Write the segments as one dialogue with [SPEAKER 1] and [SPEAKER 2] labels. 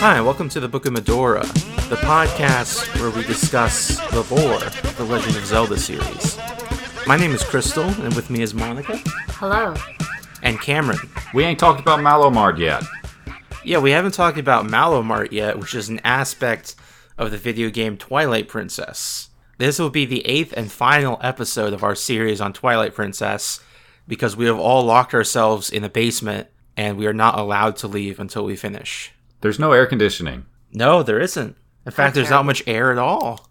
[SPEAKER 1] Hi, welcome to the Book of Medora, the podcast where we discuss the lore of the Legend of Zelda series. My name is Crystal, and with me is Monica
[SPEAKER 2] Hello.
[SPEAKER 1] and Cameron.
[SPEAKER 3] We ain't talked about Malomard yet.
[SPEAKER 1] Yeah, we haven't talked about Malomart yet, which is an aspect of the video game Twilight Princess. This will be the eighth and final episode of our series on Twilight Princess because we have all locked ourselves in the basement and we are not allowed to leave until we finish.
[SPEAKER 3] There's no air conditioning.
[SPEAKER 1] No, there isn't. In fact, there's not much air at all.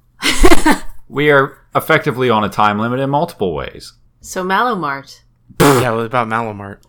[SPEAKER 3] We are effectively on a time limit in multiple ways.
[SPEAKER 2] So Malomart.
[SPEAKER 1] yeah, what about Malomart?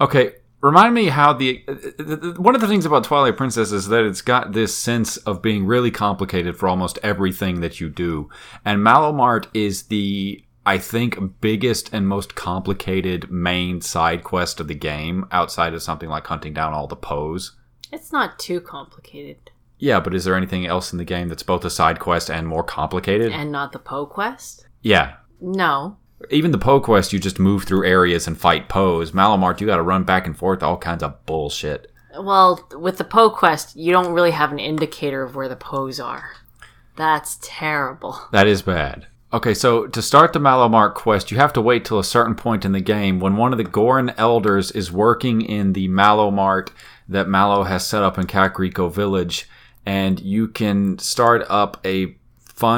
[SPEAKER 3] Okay, remind me how the uh, uh, uh, one of the things about Twilight Princess is that it's got this sense of being really complicated for almost everything that you do, and Malomart is the I think biggest and most complicated main side quest of the game outside of something like hunting down all the Poes.
[SPEAKER 2] It's not too complicated.
[SPEAKER 3] Yeah, but is there anything else in the game that's both a side quest and more complicated?
[SPEAKER 2] And not the Poe quest?
[SPEAKER 3] yeah,
[SPEAKER 2] No.
[SPEAKER 3] Even the Poe quest, you just move through areas and fight Poes. Malamart, you got to run back and forth, all kinds of bullshit.
[SPEAKER 2] Well, with the Poe quest, you don't really have an indicator of where the Poes are. That's terrible.
[SPEAKER 3] That is bad. Okay, so to start the Malamart quest, you have to wait till a certain point in the game when one of the Goron elders is working in the Malomart that Mallow has set up in Kakariko Village, and you can start up a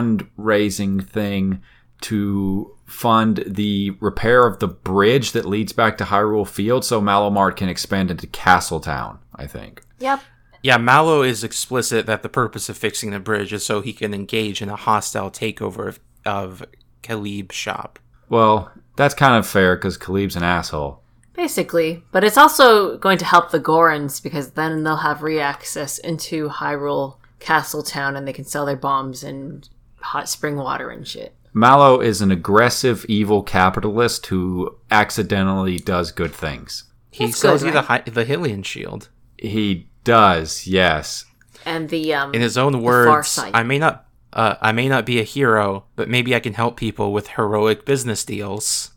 [SPEAKER 3] fundraising thing to fund the repair of the bridge that leads back to Hyrule Field so Malomart can expand into Castletown, I think.
[SPEAKER 2] Yep.
[SPEAKER 1] Yeah, Mallow is explicit that the purpose of fixing the bridge is so he can engage in a hostile takeover of, of Khalib's shop.
[SPEAKER 3] Well, that's kind of fair because Khalib's an asshole.
[SPEAKER 2] Basically. But it's also going to help the Gorons because then they'll have reaccess into Hyrule Castle Town and they can sell their bombs and hot spring water and shit.
[SPEAKER 3] Mallow is an aggressive, evil capitalist who accidentally does good things.
[SPEAKER 1] He
[SPEAKER 2] That's
[SPEAKER 1] sells
[SPEAKER 2] good,
[SPEAKER 1] you the hi- the Hylian shield.
[SPEAKER 3] He does, yes.
[SPEAKER 2] And the um
[SPEAKER 1] In his own
[SPEAKER 2] far
[SPEAKER 1] words,
[SPEAKER 2] sight.
[SPEAKER 1] I may not uh, I may not be a hero, but maybe I can help people with heroic business deals.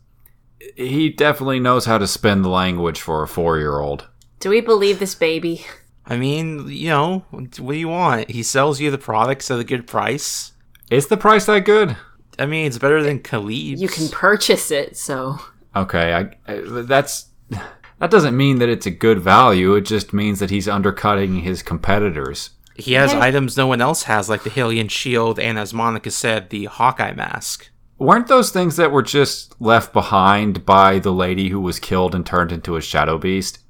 [SPEAKER 3] He definitely knows how to spin the language for a four year old.
[SPEAKER 2] Do we believe this baby?
[SPEAKER 1] I mean, you know, what do you want? He sells you the products at a good price.
[SPEAKER 3] Is the price that good?
[SPEAKER 1] I mean, it's better than Khalib's.
[SPEAKER 2] You can purchase it, so
[SPEAKER 3] Okay, I, I- that's. That doesn't mean that it's a good value, it just means that he's undercutting his competitors.
[SPEAKER 1] He has
[SPEAKER 2] Yeah.
[SPEAKER 1] items no one else has, like the Hylian shield, and as Monica said, the Hawkeye mask.
[SPEAKER 3] Weren't those things that were just left behind by the lady who was killed and turned into a shadow beast?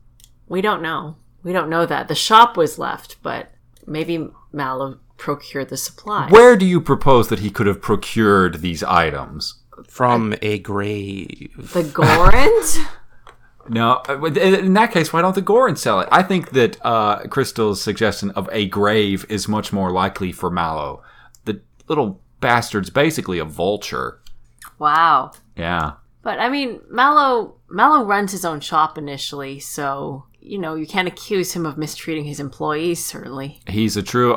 [SPEAKER 2] We don't know. We don't know that. The shop was left, but maybe Mallow procured the supply.
[SPEAKER 3] Where do you propose that he could have procured these items?
[SPEAKER 1] from a grave.
[SPEAKER 2] The Gorans?
[SPEAKER 3] No, uh, in that case, why don't the Gorons sell it? I think that uh, Crystal's suggestion of a grave is much more likely for Mallow. The little bastard's basically a vulture.
[SPEAKER 2] wow.
[SPEAKER 3] Yeah.
[SPEAKER 2] But I mean, Mallow Mallow runs his own shop initially, so you know, you can't accuse him of mistreating his employees certainly.
[SPEAKER 3] He's a true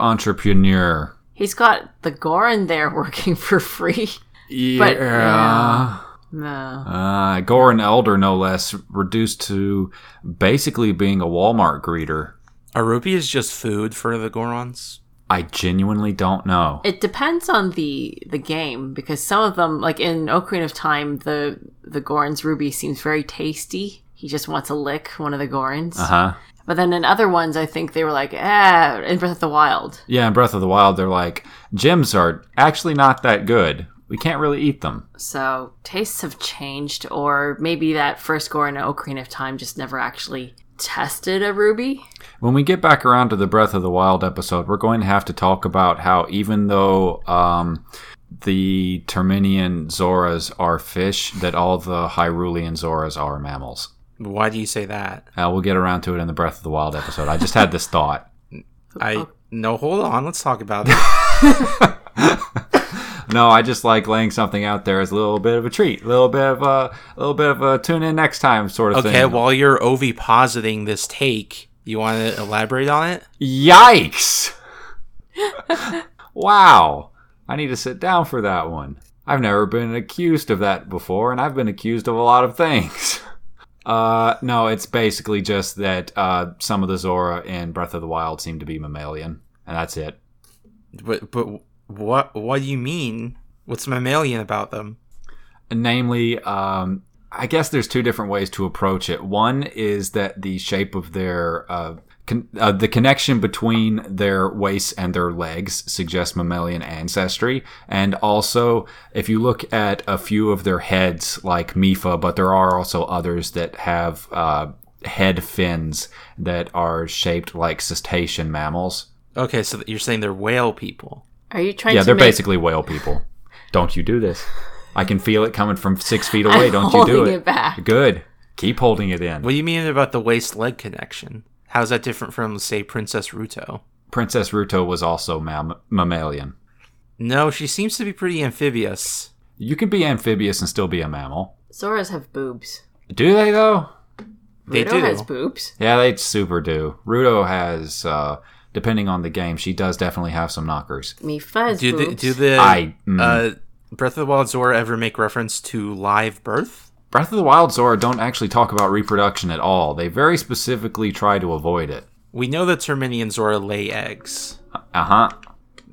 [SPEAKER 3] entrepreneur.
[SPEAKER 2] He's got the Goran there working for free.
[SPEAKER 3] yeah.
[SPEAKER 2] No.
[SPEAKER 3] Uh, Goran Elder, no less, reduced to basically being a Walmart greeter.
[SPEAKER 1] Are rupees just food for the Gorons?
[SPEAKER 3] I genuinely don't know.
[SPEAKER 2] It depends on the the game because some of them like in Ocarina of Time, the the Goran's ruby seems very tasty. He just wants to lick one of the Gorans.
[SPEAKER 3] Uh huh.
[SPEAKER 2] But then in other ones, I think they were like, ah, in Breath of the Wild.
[SPEAKER 3] Yeah, in Breath of the Wild, they're like, gems are actually not that good. We can't really eat them.
[SPEAKER 2] So tastes have changed, or maybe that first Goron in Ocarina of Time just never actually tested a ruby.
[SPEAKER 3] When we get back around to the Breath of the Wild episode, we're going to have to talk about how even though um, the Terminian Zoras are fish, that all the Hyrulean Zoras are mammals.
[SPEAKER 1] Why do you say that?
[SPEAKER 3] Uh, we'll get around to it in the Breath of the Wild episode. I just had this thought.
[SPEAKER 1] I no, hold on. Let's talk about it.
[SPEAKER 3] No, I just like laying something out there as a little bit of a treat, a little bit of a, a little bit of a tune in next time sort of
[SPEAKER 1] Okay,
[SPEAKER 3] thing.
[SPEAKER 1] while you're Ovi positing this take, you want to elaborate on it?
[SPEAKER 3] Yikes! wow. I need to sit down for that one. I've never been accused of that before, and I've been accused of a lot of things. Uh, no, it's basically just that uh, some of the Zora in Breath of the Wild seem to be mammalian, and that's it.
[SPEAKER 1] But but what what do you mean? What's mammalian about them?
[SPEAKER 3] Namely, um, I guess there's two different ways to approach it. One is that the shape of their uh, con- uh, the connection between their waists and their legs suggests mammalian ancestry, and also if you look at a few of their heads, like Mifa, but there are also others that have uh, head fins that are shaped like cetacean mammals.
[SPEAKER 1] Okay, so you're saying they're whale people.
[SPEAKER 2] Are you trying
[SPEAKER 3] yeah,
[SPEAKER 2] to
[SPEAKER 3] they're
[SPEAKER 2] make-
[SPEAKER 3] basically whale people. Don't you do this? I can feel it coming from six feet away.
[SPEAKER 2] I'm
[SPEAKER 3] Don't you do
[SPEAKER 2] holding
[SPEAKER 3] it?
[SPEAKER 2] it back.
[SPEAKER 3] Good. Keep holding it in.
[SPEAKER 1] What do you mean about the waist leg connection? How's that different from say Princess Ruto?
[SPEAKER 3] Princess Ruto was also mam- mammalian.
[SPEAKER 1] No, she seems to be pretty amphibious.
[SPEAKER 3] You can be amphibious and still be a mammal.
[SPEAKER 2] Zoras have boobs.
[SPEAKER 3] Do they though?
[SPEAKER 1] They
[SPEAKER 2] Ruto
[SPEAKER 1] do.
[SPEAKER 2] has boobs.
[SPEAKER 3] Yeah, they super do. Ruto has, uh, depending on the game, she does definitely have some knockers.
[SPEAKER 2] Mifa has
[SPEAKER 1] Do the,
[SPEAKER 2] boobs.
[SPEAKER 1] do the
[SPEAKER 3] I- mm.
[SPEAKER 1] uh, Breath of the Wild Zora ever make reference to live birth?
[SPEAKER 3] Breath of the Wild Zora don't actually talk about reproduction at all. They very specifically try to avoid it.
[SPEAKER 1] We know that Terminian Zora lay eggs
[SPEAKER 3] Uh huh.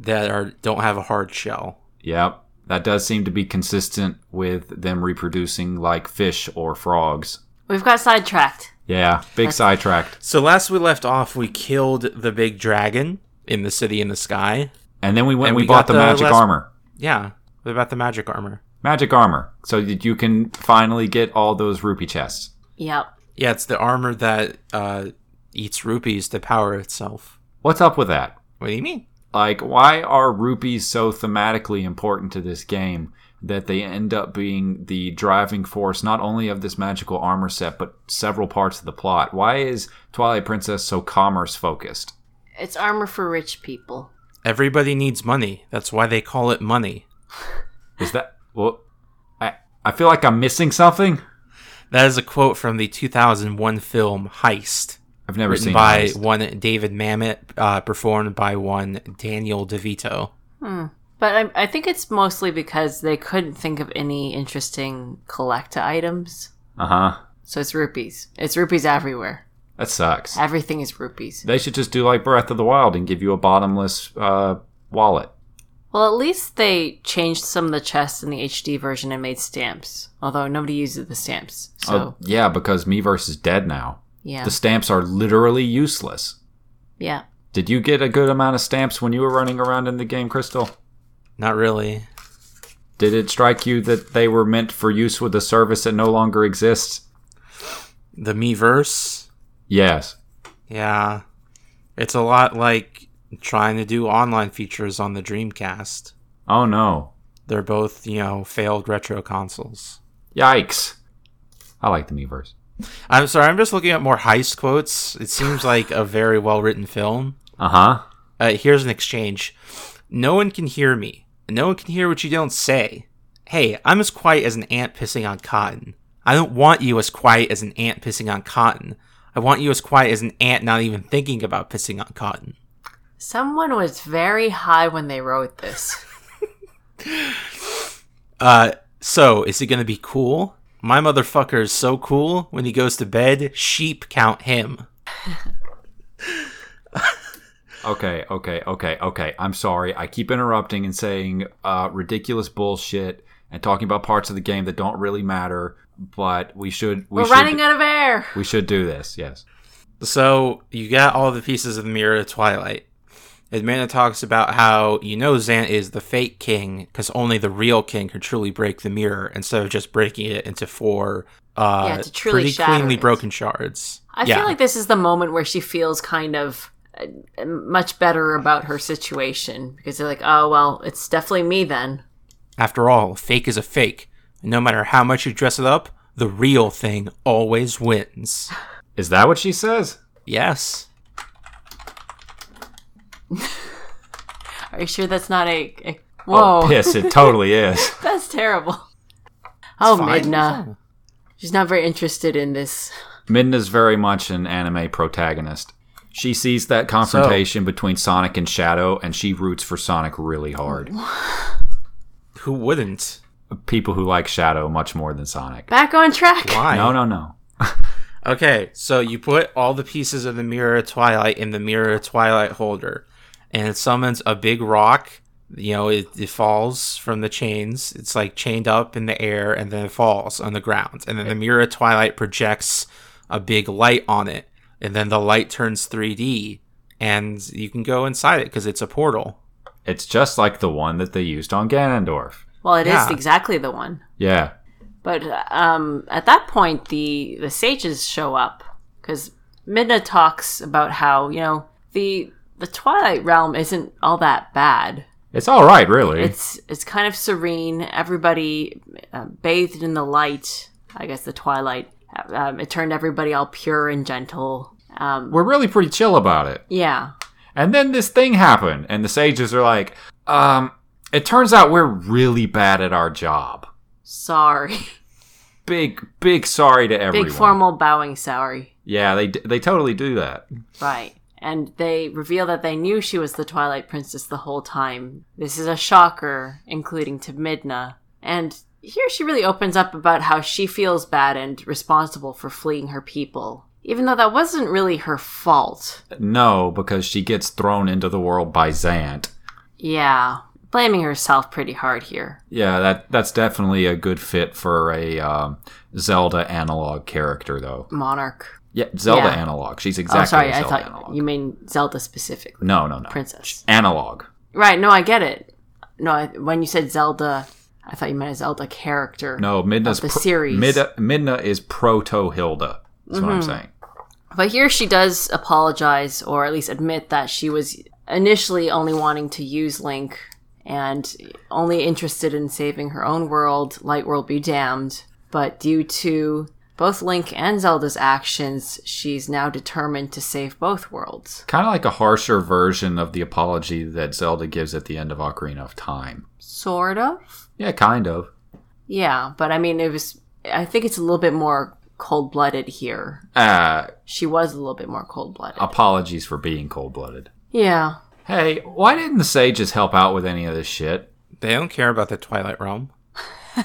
[SPEAKER 1] that are don't have a hard shell.
[SPEAKER 3] Yep. That does seem to be consistent with them reproducing like fish or frogs.
[SPEAKER 2] We've got sidetracked.
[SPEAKER 3] Yeah, big sidetracked.
[SPEAKER 1] So last we left off, we killed the big dragon in the city in the sky.
[SPEAKER 3] And then we went
[SPEAKER 1] And
[SPEAKER 3] and we,
[SPEAKER 1] we got
[SPEAKER 3] bought the,
[SPEAKER 1] the
[SPEAKER 3] magic
[SPEAKER 1] last-
[SPEAKER 3] armor.
[SPEAKER 1] Yeah. What about the magic armor?
[SPEAKER 3] Magic armor. So that you can finally get all those rupee chests.
[SPEAKER 2] Yep.
[SPEAKER 1] Yeah, it's the armor that uh, eats rupees to power itself.
[SPEAKER 3] What's up with that?
[SPEAKER 1] What do you mean?
[SPEAKER 3] Like, why are rupees so thematically important to this game that they end up being the driving force not only of this magical armor set, but several parts of the plot? Why is Twilight Princess so commerce focused?
[SPEAKER 2] It's armor for rich people.
[SPEAKER 1] Everybody needs money. That's why they call it money.
[SPEAKER 3] Is that. Well, I, I feel like I'm missing something.
[SPEAKER 1] That is a quote from the 2001 film Heist,
[SPEAKER 3] I've never
[SPEAKER 1] written
[SPEAKER 3] seen
[SPEAKER 1] by
[SPEAKER 3] Heist.
[SPEAKER 1] one David Mamet, uh, performed by one Daniel DeVito.
[SPEAKER 2] But I, I think it's mostly because they couldn't think of any interesting collecta items.
[SPEAKER 3] Uh huh.
[SPEAKER 2] So it's rupees. It's rupees everywhere.
[SPEAKER 3] That sucks.
[SPEAKER 2] Everything is rupees.
[SPEAKER 3] They should just do like Breath of the Wild and give you a bottomless uh, wallet.
[SPEAKER 2] Well, at least they changed some of the chests in the HD version and made stamps. Although nobody uses the stamps. So,
[SPEAKER 3] Oh, yeah, because Miiverse is dead now.
[SPEAKER 2] yeah.
[SPEAKER 3] The stamps are literally useless.
[SPEAKER 2] yeah.
[SPEAKER 3] Did you get a good amount of stamps when you were running around in the game, Crystal?
[SPEAKER 1] Not really.
[SPEAKER 3] Did it strike you that they were meant for use with a service that no longer exists?
[SPEAKER 1] The Meverse?
[SPEAKER 3] Yes.
[SPEAKER 1] Yeah. It's a lot like trying to do online features on the Dreamcast.
[SPEAKER 3] Oh no.
[SPEAKER 1] They're both, you know, failed retro consoles.
[SPEAKER 3] Yikes. I like the Miiverse.
[SPEAKER 1] I'm sorry, I'm just looking at more heist quotes. It seems like a very well written film.
[SPEAKER 3] Uh huh.
[SPEAKER 1] Uh, here's an exchange No one can hear me. No one can hear what you don't say. Hey, I'm as quiet as an ant pissing on cotton. I don't want you as quiet as an ant pissing on cotton. I want you as quiet as an ant not even thinking about pissing on cotton.
[SPEAKER 2] Someone was very high when they wrote this.
[SPEAKER 1] Uh, so is it gonna be cool? My motherfucker is so cool. When he goes to bed, sheep count him.
[SPEAKER 3] Okay, okay, okay, okay. I'm sorry. I keep interrupting and saying uh, ridiculous bullshit and talking about parts of the game that don't really matter. But we should we
[SPEAKER 2] We're
[SPEAKER 3] should
[SPEAKER 2] running out of air.
[SPEAKER 3] we should do this. Yes.
[SPEAKER 1] So you got all the pieces of the mirror of Twilight. Edmana talks about how you know Xant is the fake king because only the real king can truly break the mirror instead of just breaking it into four uh,
[SPEAKER 2] Yeah, to truly
[SPEAKER 1] pretty
[SPEAKER 2] shatter
[SPEAKER 1] cleanly
[SPEAKER 2] it.
[SPEAKER 1] broken shards.
[SPEAKER 2] I
[SPEAKER 1] yeah.
[SPEAKER 2] feel like this is the moment where she feels kind of uh, much better about her situation because they're like, oh, well, it's definitely me then.
[SPEAKER 1] After all, a fake is a fake. No matter how much you dress it up, the real thing always wins.
[SPEAKER 3] Is that what she says?
[SPEAKER 1] Yes.
[SPEAKER 2] Are you sure that's not a. a whoa.
[SPEAKER 3] Oh, piss! It totally is.
[SPEAKER 2] That's terrible. Oh,
[SPEAKER 1] Fine.
[SPEAKER 2] Midna. She's not very interested in this.
[SPEAKER 3] Midna's very much an anime protagonist. She sees that confrontation between Sonic and Shadow, and she roots for Sonic really hard.
[SPEAKER 1] Who wouldn't?
[SPEAKER 3] People who like Shadow much more than Sonic.
[SPEAKER 2] Back on track.
[SPEAKER 1] Why?
[SPEAKER 3] No, no, no.
[SPEAKER 1] Okay, so you put all the pieces of the Mirror of Twilight in the Mirror of Twilight holder, and it summons a big rock. You know, it, it falls from the chains. It's like chained up in the air, and then it falls on the ground. And then the Mirror of Twilight projects a big light on it, and then the light turns 3D, and you can go inside it because it's a portal.
[SPEAKER 3] It's just like the one that they used on Ganondorf.
[SPEAKER 2] Well, it is
[SPEAKER 1] Yeah.
[SPEAKER 2] exactly the one.
[SPEAKER 3] Yeah.
[SPEAKER 2] But um, at that point, the the sages show up because Midna talks about how you know the the Twilight Realm isn't all that bad.
[SPEAKER 3] It's all right, really.
[SPEAKER 2] It's it's kind of serene. Everybody uh, bathed in the light. I guess the twilight. Um, it turned everybody all pure and gentle. Um,
[SPEAKER 3] We're really pretty chill about it.
[SPEAKER 2] yeah,
[SPEAKER 3] And then this thing happened, and the sages are like, um, it turns out we're really bad at our job.
[SPEAKER 2] sorry.
[SPEAKER 3] Big, big sorry to everyone.
[SPEAKER 2] Big formal bowing sorry.
[SPEAKER 3] Yeah, they d- they totally do that.
[SPEAKER 2] Right. And they reveal that they knew she was the Twilight Princess the whole time. This is a shocker, including to Midna. And here she really opens up about how she feels bad and responsible for fleeing her people, even though that wasn't really her fault.
[SPEAKER 3] No, because she gets thrown into the world by Zant.
[SPEAKER 2] Yeah, blaming herself pretty hard here.
[SPEAKER 3] Yeah, that that's definitely a good fit for a um, Zelda analog character, though.
[SPEAKER 2] Monarch.
[SPEAKER 3] Yeah, Zelda
[SPEAKER 2] Yeah.
[SPEAKER 3] analog. She's exactly
[SPEAKER 2] oh, sorry,
[SPEAKER 3] a
[SPEAKER 2] I
[SPEAKER 3] Zelda
[SPEAKER 2] thought
[SPEAKER 3] analog.
[SPEAKER 2] you mean Zelda specifically.
[SPEAKER 3] no, no, no.
[SPEAKER 2] Princess.
[SPEAKER 3] Analog.
[SPEAKER 2] Right, no, I get it. No, I, when you said Zelda, I thought you meant a Zelda character.
[SPEAKER 3] No, Midna's
[SPEAKER 2] Of the series. Mm-hmm.
[SPEAKER 3] Midna, Midna is proto Hilda. That's what I'm saying.
[SPEAKER 2] But here she does apologize, or at least admit that she was initially only wanting to use Link and only interested in saving her own world, Light World be damned. But due to both Link and Zelda's actions, she's now determined to save both worlds.
[SPEAKER 3] Kind of like a harsher version of the apology that Zelda gives at the end of Ocarina of Time.
[SPEAKER 2] Sort of.
[SPEAKER 3] Yeah, kind of.
[SPEAKER 2] Yeah, but I mean, it was. I think it's a little bit more cold blooded here.
[SPEAKER 3] Uh,
[SPEAKER 2] She was a little bit more cold
[SPEAKER 3] Oh.
[SPEAKER 2] blooded.
[SPEAKER 3] apologies for being cold blooded.
[SPEAKER 2] yeah.
[SPEAKER 3] Hey, why didn't the sages help out with any of this shit?
[SPEAKER 1] They don't care about the Twilight Realm.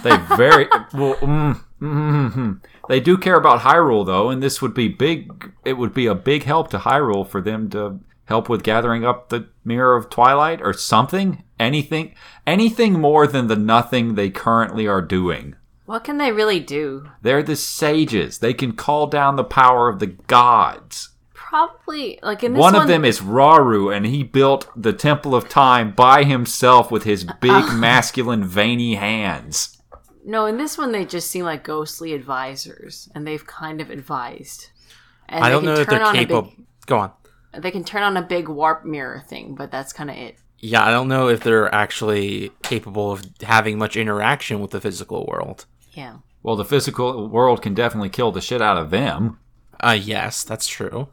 [SPEAKER 3] They very well. Mm, mm, mm. They do care about Hyrule though, and this would be big. It would be a big help to Hyrule for them to help with gathering up the Mirror of Twilight or something. Anything, anything more than the nothing they currently are doing.
[SPEAKER 2] What can they really do?
[SPEAKER 3] They're the sages. They can call down the power of the gods.
[SPEAKER 2] Probably like in this
[SPEAKER 3] One of them is Raru, and he built the Temple of Time by himself with his big, masculine, veiny hands.
[SPEAKER 2] No, in this one they just seem like ghostly advisors, and they've kind of advised. And
[SPEAKER 1] I don't know that they're
[SPEAKER 2] on a big-
[SPEAKER 1] capable. Go on.
[SPEAKER 2] they can turn on a big warp mirror thing, but that's kind of it.
[SPEAKER 1] Yeah, I don't know if they're actually capable of having much interaction with the physical world.
[SPEAKER 2] Yeah.
[SPEAKER 3] Well, the physical world can definitely kill the shit out of them.
[SPEAKER 1] Uh, yes, that's true.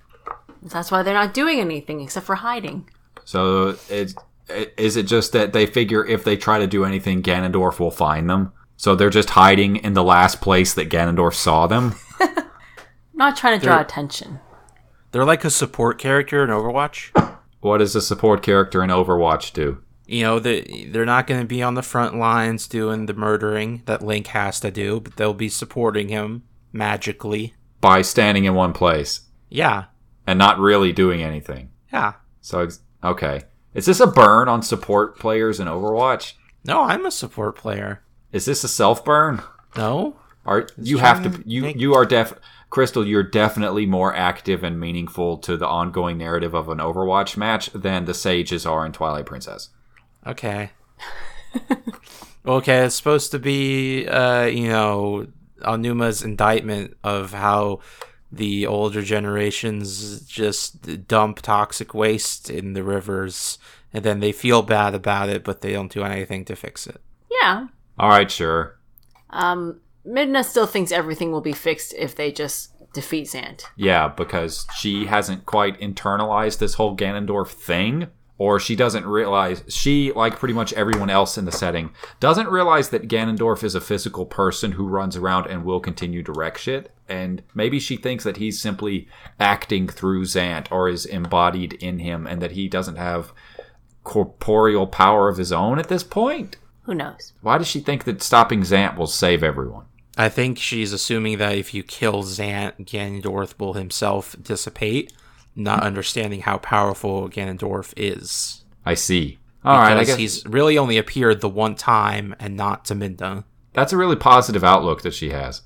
[SPEAKER 2] That's why they're not doing anything except for hiding.
[SPEAKER 3] So, it, i- is it just that they figure if they try to do anything, Ganondorf will find them? So they're just hiding in the last place that Ganondorf saw them?
[SPEAKER 2] Not trying to draw
[SPEAKER 1] They're-
[SPEAKER 2] attention.
[SPEAKER 1] They're like a support character in Overwatch.
[SPEAKER 3] What does a support character in Overwatch do?
[SPEAKER 1] You know, they they're not going to be on the front lines doing the murdering that Link has to do, but they'll be supporting him magically.
[SPEAKER 3] By standing in one place
[SPEAKER 1] Yeah,
[SPEAKER 3] and not really doing anything.
[SPEAKER 1] yeah.
[SPEAKER 3] So, ex- okay. Is this a burn on support players in Overwatch?
[SPEAKER 1] No, I'm a support player.
[SPEAKER 3] Is this a self burn?
[SPEAKER 1] No,
[SPEAKER 3] Are you have
[SPEAKER 1] trying
[SPEAKER 3] to
[SPEAKER 1] to
[SPEAKER 3] you
[SPEAKER 1] make-
[SPEAKER 3] you are def Crystal? You're definitely more active and meaningful to the ongoing narrative of an Overwatch match than the sages are in Twilight Princess.
[SPEAKER 1] Okay. okay, it's supposed to be, uh, you know, Onuma's indictment of how the older generations just dump toxic waste in the rivers and then they feel bad about it, but they don't do anything to fix it.
[SPEAKER 2] Yeah.
[SPEAKER 3] All right, sure.
[SPEAKER 2] Um, Midna still thinks everything will be fixed if they just defeat Zant.
[SPEAKER 3] Yeah, because she hasn't quite internalized this whole Ganondorf thing, or she doesn't realize she, like pretty much everyone else in the setting, doesn't realize that Ganondorf is a physical person who runs around and will continue to wreck shit. And maybe she thinks that he's simply acting through Zant or is embodied in him and that he doesn't have corporeal power of his own at this point.
[SPEAKER 2] Who knows?
[SPEAKER 3] Why does she think that stopping Zant will save everyone?
[SPEAKER 1] I think she's assuming that if you kill Zant, Ganondorf will himself dissipate, not understanding how powerful Ganondorf is.
[SPEAKER 3] I see. All right, I
[SPEAKER 1] Because
[SPEAKER 3] guess
[SPEAKER 1] he's really only appeared the one time and not to Minda.
[SPEAKER 3] that's a really positive outlook that she has.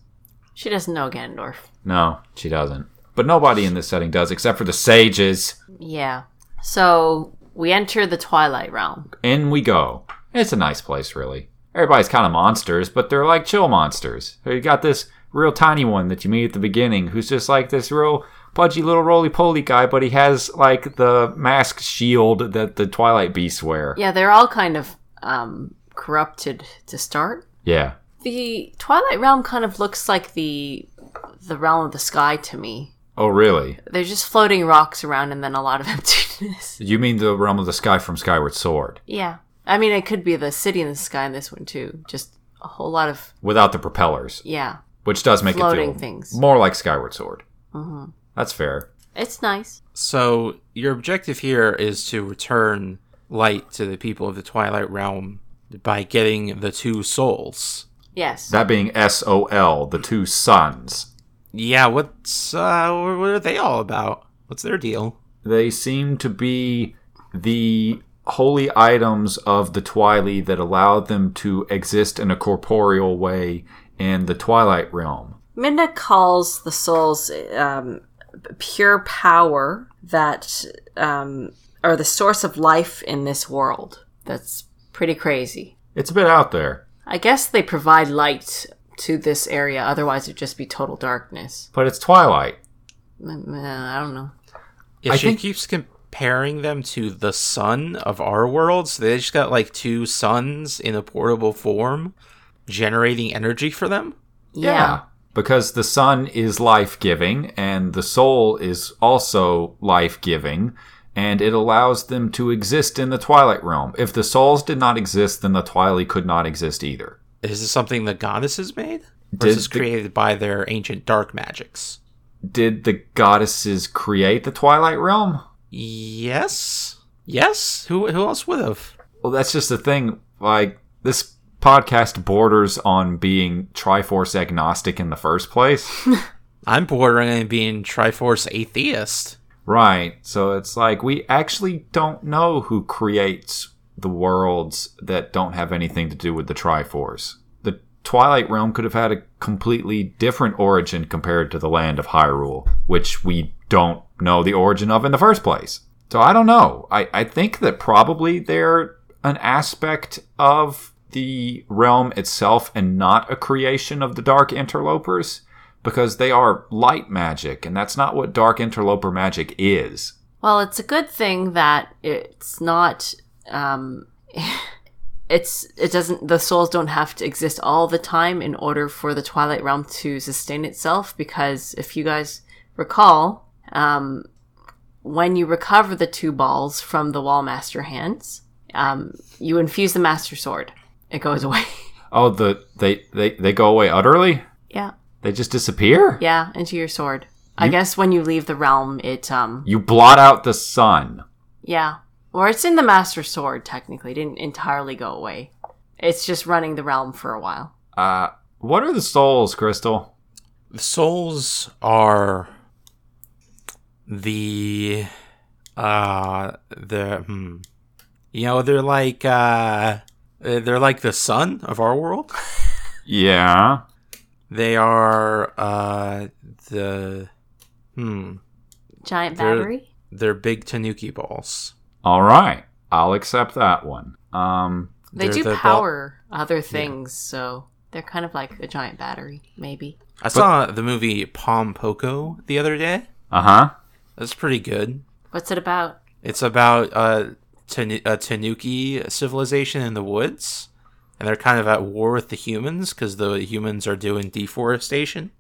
[SPEAKER 2] She doesn't know Ganondorf.
[SPEAKER 3] No, she doesn't. But nobody in this setting does, except for the sages.
[SPEAKER 2] Yeah. So we enter the Twilight Realm.
[SPEAKER 3] In we go. It's a nice place, really. Everybody's kind of monsters, but they're like chill monsters. So you got this real tiny one that you meet at the beginning, who's just like this real pudgy little roly-poly guy, but he has like the mask shield that the Twilight Beasts wear.
[SPEAKER 2] Yeah, they're all kind of um, corrupted to start.
[SPEAKER 3] Yeah.
[SPEAKER 2] The Twilight Realm kind of looks like the the realm of the sky to me.
[SPEAKER 3] Oh, really?
[SPEAKER 2] There's just floating rocks around and then a lot of emptiness.
[SPEAKER 3] You mean the realm of the sky from Skyward Sword,
[SPEAKER 2] Yeah. I mean, it could be the city in the sky in this one too. Just a whole lot of
[SPEAKER 3] without the propellers,
[SPEAKER 2] yeah.
[SPEAKER 3] which does make it
[SPEAKER 2] Floating
[SPEAKER 3] feel
[SPEAKER 2] things.
[SPEAKER 3] more like Skyward Sword.
[SPEAKER 2] hmm
[SPEAKER 3] That's fair.
[SPEAKER 2] It's nice.
[SPEAKER 1] So your objective here is to return light to the people of the Twilight Realm by getting the two souls.
[SPEAKER 2] Yes.
[SPEAKER 3] That being S O L, the two sons.
[SPEAKER 1] Yeah, what's uh, what are they all about? What's their deal?
[SPEAKER 3] They seem to be the holy items of the Twili that allow them to exist in a corporeal way in the Twilight realm.
[SPEAKER 2] Minda calls the souls um, pure power that um, are the source of life in this world. That's pretty crazy.
[SPEAKER 3] It's a bit out there,
[SPEAKER 2] I guess they provide light to this area, otherwise, it'd just be total darkness.
[SPEAKER 3] but it's Twilight.
[SPEAKER 2] Mm, mm, I don't know.
[SPEAKER 1] Yeah,
[SPEAKER 3] I
[SPEAKER 1] she
[SPEAKER 3] think-
[SPEAKER 1] keeps comparing them to the sun of our world. So they just got like two suns in a portable form, generating energy for them.
[SPEAKER 2] Yeah.
[SPEAKER 3] Because the sun is life giving and the soul is also life giving, and it allows them to exist in the Twilight realm. If the souls did not exist, then the Twili could not exist either.
[SPEAKER 1] Is this something the goddesses made? Or
[SPEAKER 3] Did
[SPEAKER 1] is this
[SPEAKER 3] the-
[SPEAKER 1] created by their ancient dark magics?
[SPEAKER 3] Did the goddesses create the Twilight realm?
[SPEAKER 1] Yes. Yes. Who who else would have?
[SPEAKER 3] Well, that's just the thing. Like, this podcast borders on being Triforce agnostic in the first place.
[SPEAKER 1] I'm bordering on being Triforce atheist.
[SPEAKER 3] right. So it's like we actually don't know who creates the worlds that don't have anything to do with the Triforce. The Twilight Realm could have had a completely different origin compared to the land of Hyrule, which we don't know the origin of in the first place. So I don't know. I, I think that probably they're an aspect of the realm itself and not a creation of the Dark Interlopers because they are light magic, and that's not what Dark Interloper magic is.
[SPEAKER 2] Well, it's a good thing that it's not. Um, it's it doesn't the souls don't have to exist all the time in order for the Twilight Realm to sustain itself. Because if you guys recall, um, when you recover the two balls from the Wall Master hands, um, you infuse the Master Sword. It goes away.
[SPEAKER 3] Oh, the they, they, they go away utterly?
[SPEAKER 2] yeah,
[SPEAKER 3] They just disappear?
[SPEAKER 2] yeah, into your sword. I guess when you leave the realm, it um,
[SPEAKER 3] You blot out the sun.
[SPEAKER 2] Yeah. Or it's in the Master Sword, technically. It didn't entirely go away. It's just running the realm for a while.
[SPEAKER 3] Uh, what are the souls, Crystal?
[SPEAKER 1] The souls are the uh the hmm. you know they're like uh they're like the sun of our world.
[SPEAKER 3] Yeah.
[SPEAKER 1] They are uh the hmm
[SPEAKER 2] Giant
[SPEAKER 1] They're-
[SPEAKER 2] battery?
[SPEAKER 1] they're big tanuki balls.
[SPEAKER 3] All right. I'll accept that one. Um,
[SPEAKER 2] They
[SPEAKER 1] They're
[SPEAKER 2] do
[SPEAKER 1] the ball-
[SPEAKER 2] power other things, so they're kind of like a giant battery, maybe.
[SPEAKER 1] I saw the movie Palm Poco the other day.
[SPEAKER 3] uh huh.
[SPEAKER 1] That's pretty good.
[SPEAKER 2] What's it about?
[SPEAKER 1] It's about uh, tanu- a Tanuki civilization in the woods, and they're kind of at war with the humans because the humans are doing deforestation.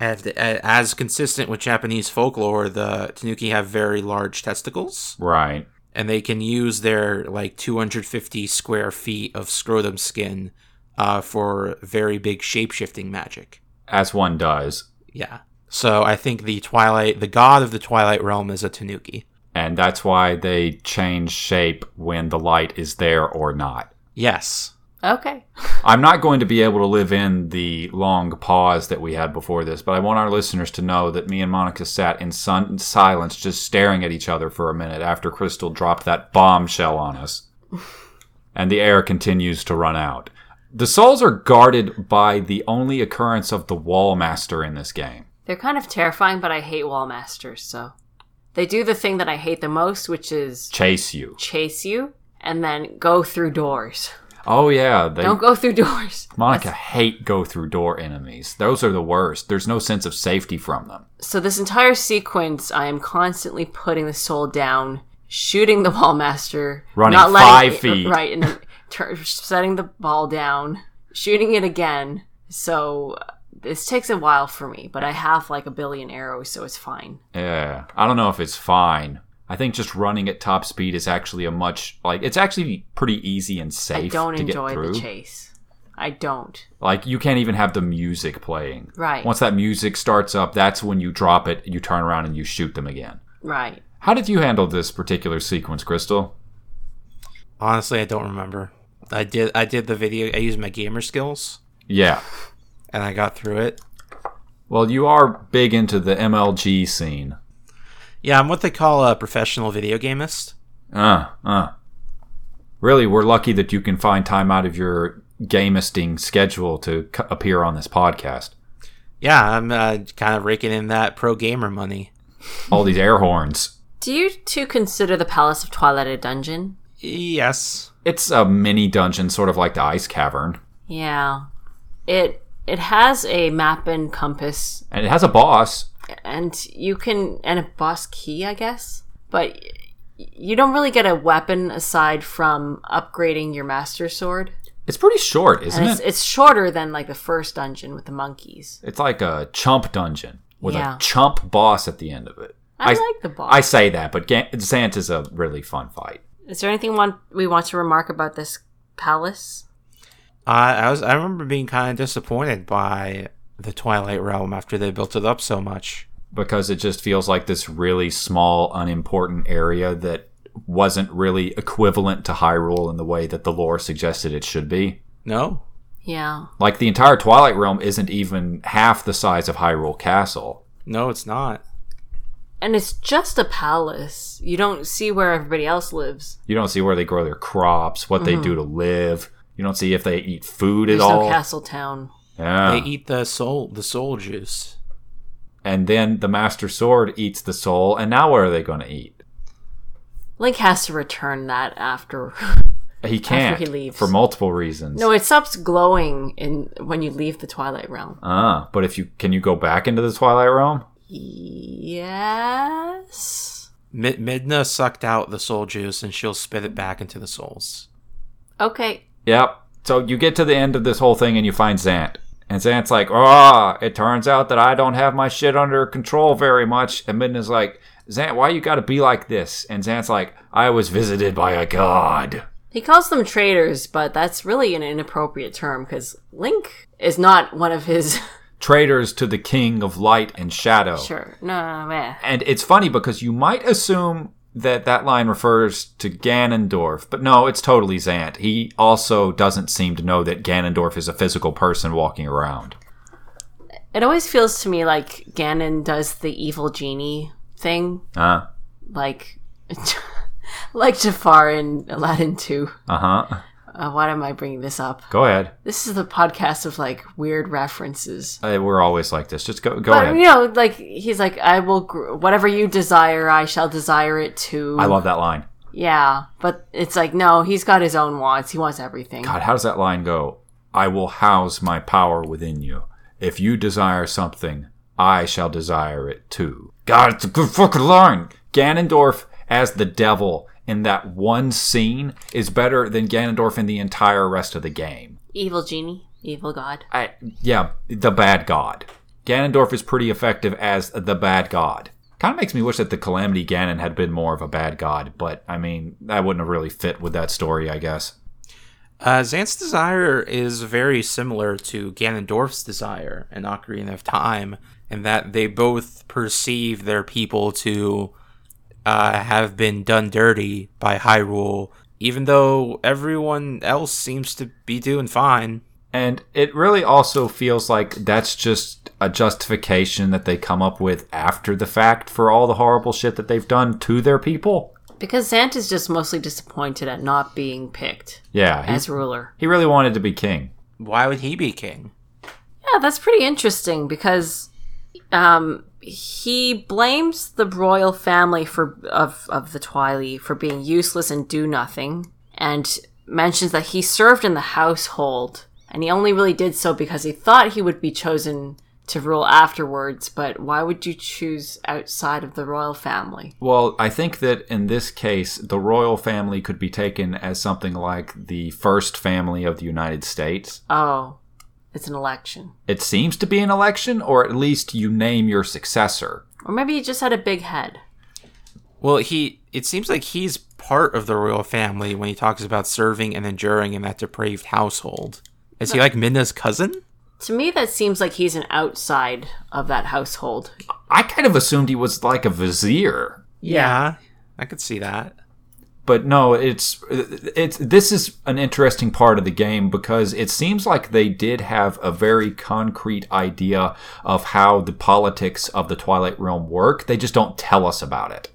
[SPEAKER 1] And uh, as consistent with Japanese folklore, the Tanuki have very large testicles,
[SPEAKER 3] Right.
[SPEAKER 1] and they can use their like 250 square feet of scrotum skin uh, for very big shapeshifting magic.
[SPEAKER 3] As one does.
[SPEAKER 1] Yeah. So I think the Twilight, the god of the Twilight realm, is a Tanuki.
[SPEAKER 3] And that's why they change shape when the light is there or not.
[SPEAKER 1] Yes.
[SPEAKER 2] Okay.
[SPEAKER 3] I'm not going to be able to live in the long pause that we had before this, but I want our listeners to know that me and Monica sat in sun- silence, just staring at each other for a minute after Crystal dropped that bombshell on us. and the air continues to run out. The souls are guarded by the only occurrence of the Wall Master in this game.
[SPEAKER 2] They're kind of terrifying, but I hate wall masters, so they do the thing that I hate the most, which is
[SPEAKER 3] Chase you.
[SPEAKER 2] chase you and then go through doors.
[SPEAKER 3] Oh yeah, they
[SPEAKER 2] Don't go through doors.
[SPEAKER 3] Monica hate go through door enemies. Those are the worst. There's no sense of safety from them.
[SPEAKER 2] So this entire sequence, I am constantly putting the soul down, shooting the wall master,
[SPEAKER 3] Running
[SPEAKER 2] not letting
[SPEAKER 3] five
[SPEAKER 2] it- uh,
[SPEAKER 3] feet.
[SPEAKER 2] right, and then tur setting the ball down, shooting it again. So uh, this takes a while for me, but I have like a billion arrows, so it's fine.
[SPEAKER 3] Yeah, I don't know if it's fine. I think just running at top speed is actually a much like it's actually pretty easy and safe.
[SPEAKER 2] I don't
[SPEAKER 3] to
[SPEAKER 2] enjoy
[SPEAKER 3] get
[SPEAKER 2] the
[SPEAKER 3] through.
[SPEAKER 2] chase. I don't.
[SPEAKER 3] Like you can't even have the music playing.
[SPEAKER 2] Right.
[SPEAKER 3] Once that music starts up, that's when you drop it. You turn around and you shoot them again.
[SPEAKER 2] Right.
[SPEAKER 3] How did you handle this particular sequence, Crystal?
[SPEAKER 1] Honestly, I don't remember. I did I did the video. I used my gamer skills
[SPEAKER 3] Yeah.
[SPEAKER 1] and I got through it.
[SPEAKER 3] Well, you are big into the MLG scene.
[SPEAKER 1] Yeah, I'm what they call a professional video gamist.
[SPEAKER 3] Uh, uh. Really, we're lucky that you can find time out of your gamisting schedule to c- appear on this podcast.
[SPEAKER 1] Yeah, I'm uh, kind of raking in that pro gamer money.
[SPEAKER 3] All these air horns.
[SPEAKER 2] Do you two consider the Palace of Twilight a dungeon?
[SPEAKER 1] Yes.
[SPEAKER 3] It's a mini dungeon, sort of like the ice cavern,
[SPEAKER 2] Yeah. It it has a map and compass
[SPEAKER 3] and it has a boss.
[SPEAKER 2] and you can and a boss key, I guess. But y- you don't really get a weapon aside from upgrading your master sword.
[SPEAKER 3] It's pretty short, isn't
[SPEAKER 2] And it's,
[SPEAKER 3] it?
[SPEAKER 2] it's shorter than like the first dungeon with the monkeys.
[SPEAKER 3] It's like a chump dungeon with
[SPEAKER 2] Yeah.
[SPEAKER 3] a chump boss at the end of it.
[SPEAKER 2] I,
[SPEAKER 3] I-
[SPEAKER 2] like the
[SPEAKER 3] I
[SPEAKER 2] boss.
[SPEAKER 3] say that, but Ga- Santa's a really fun fight.
[SPEAKER 2] Is there anything want, we want to remark about this palace?
[SPEAKER 1] I I was I remember being kind of disappointed by the Twilight Realm after they built it up so much.
[SPEAKER 3] because it just feels like this really small, unimportant area that wasn't really equivalent to Hyrule in the way that the lore suggested it should be.
[SPEAKER 1] No.
[SPEAKER 2] Yeah.
[SPEAKER 3] Like the entire Twilight Realm isn't even half the size of Hyrule Castle.
[SPEAKER 1] No, it's not.
[SPEAKER 2] And it's just a palace. You don't see where everybody else lives.
[SPEAKER 3] You don't see where they grow their crops, what they do to live. You don't see if they eat food
[SPEAKER 2] Mm-hmm. There's
[SPEAKER 3] at all.
[SPEAKER 2] no castle town.
[SPEAKER 3] yeah.
[SPEAKER 1] They eat the soul the soul juice.
[SPEAKER 3] and then the Master Sword eats the soul, and now what are they going to eat?
[SPEAKER 2] Link has to return that after.
[SPEAKER 3] He can't
[SPEAKER 2] he leaves.
[SPEAKER 3] for multiple reasons.
[SPEAKER 2] no, it stops glowing in when you leave the Twilight Realm.
[SPEAKER 3] Uh, but if you can you go back into the Twilight Realm?
[SPEAKER 2] Yes.
[SPEAKER 1] Mi- Midna sucked out the soul juice and she'll spit it back into the souls.
[SPEAKER 2] Okay.
[SPEAKER 3] Yep. So you get to the end of this whole thing and you find Zant. And Zant's like, ah, it turns out that I don't have my shit under control very much. And Midna's like, Zant, why you gotta be like this? And Zant's like, I was visited by a god.
[SPEAKER 2] He calls them traitors, but that's really an inappropriate term because Link is not one of his.
[SPEAKER 3] Traitors to the king of light and shadow.
[SPEAKER 2] sure. No, no, no, eh.
[SPEAKER 3] And it's funny because you might assume that that line refers to Ganondorf, but no, it's totally Zant. He also doesn't seem to know that Ganondorf is a physical person walking around.
[SPEAKER 2] It always feels to me like Ganon does the evil genie thing,
[SPEAKER 3] Uh,
[SPEAKER 2] like. like Jafar in Aladdin 2.
[SPEAKER 3] uh huh.
[SPEAKER 2] Uh, why am I bringing this up?
[SPEAKER 3] Go ahead.
[SPEAKER 2] This is the podcast of like weird references.
[SPEAKER 3] Uh, we're always like this. Just go go
[SPEAKER 2] But you
[SPEAKER 3] ahead.
[SPEAKER 2] know, like he's like, I will gr- whatever you desire, I shall desire it too.
[SPEAKER 3] I love that line.
[SPEAKER 2] Yeah, but it's like no, he's got his own wants. He wants everything.
[SPEAKER 3] God, how does that line go? I will house my power within you. If you desire something, I shall desire it too. God, it's a good fucking line. Ganondorf as the devil in that one scene is better than Ganondorf in the entire rest of the game.
[SPEAKER 2] Evil genie, evil god.
[SPEAKER 3] I, yeah, the bad god. Ganondorf is pretty effective as the bad god. Kind of makes me wish that the Calamity Ganon had been more of a bad god, but I mean, that wouldn't have really fit with that story, I guess.
[SPEAKER 1] Uh, Zant's desire is very similar to Ganondorf's desire in Ocarina of Time, in that they both perceive their people to uh, have been done dirty by Hyrule even though everyone else seems to be doing fine.
[SPEAKER 3] And it really also feels like that's just a justification that they come up with after the fact for all the horrible shit that they've done to their people.
[SPEAKER 2] Because Santa's just mostly disappointed at not being picked
[SPEAKER 3] Yeah, he,
[SPEAKER 2] as ruler.
[SPEAKER 3] he really wanted to be king.
[SPEAKER 1] Why would he be king?
[SPEAKER 2] Yeah, that's pretty interesting because um, he blames the royal family for of of the Twili for being useless and do nothing, and mentions that he served in the household and he only really did so because he thought he would be chosen to rule afterwards. But why would you choose outside of the royal family?
[SPEAKER 3] Well, I think that in this case, the royal family could be taken as something like the first family of the United States.
[SPEAKER 2] Oh, it's an election,
[SPEAKER 3] It seems to be an election, or at least you name your successor.
[SPEAKER 2] or maybe he just had a big head.
[SPEAKER 1] Well, he it seems like he's part of the royal family when he talks about serving and enduring in that depraved household. Is he like Minda's cousin?
[SPEAKER 2] To me, that seems like he's an outside of that household.
[SPEAKER 3] I kind of assumed he was like a vizier,
[SPEAKER 1] Yeah, I could see that.
[SPEAKER 3] but no, it's it's this is an interesting part of the game because it seems like they did have a very concrete idea of how the politics of the Twilight Realm work. They just don't tell us about it,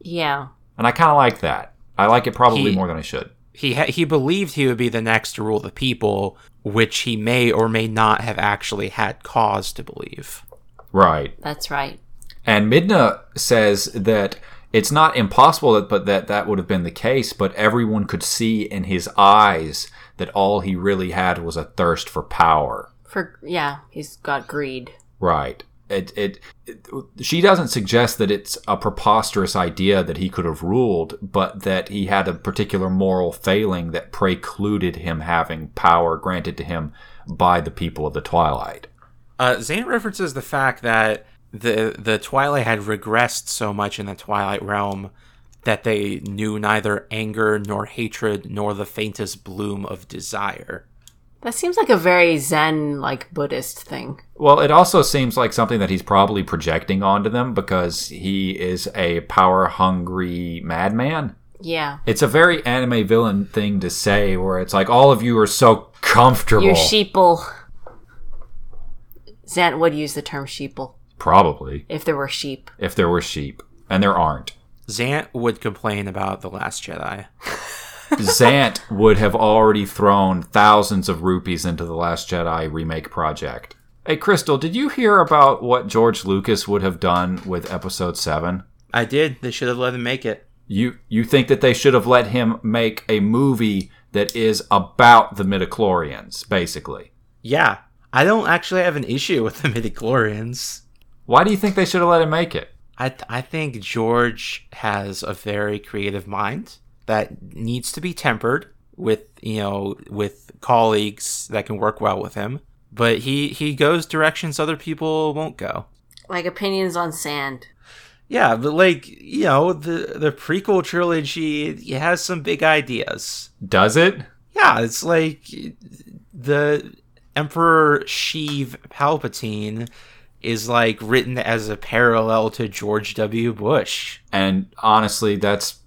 [SPEAKER 2] Yeah.
[SPEAKER 3] and I kind of like that. I like it probably
[SPEAKER 1] He-
[SPEAKER 3] more than I should.
[SPEAKER 1] He ha- he believed he would be the next to rule the people, which he may or may not have actually had cause to believe.
[SPEAKER 3] Right.
[SPEAKER 2] That's right.
[SPEAKER 3] And Midna says that it's not impossible that, but that that would have been the case, but everyone could see in his eyes that all he really had was a thirst for power.
[SPEAKER 2] For yeah, he's got greed.
[SPEAKER 3] Right. It, it, it she doesn't suggest that it's a preposterous idea that he could have ruled, but that he had a particular moral failing that precluded him having power granted to him by the people of the Twilight.
[SPEAKER 1] Uh, Zane references the fact that the the Twilight had regressed so much in the Twilight realm that they knew neither anger nor hatred nor the faintest bloom of desire.
[SPEAKER 2] That seems like a very Zen like Buddhist thing.
[SPEAKER 3] Well, it also seems like something that he's probably projecting onto them because he is a power hungry madman.
[SPEAKER 2] Yeah.
[SPEAKER 3] It's a very anime villain thing to say where it's like all of you are so comfortable.
[SPEAKER 2] You're sheeple. Zant would use the term sheeple
[SPEAKER 3] probably
[SPEAKER 2] if there were sheep.
[SPEAKER 3] if there were sheep and there aren't.
[SPEAKER 1] Zant would complain about the Last Jedi.
[SPEAKER 3] Zant would have already thrown thousands of rupees into the Last Jedi remake project. Hey Crystal, did you hear about what George Lucas would have done with episode 7?
[SPEAKER 1] I did. They should have let him make it.
[SPEAKER 3] You you think that they should have let him make a movie that is about the midichlorians, basically.
[SPEAKER 1] Yeah, I don't actually have an issue with the midichlorians.
[SPEAKER 3] Why do you think they should have let him make it?
[SPEAKER 1] I th- I think George has a very creative mind that needs to be tempered with you know with colleagues that can work well with him. But he he goes directions other people won't go.
[SPEAKER 2] Like opinions on sand.
[SPEAKER 1] Yeah, but like you know the the prequel trilogy it has some big ideas.
[SPEAKER 3] Does it?
[SPEAKER 1] Yeah, it's like the Emperor Sheev Palpatine is like written as a parallel to George W. Bush.
[SPEAKER 3] And honestly, that's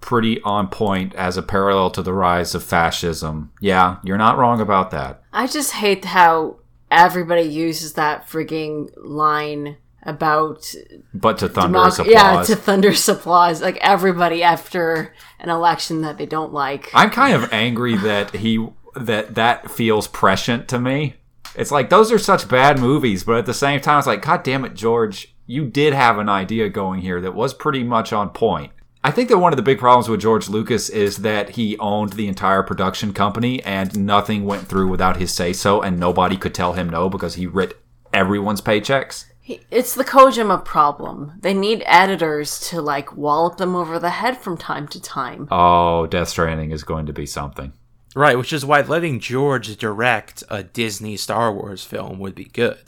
[SPEAKER 3] pretty on point as a parallel to the rise of fascism. Yeah, you're not wrong about that.
[SPEAKER 2] I just hate how everybody uses that frigging line about
[SPEAKER 3] But to thunderous
[SPEAKER 2] democ- yeah
[SPEAKER 3] applause.
[SPEAKER 2] to thunderous applause like everybody after an election that they don't like
[SPEAKER 3] I'm kind of angry that he that that feels prescient to me. It's like those are such bad movies, but at the same time, it's like, God damn it, George, you did have an idea going here that was pretty much on point. I think that one of the big problems with George Lucas is that he owned the entire production company and nothing went through without his say so, and nobody could tell him no because he writ everyone's paychecks.
[SPEAKER 2] It's the Kojima problem. They need editors to like wallop them over the head from time to time.
[SPEAKER 3] Oh, Death Stranding is going to be something.
[SPEAKER 1] Right, which is why letting George direct a Disney Star Wars film would be good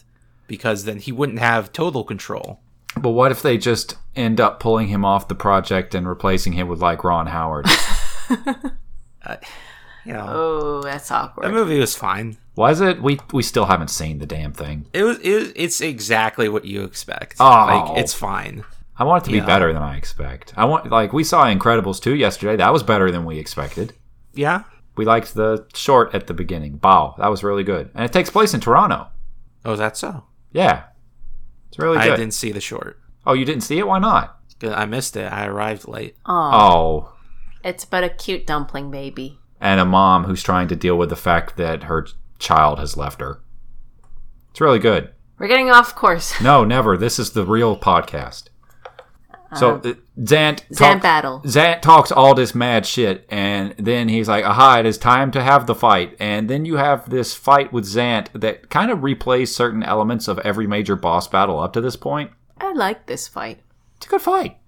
[SPEAKER 1] because then he wouldn't have total control.
[SPEAKER 3] But what if they just end up pulling him off the project and replacing him with like Ron Howard?
[SPEAKER 1] You know,
[SPEAKER 2] Oh, that's
[SPEAKER 1] the
[SPEAKER 2] awkward.
[SPEAKER 1] movie was fine.
[SPEAKER 3] Was it? We we still haven't seen the damn thing.
[SPEAKER 1] It was it, it's exactly what you expect.
[SPEAKER 3] Oh.
[SPEAKER 1] Like it's fine.
[SPEAKER 3] I want it to
[SPEAKER 1] Yeah.
[SPEAKER 3] be better than I expect. I want like we saw Incredibles 2 yesterday. That was better than we expected.
[SPEAKER 1] Yeah.
[SPEAKER 3] We liked the short at the beginning. Bow. That was really good. And it takes place in Toronto.
[SPEAKER 1] Oh, is that so?
[SPEAKER 3] Yeah. It's really
[SPEAKER 1] I
[SPEAKER 3] good.
[SPEAKER 1] didn't see the short.
[SPEAKER 3] Oh, you didn't see it? Why not?
[SPEAKER 1] 'Cause I missed it. I arrived late.
[SPEAKER 2] Aw.
[SPEAKER 1] Uh-huh.
[SPEAKER 3] Oh.
[SPEAKER 2] It's about a cute dumpling baby.
[SPEAKER 3] And a mom who's trying to deal with the fact that her child has left her. It's really good.
[SPEAKER 2] We're getting off course.
[SPEAKER 3] No, never. This is the real podcast. So uh, Zant
[SPEAKER 2] Zant
[SPEAKER 3] talk-
[SPEAKER 2] battle.
[SPEAKER 3] Zant talks all this mad shit, and then he's like, "Aha! It is time to have the fight." And then you have this fight with Zant that kind of replays certain elements of every major boss battle up to this point.
[SPEAKER 2] I like this fight.
[SPEAKER 3] It's a good fight.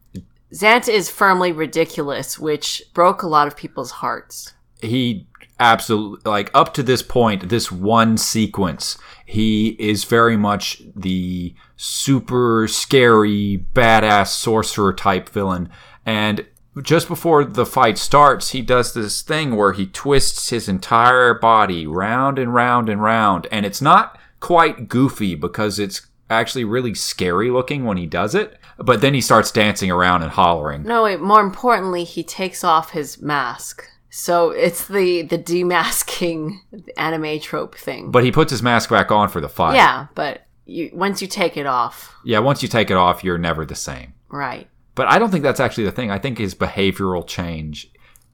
[SPEAKER 2] Xant is firmly ridiculous, which broke a lot of people's hearts.
[SPEAKER 3] he absolutely like up to this point this one sequence he is very much the super scary badass sorcerer type villain and just before the fight starts he does this thing where he twists his entire body round and round and round and it's not quite goofy because it's actually really scary looking when he does it but then he starts dancing around and hollering
[SPEAKER 2] No, wait, more importantly, he takes off his mask. So it's the the demasking anime trope thing.
[SPEAKER 3] but he puts his mask back on for the fight
[SPEAKER 2] yeah, but you once you take it off,
[SPEAKER 3] Yeah, once you take it off, you're never the same.
[SPEAKER 2] right.
[SPEAKER 3] But I don't think that's actually the thing. I think his behavioral change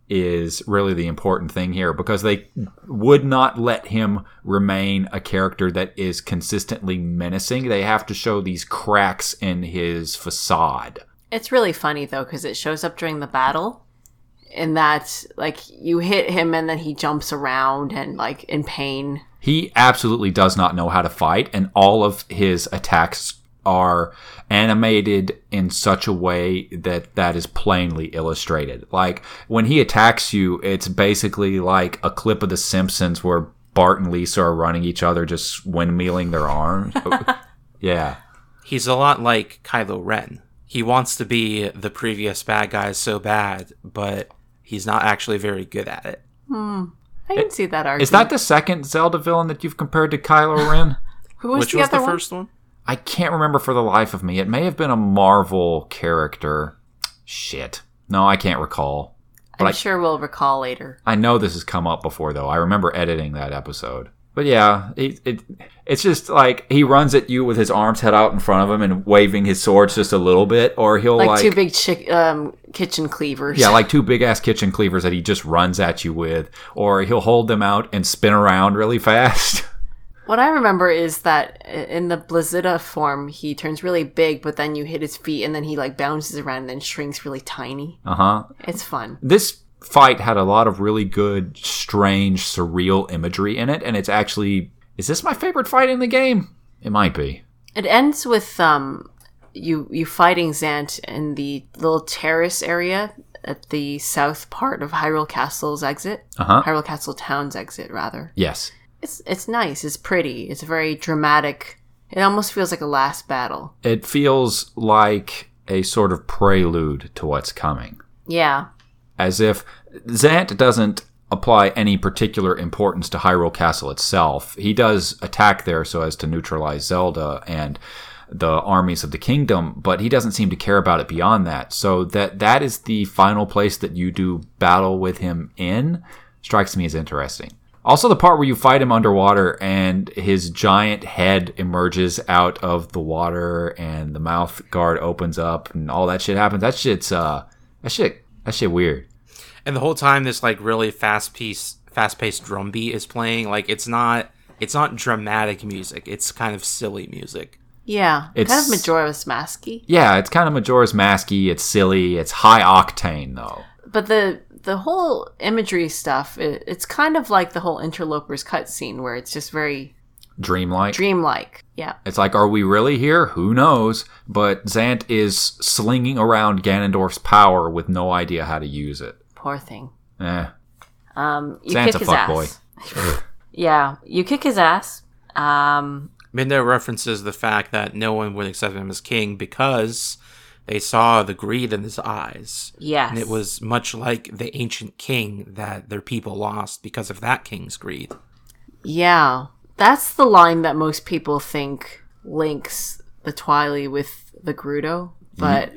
[SPEAKER 3] is really the important thing here because they would not let him remain a character that is consistently menacing. They have to show these cracks in his facade.
[SPEAKER 2] It's really funny though cuz it shows up during the battle and that like you hit him and then he jumps around and like in pain.
[SPEAKER 3] He absolutely does not know how to fight, and all of his attacks are animated in such a way that that is plainly illustrated. Like when he attacks you, it's basically like a clip of The Simpsons where Bart and Lisa are running each other, just windmilling their arms. yeah.
[SPEAKER 1] He's a lot like Kylo Ren. He wants to be the previous bad guy so bad, but he's not actually very good at it.
[SPEAKER 2] I can see that argument.
[SPEAKER 3] Is that the second Zelda villain that you've compared to Kylo Ren?
[SPEAKER 2] Who was
[SPEAKER 1] Which
[SPEAKER 2] the
[SPEAKER 1] was
[SPEAKER 2] other
[SPEAKER 1] the
[SPEAKER 2] one?
[SPEAKER 1] first one?
[SPEAKER 3] I can't remember for the life of me. It may have been a Marvel character. Shit. No, I can't recall.
[SPEAKER 2] I'm
[SPEAKER 3] Like-
[SPEAKER 2] sure we'll recall later.
[SPEAKER 3] I know this has come up before though. I remember editing that episode. But yeah, it, it it's just like he runs at you with his arms head out in front of him and waving his swords just a little bit, or he'll
[SPEAKER 2] Like,
[SPEAKER 3] like,
[SPEAKER 2] two big chick, um, kitchen cleavers.
[SPEAKER 3] yeah, like two big ass kitchen cleavers that he just runs at you with, or he'll hold them out and spin around really fast.
[SPEAKER 2] What I remember is that i- in the Blizzida form, he turns really big, but then you hit his feet and then he like bounces around and then shrinks really tiny.
[SPEAKER 3] uh huh.
[SPEAKER 2] It's fun.
[SPEAKER 3] this fight had a lot of really good, strange, surreal imagery in it, and it's actually is this my favorite fight in the game? It might be.
[SPEAKER 2] It ends with um, you you fighting Xant in the little terrace area at the south part of Hyrule Castle's exit,
[SPEAKER 3] Uh huh.
[SPEAKER 2] Hyrule Castle Town's exit rather.
[SPEAKER 3] Yes.
[SPEAKER 2] It's it's nice. It's pretty. It's very dramatic. It almost feels like a last battle.
[SPEAKER 3] it feels like a sort of prelude to what's coming.
[SPEAKER 2] Yeah,
[SPEAKER 3] As if Zant doesn't apply any particular importance to Hyrule Castle itself. He does attack there so as to neutralize Zelda and the armies of the kingdom, but he doesn't seem to care about it beyond that. So that that is the final place that you do battle with him in strikes me as interesting. Also, the part where you fight him underwater and his giant head emerges out of the water and the mouth guard opens up and all that shit happens. That shit's uh, that shit, that shit weird.
[SPEAKER 1] And the whole time, this like really fast piece, fast paced drum beat is playing. Like it's not, it's not dramatic music. It's kind of silly music.
[SPEAKER 2] yeah.
[SPEAKER 3] It's-
[SPEAKER 2] kind of Majora's Masky.
[SPEAKER 3] Yeah, it's kind of Majora's Masky. It's silly. It's high octane though.
[SPEAKER 2] but the the whole imagery stuff it, it's kind of like the whole interlopers cutscene where it's just very
[SPEAKER 3] Dreamlike.
[SPEAKER 2] dreamlike yeah
[SPEAKER 3] It's like, are we really here? Who knows? But Zant is slinging around Ganondorf's power with no idea how to use it.
[SPEAKER 2] poor thing
[SPEAKER 3] Eh.
[SPEAKER 2] um you
[SPEAKER 3] Santa
[SPEAKER 2] kick his ass
[SPEAKER 3] fuckboy.
[SPEAKER 2] yeah you kick his ass um
[SPEAKER 1] Mindo references the fact that no one would accept him as king because they saw the greed in his eyes.
[SPEAKER 2] yes
[SPEAKER 1] And it was much like the ancient king that their people lost because of that king's greed.
[SPEAKER 2] yeah that's
[SPEAKER 3] Mhm.
[SPEAKER 2] the line that most people think links the twilight with the grudo But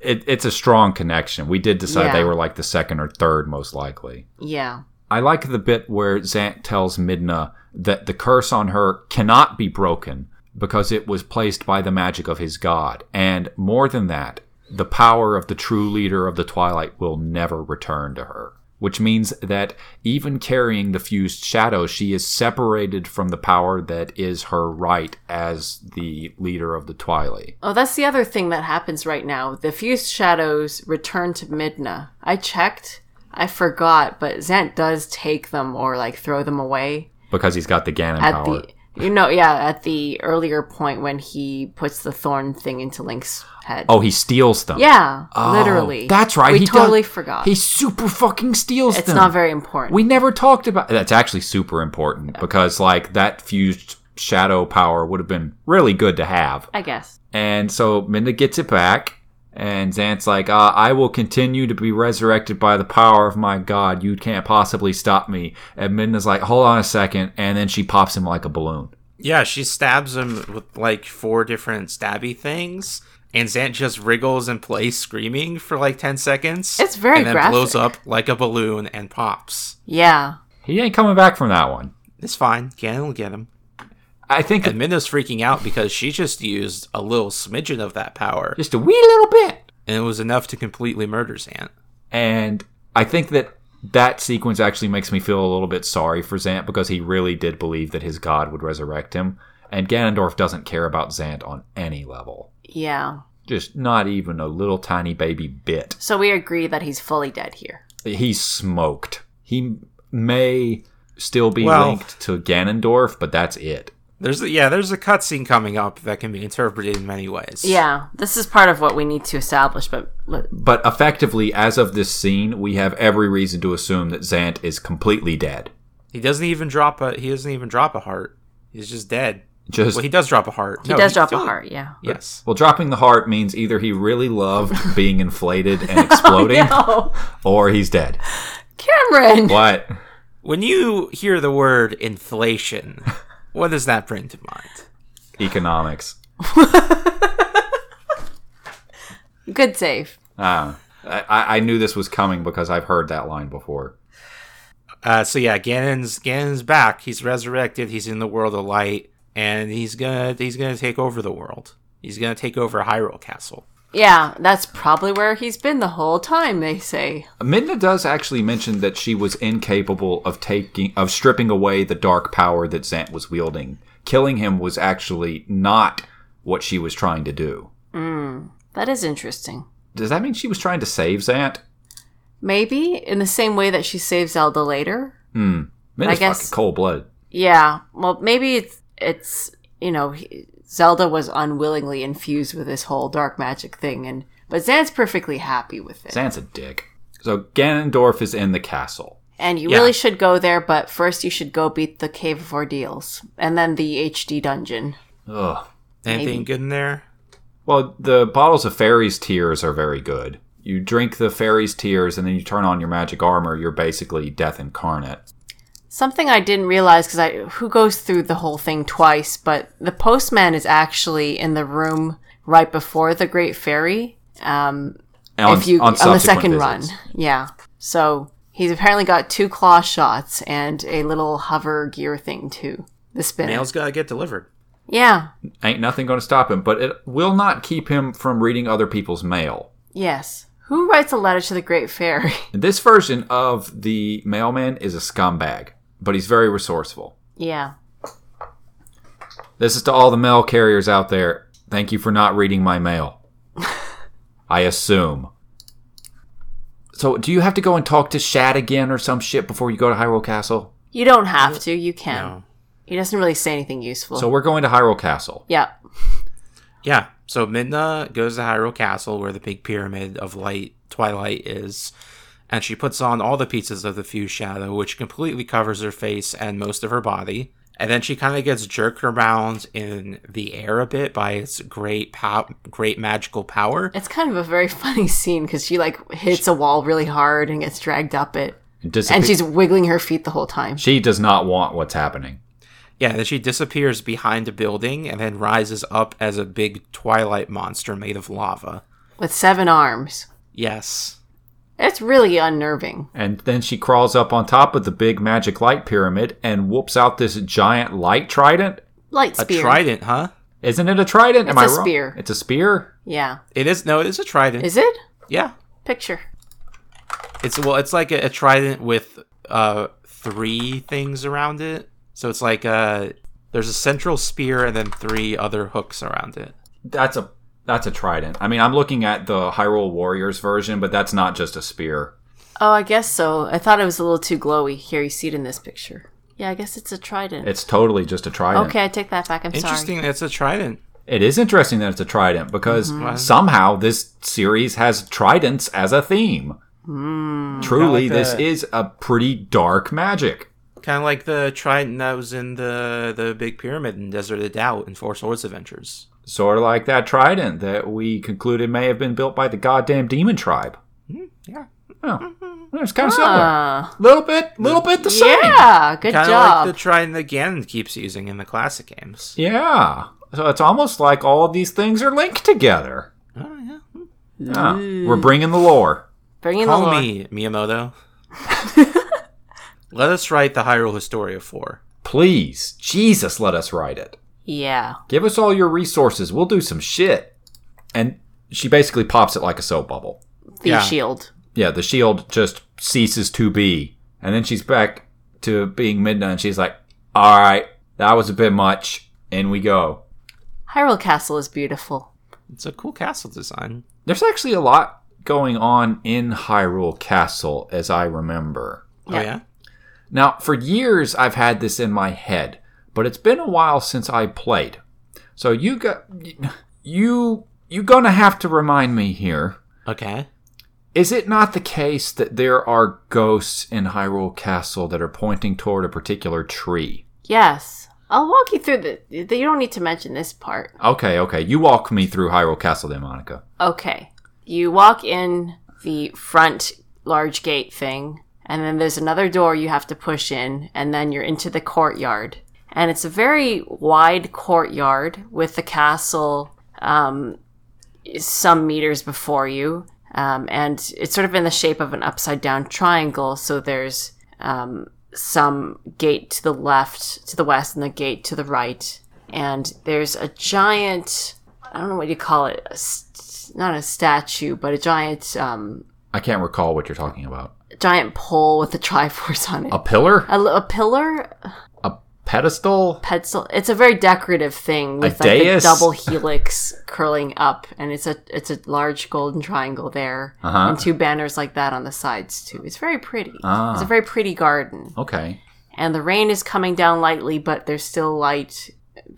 [SPEAKER 3] It, it's a strong connection. We did decide
[SPEAKER 2] Yeah.
[SPEAKER 3] they were like the second or third most likely.
[SPEAKER 2] yeah.
[SPEAKER 3] I like the bit where Zant tells Midna that the curse on her cannot be broken because it was placed by the magic of his god. And more than that, the power of the true leader of the Twilight will never return to her. Which means that even carrying the fused shadow, she is separated from the power that is her right as the leader of the Twilight.
[SPEAKER 2] Oh, that's the other thing that happens right now. The fused shadows return to Midna. I checked. I forgot, but Zant does take them or like throw them away
[SPEAKER 3] Because he's got the Ganon
[SPEAKER 2] at
[SPEAKER 3] power.
[SPEAKER 2] the you know, yeah, at the earlier point when he puts the thorn thing into Link's head.
[SPEAKER 3] oh, he steals them.
[SPEAKER 2] yeah,
[SPEAKER 3] Oh,
[SPEAKER 2] literally.
[SPEAKER 3] That's right.
[SPEAKER 2] We
[SPEAKER 3] he
[SPEAKER 2] totally
[SPEAKER 3] does-
[SPEAKER 2] forgot.
[SPEAKER 3] He super fucking steals
[SPEAKER 2] it's
[SPEAKER 3] them.
[SPEAKER 2] not very important.
[SPEAKER 3] We never talked about that's actually super important because like that fused shadow power would have been really good to have.
[SPEAKER 2] I guess.
[SPEAKER 3] And so Minda gets it back, and Zant's like, uh, "I will continue to be resurrected by the power of my god. You can't possibly stop me." And Minda's like, "Hold on a second. and then she pops him like a balloon.
[SPEAKER 1] Yeah, she stabs him with like four different stabby things, and Zant just wriggles in place, screaming for like ten seconds.
[SPEAKER 2] It's very
[SPEAKER 1] and then blows up
[SPEAKER 2] graphic.
[SPEAKER 1] like a balloon and pops.
[SPEAKER 2] Yeah.
[SPEAKER 3] He ain't coming back from that one.
[SPEAKER 1] It's fine. Ganon will get him.
[SPEAKER 3] I think
[SPEAKER 1] And Minna's freaking out because she just used a little smidgen of that power,
[SPEAKER 3] just a wee little bit.
[SPEAKER 1] and it was enough to completely murder Zant.
[SPEAKER 3] And I think that that sequence actually makes me feel a little bit sorry for Zant because he really did believe that his god would resurrect him. And Ganondorf doesn't care about Zant on any level.
[SPEAKER 2] Yeah.
[SPEAKER 3] Just not even a little tiny baby bit.
[SPEAKER 2] So we agree that he's fully dead here.
[SPEAKER 3] He's smoked. He may still be
[SPEAKER 1] Well-
[SPEAKER 3] linked to Ganondorf, but that's it.
[SPEAKER 1] There's a, yeah, there's a cutscene coming up that can be interpreted in many ways.
[SPEAKER 2] Yeah. This is part of what we need to establish, but let-
[SPEAKER 3] But effectively, as of this scene, we have every reason to assume that Zant is completely dead.
[SPEAKER 1] he doesn't even drop a he doesn't even drop a heart. He's just dead.
[SPEAKER 3] Just
[SPEAKER 1] Well, he does drop a heart.
[SPEAKER 2] he does drop a heart, yeah.
[SPEAKER 1] Yes.
[SPEAKER 3] Well, dropping the heart means either he really loved being inflated and exploding,
[SPEAKER 2] Oh,
[SPEAKER 3] or he's dead.
[SPEAKER 2] Cameron!
[SPEAKER 3] What?
[SPEAKER 1] When you hear the word inflation, what does that bring to mind?
[SPEAKER 3] Economics.
[SPEAKER 2] Good save.
[SPEAKER 3] Ah, I, I I knew this was coming because I've heard that line before.
[SPEAKER 1] Uh, so yeah, Ganon's Ganon's back. He's resurrected. He's in the world of light, and he's gonna he's gonna take over the world. He's gonna take over Hyrule Castle.
[SPEAKER 2] Yeah, that's probably where he's been the whole time, they say.
[SPEAKER 3] Midna does actually mention that she was incapable of taking of stripping away the dark power that Zant was wielding. Killing him was actually not what she was trying to do.
[SPEAKER 2] That is interesting.
[SPEAKER 3] Does that mean she was trying to save Zant?
[SPEAKER 2] Maybe in the same way that she saves Zelda later?
[SPEAKER 3] Midna's
[SPEAKER 2] guess-
[SPEAKER 3] fucking cold blooded.
[SPEAKER 2] Yeah, well, maybe it's, it's you know, he, Zelda was unwillingly infused with this whole dark magic thing, and but Zan's perfectly happy with it.
[SPEAKER 3] Zant's a dick. So Ganondorf is in the castle.
[SPEAKER 2] and you
[SPEAKER 1] Yeah.
[SPEAKER 2] really should go there, but first you should go beat the Cave of Ordeals, and then the HD dungeon.
[SPEAKER 3] Ugh.
[SPEAKER 1] Anything
[SPEAKER 2] Maybe.
[SPEAKER 1] good in there?
[SPEAKER 3] Well, the bottles of fairies tears are very good. You drink the fairies tears and then you turn on your magic armor, you're basically death incarnate.
[SPEAKER 2] Something I didn't realize because I who goes through the whole thing twice, but the postman is actually in the room right before the Great Fairy. Um,
[SPEAKER 3] On,
[SPEAKER 2] if you on, the
[SPEAKER 3] subsequent
[SPEAKER 2] second
[SPEAKER 3] visits.
[SPEAKER 2] run, yeah. So he's apparently got two claw shots and a little hover gear thing too. The spin.
[SPEAKER 1] Mail's gotta get delivered.
[SPEAKER 2] Yeah.
[SPEAKER 3] Ain't nothing going to stop him, but it will not keep him from reading other people's mail.
[SPEAKER 2] Yes. Who writes a letter to the Great Fairy?
[SPEAKER 3] This version of the mailman is a scumbag, but he's very resourceful.
[SPEAKER 2] yeah.
[SPEAKER 3] This is to all the mail carriers out there. Thank you for not reading my mail. I assume. So, do you have to go and talk to Shad again or some shit before you go to Hyrule Castle?
[SPEAKER 2] You don't have to. You can.
[SPEAKER 1] No.
[SPEAKER 2] He doesn't really say anything useful.
[SPEAKER 3] So we're going to Hyrule Castle.
[SPEAKER 2] yeah.
[SPEAKER 1] Yeah. So Midna goes to Hyrule Castle, where the big pyramid of light, Twilight, is, and she puts on all the pieces of the fused shadow, which completely covers her face and most of her body. And then she kind of gets jerked around in the air a bit by its great, pow- great magical power.
[SPEAKER 2] It's kind of a very funny scene because she like hits a wall really hard and gets dragged up it,
[SPEAKER 3] Disappear-
[SPEAKER 2] and she's wiggling her feet the whole time.
[SPEAKER 3] she does not want what's happening.
[SPEAKER 1] Yeah, and then she disappears behind a building and then rises up as a big Twilight monster made of lava.
[SPEAKER 2] with seven arms.
[SPEAKER 1] Yes.
[SPEAKER 2] It's really unnerving.
[SPEAKER 3] And then she crawls up on top of the big magic light pyramid and whoops out this giant light trident.
[SPEAKER 2] Light
[SPEAKER 1] A
[SPEAKER 2] spear.
[SPEAKER 1] trident, huh?
[SPEAKER 3] Isn't it a trident? Am
[SPEAKER 2] It's
[SPEAKER 3] I
[SPEAKER 2] a
[SPEAKER 3] wrong?
[SPEAKER 2] spear.
[SPEAKER 3] It's a spear.
[SPEAKER 2] Yeah.
[SPEAKER 1] It is. No, it is a trident.
[SPEAKER 2] Is it?
[SPEAKER 1] yeah.
[SPEAKER 2] Picture.
[SPEAKER 1] It's well, it's like a, a trident with uh three things around it. So it's like uh there's a central spear and then three other hooks around it.
[SPEAKER 3] That's a that's a trident. I mean, I'm looking at the Hyrule Warriors version, but that's not just a spear.
[SPEAKER 2] Oh, I guess so. I thought it was a little too glowy. Here, you see it in this picture. Yeah, I guess it's a trident.
[SPEAKER 3] It's totally just a trident.
[SPEAKER 2] okay, I take that back. I'm sorry.
[SPEAKER 1] Interesting. It's a trident.
[SPEAKER 3] It is interesting that it's a trident because
[SPEAKER 2] Mm-hmm.
[SPEAKER 3] somehow this series has tridents as a theme.
[SPEAKER 2] Hmm.
[SPEAKER 3] Truly,
[SPEAKER 1] Kinda like
[SPEAKER 3] this
[SPEAKER 1] a-
[SPEAKER 3] is a pretty dark magic.
[SPEAKER 1] Kind of like the trident that was in the the big pyramid in Desert of Doubt in Four Swords Adventures.
[SPEAKER 3] Sort of like that trident that we concluded may have been built by the goddamn demon tribe.
[SPEAKER 1] Hmm, Yeah.
[SPEAKER 3] Oh, it's kind of
[SPEAKER 2] Mm-hmm. Ah.
[SPEAKER 3] similar. Little bit, little bit the same.
[SPEAKER 2] Yeah, good
[SPEAKER 1] Kind of
[SPEAKER 2] job.
[SPEAKER 1] like the trident that Ganon keeps using in the classic games.
[SPEAKER 3] Yeah. So it's almost like all of these things are linked together.
[SPEAKER 1] Oh yeah.
[SPEAKER 3] Yeah. We're bringing the lore.
[SPEAKER 2] Bring in the
[SPEAKER 1] Call
[SPEAKER 2] lore.
[SPEAKER 1] me Miyamoto. Let us write the Hyrule Historia 4.
[SPEAKER 3] Please, Jesus, let us write it.
[SPEAKER 2] Yeah.
[SPEAKER 3] Give us all your resources. We'll do some shit. And she basically pops it like a soap bubble.
[SPEAKER 2] The
[SPEAKER 1] Yeah.
[SPEAKER 2] shield.
[SPEAKER 3] Yeah, the shield just ceases to be. And then she's back to being Midna and she's like, all right, that was a bit much. In we go.
[SPEAKER 2] Hyrule Castle is beautiful.
[SPEAKER 1] It's a cool castle design.
[SPEAKER 3] There's actually a lot going on in Hyrule Castle, as I remember.
[SPEAKER 1] Oh
[SPEAKER 2] Yeah.
[SPEAKER 1] yeah.
[SPEAKER 3] Now, for years, I've had this in my head, but it's been a while since I played. So you got you you're gonna have to remind me here.
[SPEAKER 1] Okay.
[SPEAKER 3] Is it not the case that there are ghosts in Hyrule Castle that are pointing toward a particular tree?
[SPEAKER 2] Yes. I'll walk you through the. You don't need to mention this part.
[SPEAKER 3] Okay, okay. You walk me through Hyrule Castle, then, Monica.
[SPEAKER 2] Okay. You walk in the front large gate thing, and then there's another door you have to push in, and then you're into the courtyard. And it's a very wide courtyard with the castle um, some meters before you. Um, and it's sort of in the shape of an upside down triangle. So there's um, some gate to the left, to the west, and the gate to the right. And there's a giant, I don't know what you call it, a st- not a statue, but a giant, um,
[SPEAKER 3] I can't recall what you're talking about.
[SPEAKER 2] giant pole with a triforce on it.
[SPEAKER 3] A pillar?
[SPEAKER 2] A, a pillar,
[SPEAKER 3] A pedestal?
[SPEAKER 2] pedestal. It's a very decorative thing with
[SPEAKER 3] A
[SPEAKER 2] like a
[SPEAKER 3] dais?
[SPEAKER 2] double helix curling up, and it's a it's a large golden triangle there,
[SPEAKER 3] Uh-huh.
[SPEAKER 2] and two banners like that on the sides too. It's very pretty.
[SPEAKER 3] Ah.
[SPEAKER 2] It's a very pretty garden,
[SPEAKER 3] Okay.
[SPEAKER 2] and the rain is coming down lightly, but there's still light,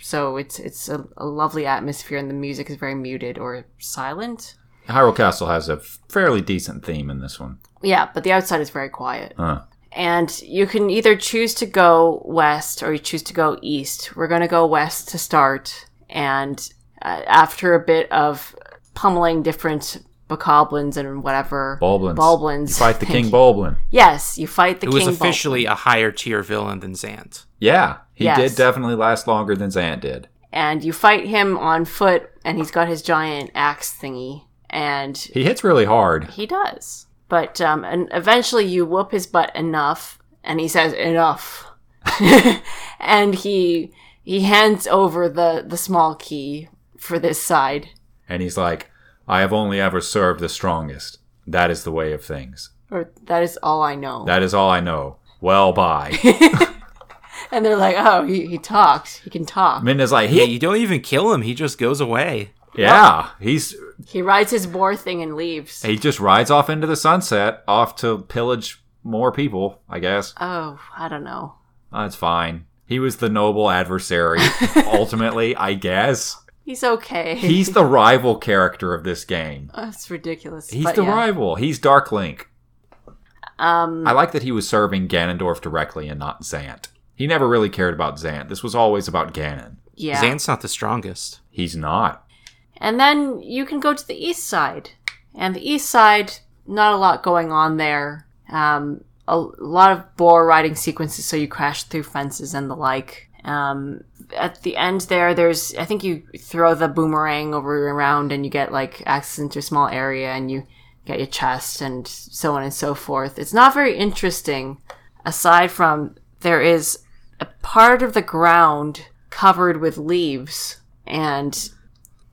[SPEAKER 2] so it's it's a, a lovely atmosphere, and the music is very muted or silent.
[SPEAKER 3] Hyrule Castle has a fairly decent theme in this one.
[SPEAKER 2] Yeah, but the outside is very quiet.
[SPEAKER 3] Huh.
[SPEAKER 2] and you can either choose to go west or you choose to go east. We're going to go west to start, and uh, after a bit of pummeling different bokoblins and whatever
[SPEAKER 3] Bulblins.
[SPEAKER 2] Bulblins.
[SPEAKER 3] You fight the
[SPEAKER 2] Thank
[SPEAKER 3] King
[SPEAKER 2] you.
[SPEAKER 3] Bulblin.
[SPEAKER 2] Yes, you fight the
[SPEAKER 1] It
[SPEAKER 2] king.
[SPEAKER 1] was
[SPEAKER 2] Bul-
[SPEAKER 1] officially a higher tier villain than Zant.
[SPEAKER 3] Yeah, he
[SPEAKER 2] Yes.
[SPEAKER 3] did definitely last longer than Zant did.
[SPEAKER 2] and you fight him on foot, and he's got his giant axe thingy, and
[SPEAKER 3] He hits really hard.
[SPEAKER 2] He does. But um, and eventually you whoop his butt enough, and he says enough, and he he hands over the the small key for this side.
[SPEAKER 3] And he's like, I have only ever served the strongest. That is the way of things.
[SPEAKER 2] Or that is all I know.
[SPEAKER 3] That is all I know. Well, bye.
[SPEAKER 2] and they're like, oh, he, he talks. He can talk.
[SPEAKER 3] Minda's like,
[SPEAKER 1] Yeah,
[SPEAKER 3] he,
[SPEAKER 1] you don't even kill him. He just goes away.
[SPEAKER 3] yeah, he's
[SPEAKER 2] He rides his boar thing and leaves.
[SPEAKER 3] he just rides off into the sunset, off to pillage more people. I guess
[SPEAKER 2] Oh, I don't know.
[SPEAKER 3] that's fine. He was the noble adversary. Ultimately, I guess
[SPEAKER 2] He's okay.
[SPEAKER 3] he's the rival character of this game.
[SPEAKER 2] That's ridiculous.
[SPEAKER 3] He's
[SPEAKER 2] but
[SPEAKER 3] the
[SPEAKER 2] yeah.
[SPEAKER 3] rival. He's Dark Link.
[SPEAKER 2] Um,
[SPEAKER 3] I like that he was serving Ganondorf directly and not Zant. He never really cared about Zant. This was always about Ganon.
[SPEAKER 2] yeah.
[SPEAKER 1] Zant's not the strongest.
[SPEAKER 3] He's not.
[SPEAKER 2] And then you can go to the east side. And the east side, not a lot going on there. Um, a lot of boar riding sequences, so you crash through fences and the like. Um, at the end there, there's I think you throw the boomerang over around and you get like access into a small area and you get your chest and so on and so forth. It's not very interesting. Aside from there is a part of the ground covered with leaves and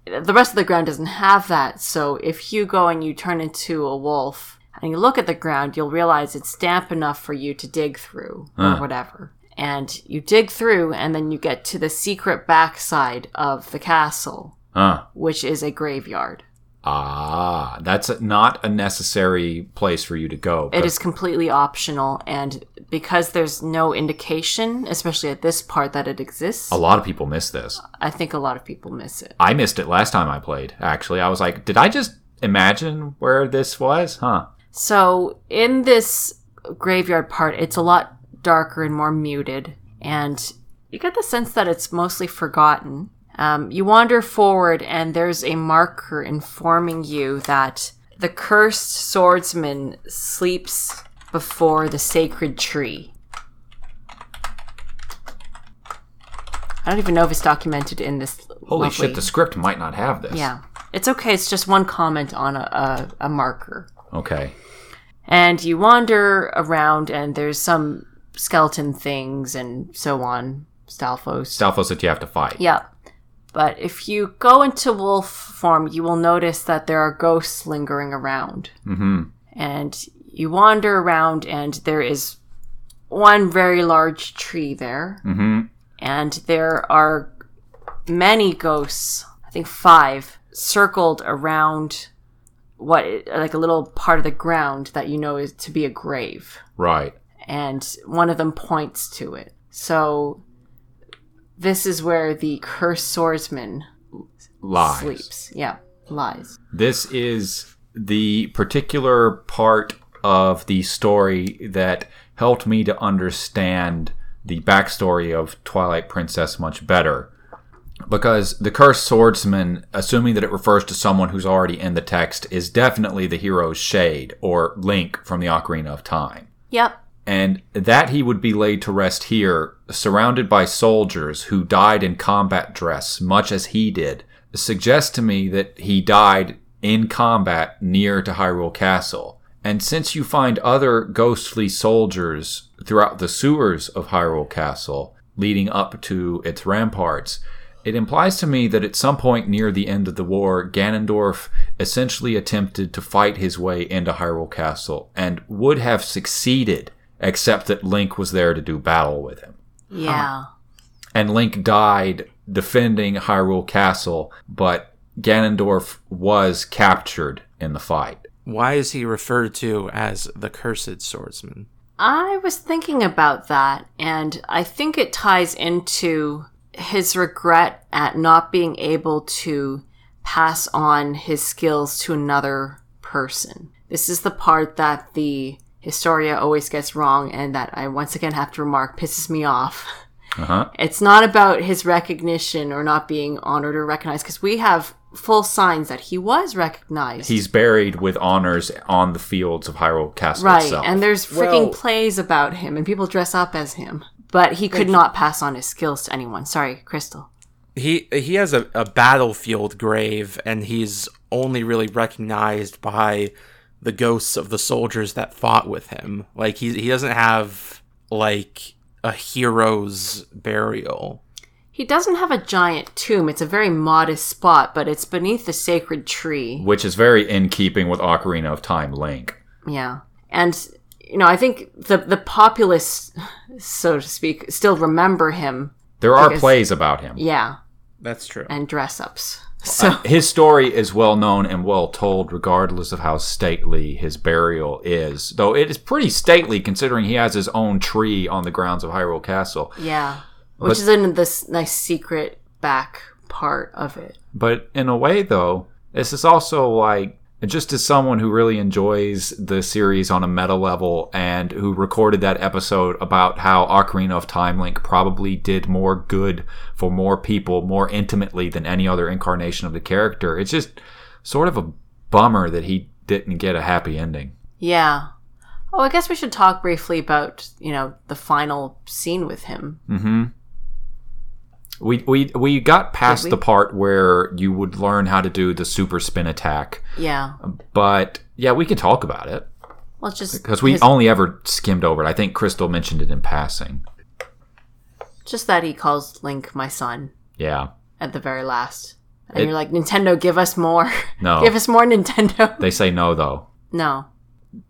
[SPEAKER 2] the rest of the ground doesn't have that. So if you go and you turn into a wolf and you look at the ground, you'll realize it's damp enough for you to dig through
[SPEAKER 3] Huh.
[SPEAKER 2] or whatever. And you dig through, and then you get to the secret backside of the castle,
[SPEAKER 3] Huh.
[SPEAKER 2] which is a graveyard.
[SPEAKER 3] Ah, that's not a necessary place for you to go.
[SPEAKER 2] It
[SPEAKER 3] 'cause-
[SPEAKER 2] is completely optional, and because there's no indication, especially at this part, that it exists,
[SPEAKER 3] A lot of people miss this.
[SPEAKER 2] I think a lot of people miss it.
[SPEAKER 3] I missed it last time I played, actually. I was like, did I just imagine where this was? Huh.
[SPEAKER 2] So in this graveyard part, it's a lot darker and more muted, and you get the sense that it's mostly forgotten. Um, you wander forward, and there's a marker informing you that the cursed swordsman sleeps before the sacred tree. I don't even know if it's documented in this.
[SPEAKER 3] Holy
[SPEAKER 2] lovely-
[SPEAKER 3] shit, the script might not have this.
[SPEAKER 2] yeah, it's okay. It's just one comment on a, a, a marker
[SPEAKER 3] Okay.
[SPEAKER 2] and you wander around and there's some skeleton things and so on stalfos
[SPEAKER 3] Stalfos that you have to fight.
[SPEAKER 2] yeah but if you go into wolf form you will notice that there are ghosts lingering around
[SPEAKER 3] Mm-hmm.
[SPEAKER 2] and you wander around and there is one very large tree there
[SPEAKER 3] Mm-hmm.
[SPEAKER 2] and there are many ghosts i think five circled around what like a little part of the ground that you know is to be a grave
[SPEAKER 3] Right.
[SPEAKER 2] and one of them points to it. So this is where the cursed swordsman
[SPEAKER 3] Lies.
[SPEAKER 2] sleeps. Yeah, lies.
[SPEAKER 3] This is the particular part of the story that helped me to understand the backstory of Twilight Princess much better. Because the cursed swordsman, assuming that it refers to someone who's already in the text, is definitely the hero's shade or Link from the Ocarina of Time
[SPEAKER 2] Yep.
[SPEAKER 3] and that he would be laid to rest here, surrounded by soldiers who died in combat dress, much as he did, suggests to me that he died in combat near to Hyrule Castle. And since you find other ghostly soldiers throughout the sewers of Hyrule Castle, leading up to its ramparts, it implies to me that at some point near the end of the war, Ganondorf essentially attempted to fight his way into Hyrule Castle and would have succeeded, except that Link was there to do battle with him.
[SPEAKER 2] Yeah.
[SPEAKER 3] And Link died defending Hyrule Castle, but Ganondorf was captured in the fight.
[SPEAKER 1] Why is he referred to as the cursed swordsman?
[SPEAKER 2] I was thinking about that, and I think it ties into his regret at not being able to pass on his skills to another person. This is the part that the Historia always gets wrong, and that I once again have to remark pisses me off.
[SPEAKER 3] Uh-huh.
[SPEAKER 2] It's not about his recognition or not being honored or recognized, because we have full signs that he was recognized.
[SPEAKER 3] He's buried with honors on the fields of Hyrule Castle
[SPEAKER 2] Right,
[SPEAKER 3] itself.
[SPEAKER 2] and there's
[SPEAKER 1] Well-
[SPEAKER 2] freaking plays about him, and people dress up as him. But he could not pass on his skills to anyone. Sorry, Crystal.
[SPEAKER 1] He he has a, a battlefield grave, and he's only really recognized by the ghosts of the soldiers that fought with him. Like he he doesn't have like a hero's burial.
[SPEAKER 2] He doesn't have a giant tomb. It's a very modest spot, but it's beneath the sacred tree.
[SPEAKER 3] which is very in keeping with Ocarina of Time Link.
[SPEAKER 2] Yeah. And, you know, I think the, the populace, so to speak, still remember him.
[SPEAKER 3] There are
[SPEAKER 2] Because-
[SPEAKER 3] plays about him.
[SPEAKER 2] Yeah.
[SPEAKER 1] That's true.
[SPEAKER 2] And dress ups. So,
[SPEAKER 3] His story is well known and well told, regardless of how stately his burial is. Though it is pretty stately considering he has his own tree on the grounds of Hyrule Castle.
[SPEAKER 2] yeah. Which is in this nice secret back part of it.
[SPEAKER 3] But in a way, though, this is also like just as someone who really enjoys the series on a meta level and who recorded that episode about how Ocarina of Time Link probably did more good for more people more intimately than any other incarnation of the character, it's just sort of a bummer that he didn't get a happy ending.
[SPEAKER 2] Yeah. Oh, I guess we should talk briefly about, you know, the final scene with him.
[SPEAKER 3] Mm hmm. We, we, we got past
[SPEAKER 2] Did we?
[SPEAKER 3] the part where you would learn how to do the super spin attack,
[SPEAKER 2] Yeah.
[SPEAKER 3] but yeah, we can talk about it
[SPEAKER 2] Well, it's just
[SPEAKER 3] because we
[SPEAKER 2] his-
[SPEAKER 3] only ever skimmed over it. I think Crystal mentioned it in passing.
[SPEAKER 2] just that he calls Link my son
[SPEAKER 3] Yeah,
[SPEAKER 2] at the very last, and
[SPEAKER 3] It- Oh.
[SPEAKER 2] you're like, Nintendo, give us more,
[SPEAKER 3] no,
[SPEAKER 2] give us more Nintendo.
[SPEAKER 3] they say no though.
[SPEAKER 2] no,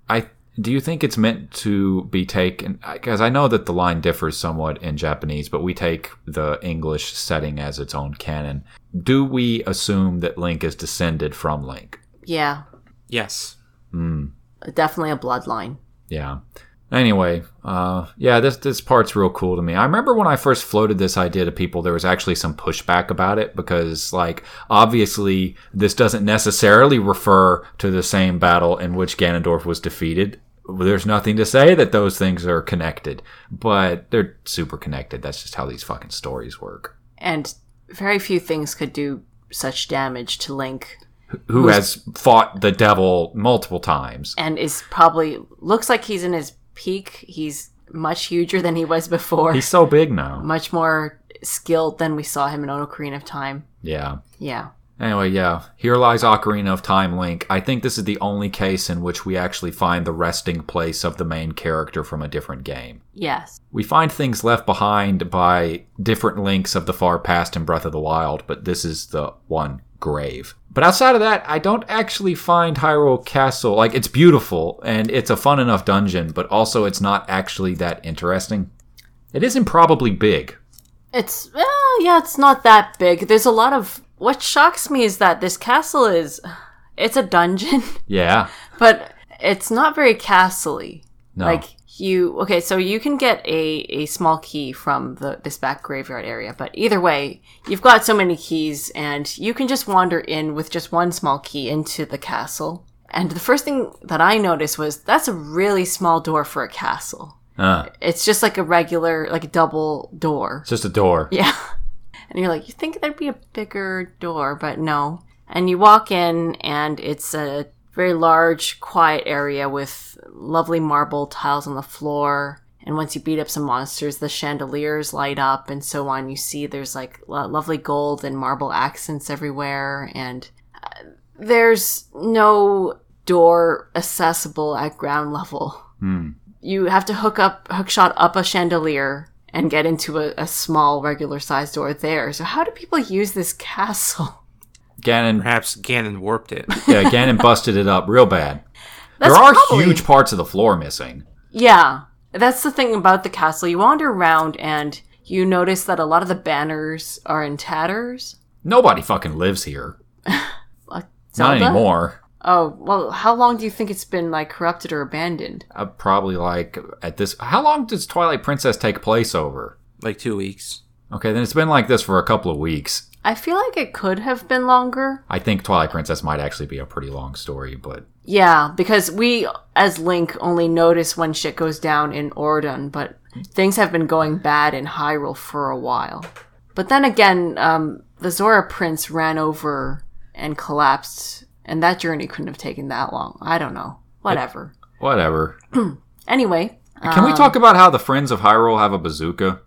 [SPEAKER 3] I do you think it's meant to be taken? Because I know that the line differs somewhat in Japanese, but we take the English setting as its own canon. Do we assume that Link is descended from Link?
[SPEAKER 2] yeah,
[SPEAKER 1] Yes.
[SPEAKER 3] Mm,
[SPEAKER 2] definitely a bloodline.
[SPEAKER 3] yeah. Anyway, uh, yeah, this this part's real cool to me. I remember when I first floated this idea to people, there was actually some pushback about it because, like, obviously this doesn't necessarily refer to the same battle in which Ganondorf was defeated. There's nothing to say that those things are connected, but they're super connected. That's just how these fucking stories work.
[SPEAKER 2] and very few things could do such damage to Link,
[SPEAKER 3] Who has fought the devil multiple times?
[SPEAKER 2] and is probably looks like he's in his peak. He's much huger than he was before,
[SPEAKER 3] He's so big now.
[SPEAKER 2] much more skilled than we saw him in Ocarina of Time.
[SPEAKER 3] Yeah.
[SPEAKER 2] Yeah,
[SPEAKER 3] Anyway, yeah, here lies Ocarina of Time Link. I think this is the only case in which we actually find the resting place of the main character from a different game.
[SPEAKER 2] yes,
[SPEAKER 3] We find things left behind by different links of the far past in Breath of the Wild, but this is the one grave. But outside of that, I don't actually find Hyrule Castle like it's beautiful and it's a fun enough dungeon, but also it's not actually that interesting. It is improbably big.
[SPEAKER 2] it's well, yeah, it's not that big. There's a lot of what shocks me is that this castle is, it's a dungeon,
[SPEAKER 3] Yeah.
[SPEAKER 2] but it's not very castle-y.
[SPEAKER 3] No.
[SPEAKER 2] Like you okay, so you can get a, a small key from the this back graveyard area, but either way, you've got so many keys and you can just wander in with just one small key into the castle. And the first thing that I noticed was that's a really small door for a castle.
[SPEAKER 3] uh,
[SPEAKER 2] It's just like a regular like a double door.
[SPEAKER 3] it's just a door.
[SPEAKER 2] Yeah. And you're like, you think there'd be a bigger door, but no. And you walk in, and it's a very large, quiet area with lovely marble tiles on the floor. And once you beat up some monsters, the chandeliers light up and so on. You see there's like lo- lovely gold and marble accents everywhere. And uh, there's no door accessible at ground level
[SPEAKER 3] Hmm.
[SPEAKER 2] you have to hook up hook shot up a chandelier and get into a, a small regular sized door there so how do people use this castle
[SPEAKER 3] Ganon
[SPEAKER 1] Perhaps Ganon warped it.
[SPEAKER 3] yeah, Ganon busted it up real bad.
[SPEAKER 2] That's
[SPEAKER 3] there are
[SPEAKER 2] probably-
[SPEAKER 3] huge parts of the floor missing.
[SPEAKER 2] yeah that's the thing about the castle you wander around and you notice that a lot of the banners are in tatters
[SPEAKER 3] Nobody fucking lives here.
[SPEAKER 2] Like
[SPEAKER 3] Not
[SPEAKER 2] Zelda?
[SPEAKER 3] anymore.
[SPEAKER 2] oh well how long do you think it's been like corrupted or abandoned
[SPEAKER 3] Uh, probably like at this. How long does Twilight Princess take place over?
[SPEAKER 1] like two weeks.
[SPEAKER 3] Okay, then it's been like this for a couple of weeks.
[SPEAKER 2] i feel like it could have been longer
[SPEAKER 3] I think Twilight Princess might actually be a pretty long story, but
[SPEAKER 2] Yeah, because we as Link only notice when shit goes down in Ordon, but things have been going bad in Hyrule for a while. But then again, um, the Zora Prince ran over and collapsed, and that journey couldn't have taken that long. I don't know. Whatever.
[SPEAKER 3] whatever.
[SPEAKER 2] Anyway,
[SPEAKER 3] Can
[SPEAKER 2] Um.
[SPEAKER 3] we talk about how the Friends of Hyrule have a bazooka?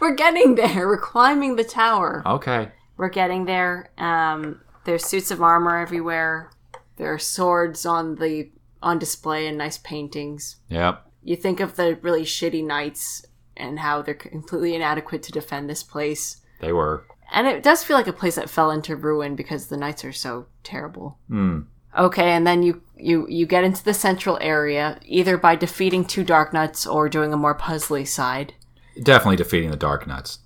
[SPEAKER 2] we're getting there. We're climbing the tower.
[SPEAKER 3] Okay.
[SPEAKER 2] We're getting there. Um, there's suits of armor everywhere. There are swords on the on display and nice paintings.
[SPEAKER 3] Yep.
[SPEAKER 2] you think of the really shitty knights and how they're completely inadequate to defend this place.
[SPEAKER 3] They were.
[SPEAKER 2] And it does feel like a place that fell into ruin because the knights are so terrible.
[SPEAKER 3] Hmm.
[SPEAKER 2] Okay, and then you you you get into the central area either by defeating two dark nuts or doing a more puzzly side.
[SPEAKER 3] Definitely defeating the Dark Nuts.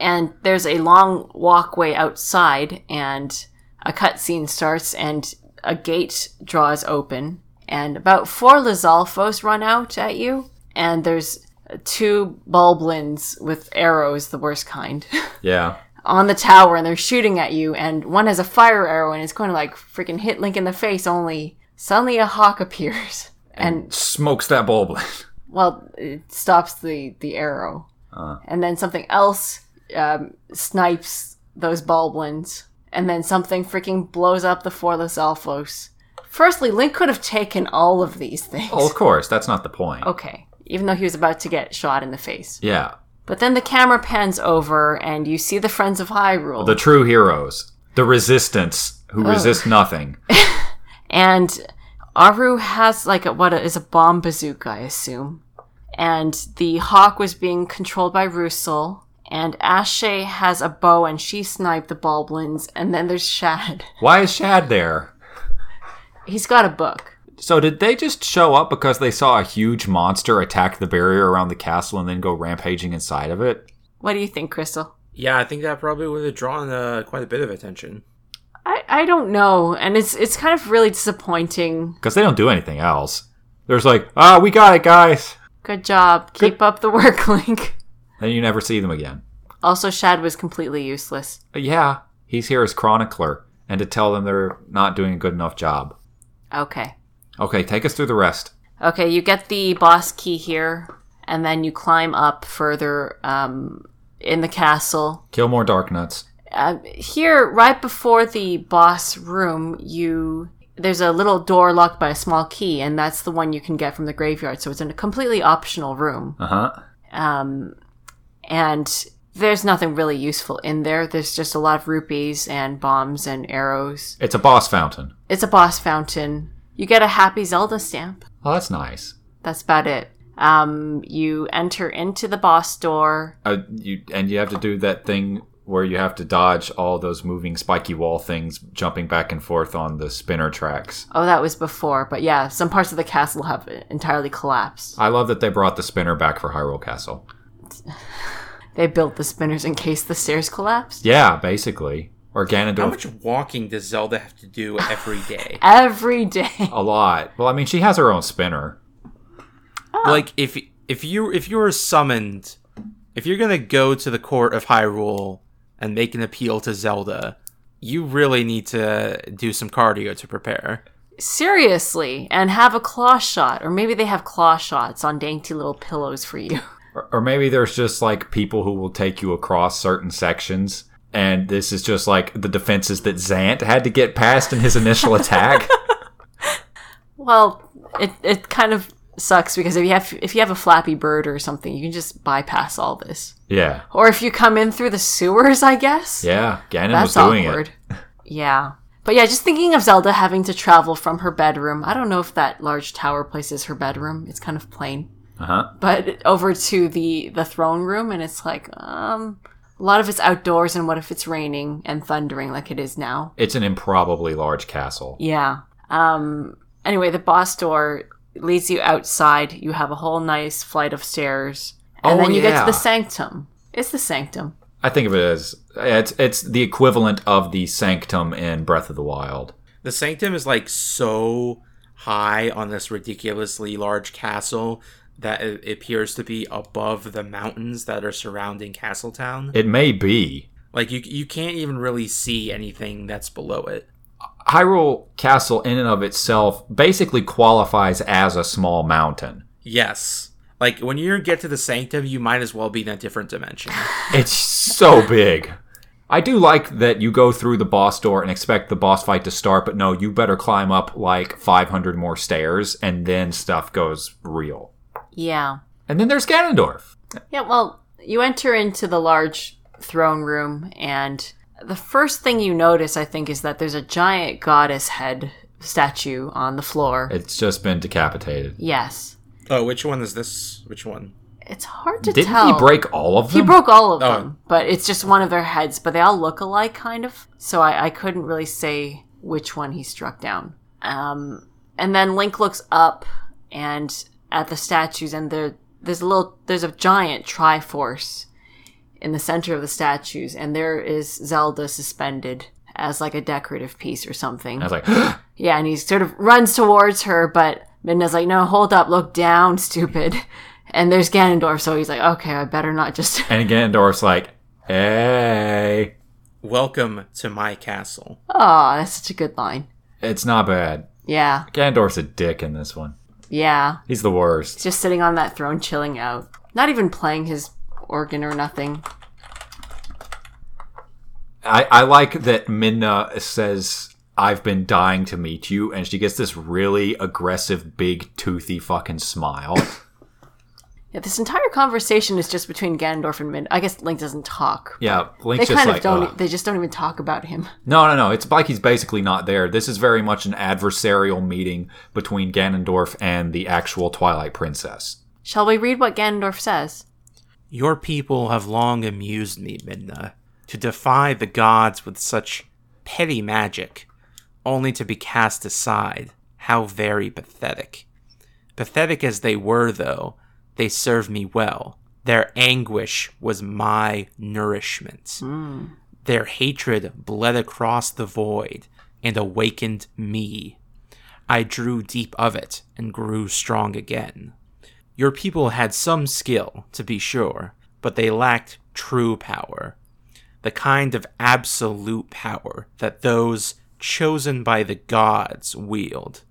[SPEAKER 2] And there's a long walkway outside and a cutscene starts and a gate draws open and about four Lizalfos run out at you and there's two bulblins with arrows, the worst kind,
[SPEAKER 3] Yeah.
[SPEAKER 2] on the tower and they're shooting at you and one has a fire arrow and it's going to like freaking hit Link in the face only suddenly a hawk appears and
[SPEAKER 3] Smokes that bulb.
[SPEAKER 2] well it stops the the arrow
[SPEAKER 3] Uh.
[SPEAKER 2] and then something else um, snipes those bulblins and then something freaking blows up the fourless alphos firstly link could have taken all of these things
[SPEAKER 3] oh, of course. That's not the point.
[SPEAKER 2] okay even though he was about to get shot in the face
[SPEAKER 3] Yeah.
[SPEAKER 2] But then the camera pans over and you see the Friends of Hyrule.
[SPEAKER 3] The true heroes, the resistance who resist nothing.
[SPEAKER 2] and Aru has like a, what is a bomb bazooka, I assume. And the hawk was being controlled by Rusel. And Ashe has a bow and she sniped the Balblins. And then there's Shad.
[SPEAKER 3] Why is Shad there?
[SPEAKER 2] He's got a book.
[SPEAKER 3] So did they just show up because they saw a huge monster attack the barrier around the castle and then go rampaging inside of it?
[SPEAKER 2] What do you think, Crystal?
[SPEAKER 1] Yeah, I think that probably would have drawn uh, quite a bit of attention.
[SPEAKER 2] I, I don't know. And it's it's kind of really disappointing.
[SPEAKER 3] Because they don't do anything else. There's like, ah, we got it, guys.
[SPEAKER 2] Good job. Keep up the work, Link.
[SPEAKER 3] Then you never see them again.
[SPEAKER 2] Also, Shad was completely useless.
[SPEAKER 3] But yeah, he's here as chronicler and to tell them they're not doing a good enough job.
[SPEAKER 2] Okay.
[SPEAKER 3] Okay, take us through the rest.
[SPEAKER 2] Okay, you get the boss key here, and then you climb up further um, in the castle.
[SPEAKER 3] Kill more dark nuts.
[SPEAKER 2] Um here, right before the boss room, you there's a little door locked by a small key, and that's the one you can get from the graveyard. So it's in a completely optional room,
[SPEAKER 3] Uh huh.
[SPEAKER 2] um, and there's nothing really useful in there. There's just a lot of rupees and bombs and arrows.
[SPEAKER 3] It's a boss fountain.
[SPEAKER 2] It's a boss fountain. You get a happy Zelda stamp.
[SPEAKER 3] Oh, that's nice.
[SPEAKER 2] That's about it. Um, you enter into the boss door.
[SPEAKER 3] Uh, you and you have to do that thing where you have to dodge all those moving spiky wall things jumping back and forth on the spinner tracks.
[SPEAKER 2] Oh, that was before, but yeah, some parts of the castle have entirely collapsed.
[SPEAKER 3] I love that they brought the spinner back for Hyrule Castle.
[SPEAKER 2] They built the spinners in case the stairs collapsed.
[SPEAKER 3] Yeah, basically. Or Ganondorf.
[SPEAKER 1] How much walking does Zelda have to do every day?
[SPEAKER 2] Every day.
[SPEAKER 3] a lot. Well, I mean, she has her own spinner.
[SPEAKER 1] like if if you if you were summoned, if you're gonna go to the court of Hyrule and make an appeal to Zelda, you really need to do some cardio to prepare.
[SPEAKER 2] Seriously, and have a claw shot, or maybe they have claw shots on dainty little pillows for you.
[SPEAKER 3] Or, or maybe there's just like people who will take you across certain sections. And this is just like the defenses that Zant had to get past in his initial attack.
[SPEAKER 2] Well, it, it kind of sucks because if you have if you have a flappy bird or something, you can just bypass all this.
[SPEAKER 3] yeah.
[SPEAKER 2] Or if you come in through the sewers, I guess.
[SPEAKER 3] Yeah. Ganon was
[SPEAKER 2] That's
[SPEAKER 3] doing
[SPEAKER 2] awkward.
[SPEAKER 3] it.
[SPEAKER 2] yeah. But yeah, just thinking of Zelda having to travel from her bedroom. I don't know if that large tower place is her bedroom. It's kind of plain.
[SPEAKER 3] Uh huh.
[SPEAKER 2] But over to the the throne room and it's like um a lot of it's outdoors and what if it's raining and thundering like it is now?
[SPEAKER 3] It's an improbably large castle.
[SPEAKER 2] Yeah. Um anyway, the boss door leads you outside. You have a whole nice flight of stairs. And
[SPEAKER 3] Oh,
[SPEAKER 2] then you get
[SPEAKER 3] yeah.
[SPEAKER 2] to the sanctum. It's the sanctum.
[SPEAKER 3] I think of it as it's it's the equivalent of the sanctum in Breath of the Wild.
[SPEAKER 1] The sanctum is like so high on this ridiculously large castle that it appears to be above the mountains that are surrounding Castletown.
[SPEAKER 3] It may be
[SPEAKER 1] Like you, you can't even really see anything that's below it.
[SPEAKER 3] Hyrule Castle in and of itself basically qualifies as a small mountain.
[SPEAKER 1] Yes, like when you get to the sanctum, you might as well be in a different dimension.
[SPEAKER 3] It's so big. I do like that you go through the boss door and expect the boss fight to start, but no, you better climb up like 500 more stairs and then stuff goes real.
[SPEAKER 2] Yeah.
[SPEAKER 3] And then there's Ganondorf.
[SPEAKER 2] Yeah, well, you enter into the large throne room, and the first thing you notice, I think, is that there's a giant goddess head statue on the floor.
[SPEAKER 3] It's just been decapitated.
[SPEAKER 2] yes.
[SPEAKER 1] oh, which one is this? Which one?
[SPEAKER 2] It's hard to
[SPEAKER 3] Didn't
[SPEAKER 2] tell.
[SPEAKER 3] he break all of them?
[SPEAKER 2] He broke all of
[SPEAKER 1] Oh.
[SPEAKER 2] them, but it's just one of their heads, but they all look alike, kind of. So I, I couldn't really say which one he struck down. Um, and then Link looks up and at the statues, and there there's a little there's a giant Triforce in the center of the statues, and there is Zelda suspended as like a decorative piece or something.
[SPEAKER 3] I was like,
[SPEAKER 2] Yeah, and he sort of runs towards her, but Midna's like, "No, hold up, look down, stupid." And there's Ganondorf, so he's like, "Okay, I better not just."
[SPEAKER 3] and Ganondorf's like, hey.
[SPEAKER 1] Welcome to my castle.
[SPEAKER 2] Oh, that's such a good line.
[SPEAKER 3] It's not bad.
[SPEAKER 2] Yeah,
[SPEAKER 3] Ganondorf's a dick in this one.
[SPEAKER 2] yeah.
[SPEAKER 3] He's the worst.
[SPEAKER 2] Just sitting on that throne, chilling out. Not even playing his organ or nothing.
[SPEAKER 3] I, I like that Minna says, I've been dying to meet you, and she gets this really aggressive, big, toothy fucking smile.
[SPEAKER 2] Yeah, this entire conversation is just between Ganondorf and Mid. I guess Link doesn't talk.
[SPEAKER 3] Yeah,
[SPEAKER 2] They
[SPEAKER 3] Link's just
[SPEAKER 2] kind of
[SPEAKER 3] like
[SPEAKER 2] don't. e-,
[SPEAKER 3] "Ugh."
[SPEAKER 2] They just don't even talk about him.
[SPEAKER 3] no, no, no. It's like he's basically not there. This is very much an adversarial meeting between Ganondorf and the actual Twilight Princess.
[SPEAKER 2] Shall we read what Ganondorf says?
[SPEAKER 1] Your people have long amused me, Midna, to defy the gods with such petty magic, only to be cast aside. How very pathetic. Pathetic as they were, though, they served me well. Their anguish was my nourishment. Their hatred bled across the void and awakened me. I drew deep of it and grew strong again. Your people had some skill, to be sure, but they lacked true power. The kind of absolute power that those chosen by the gods wield.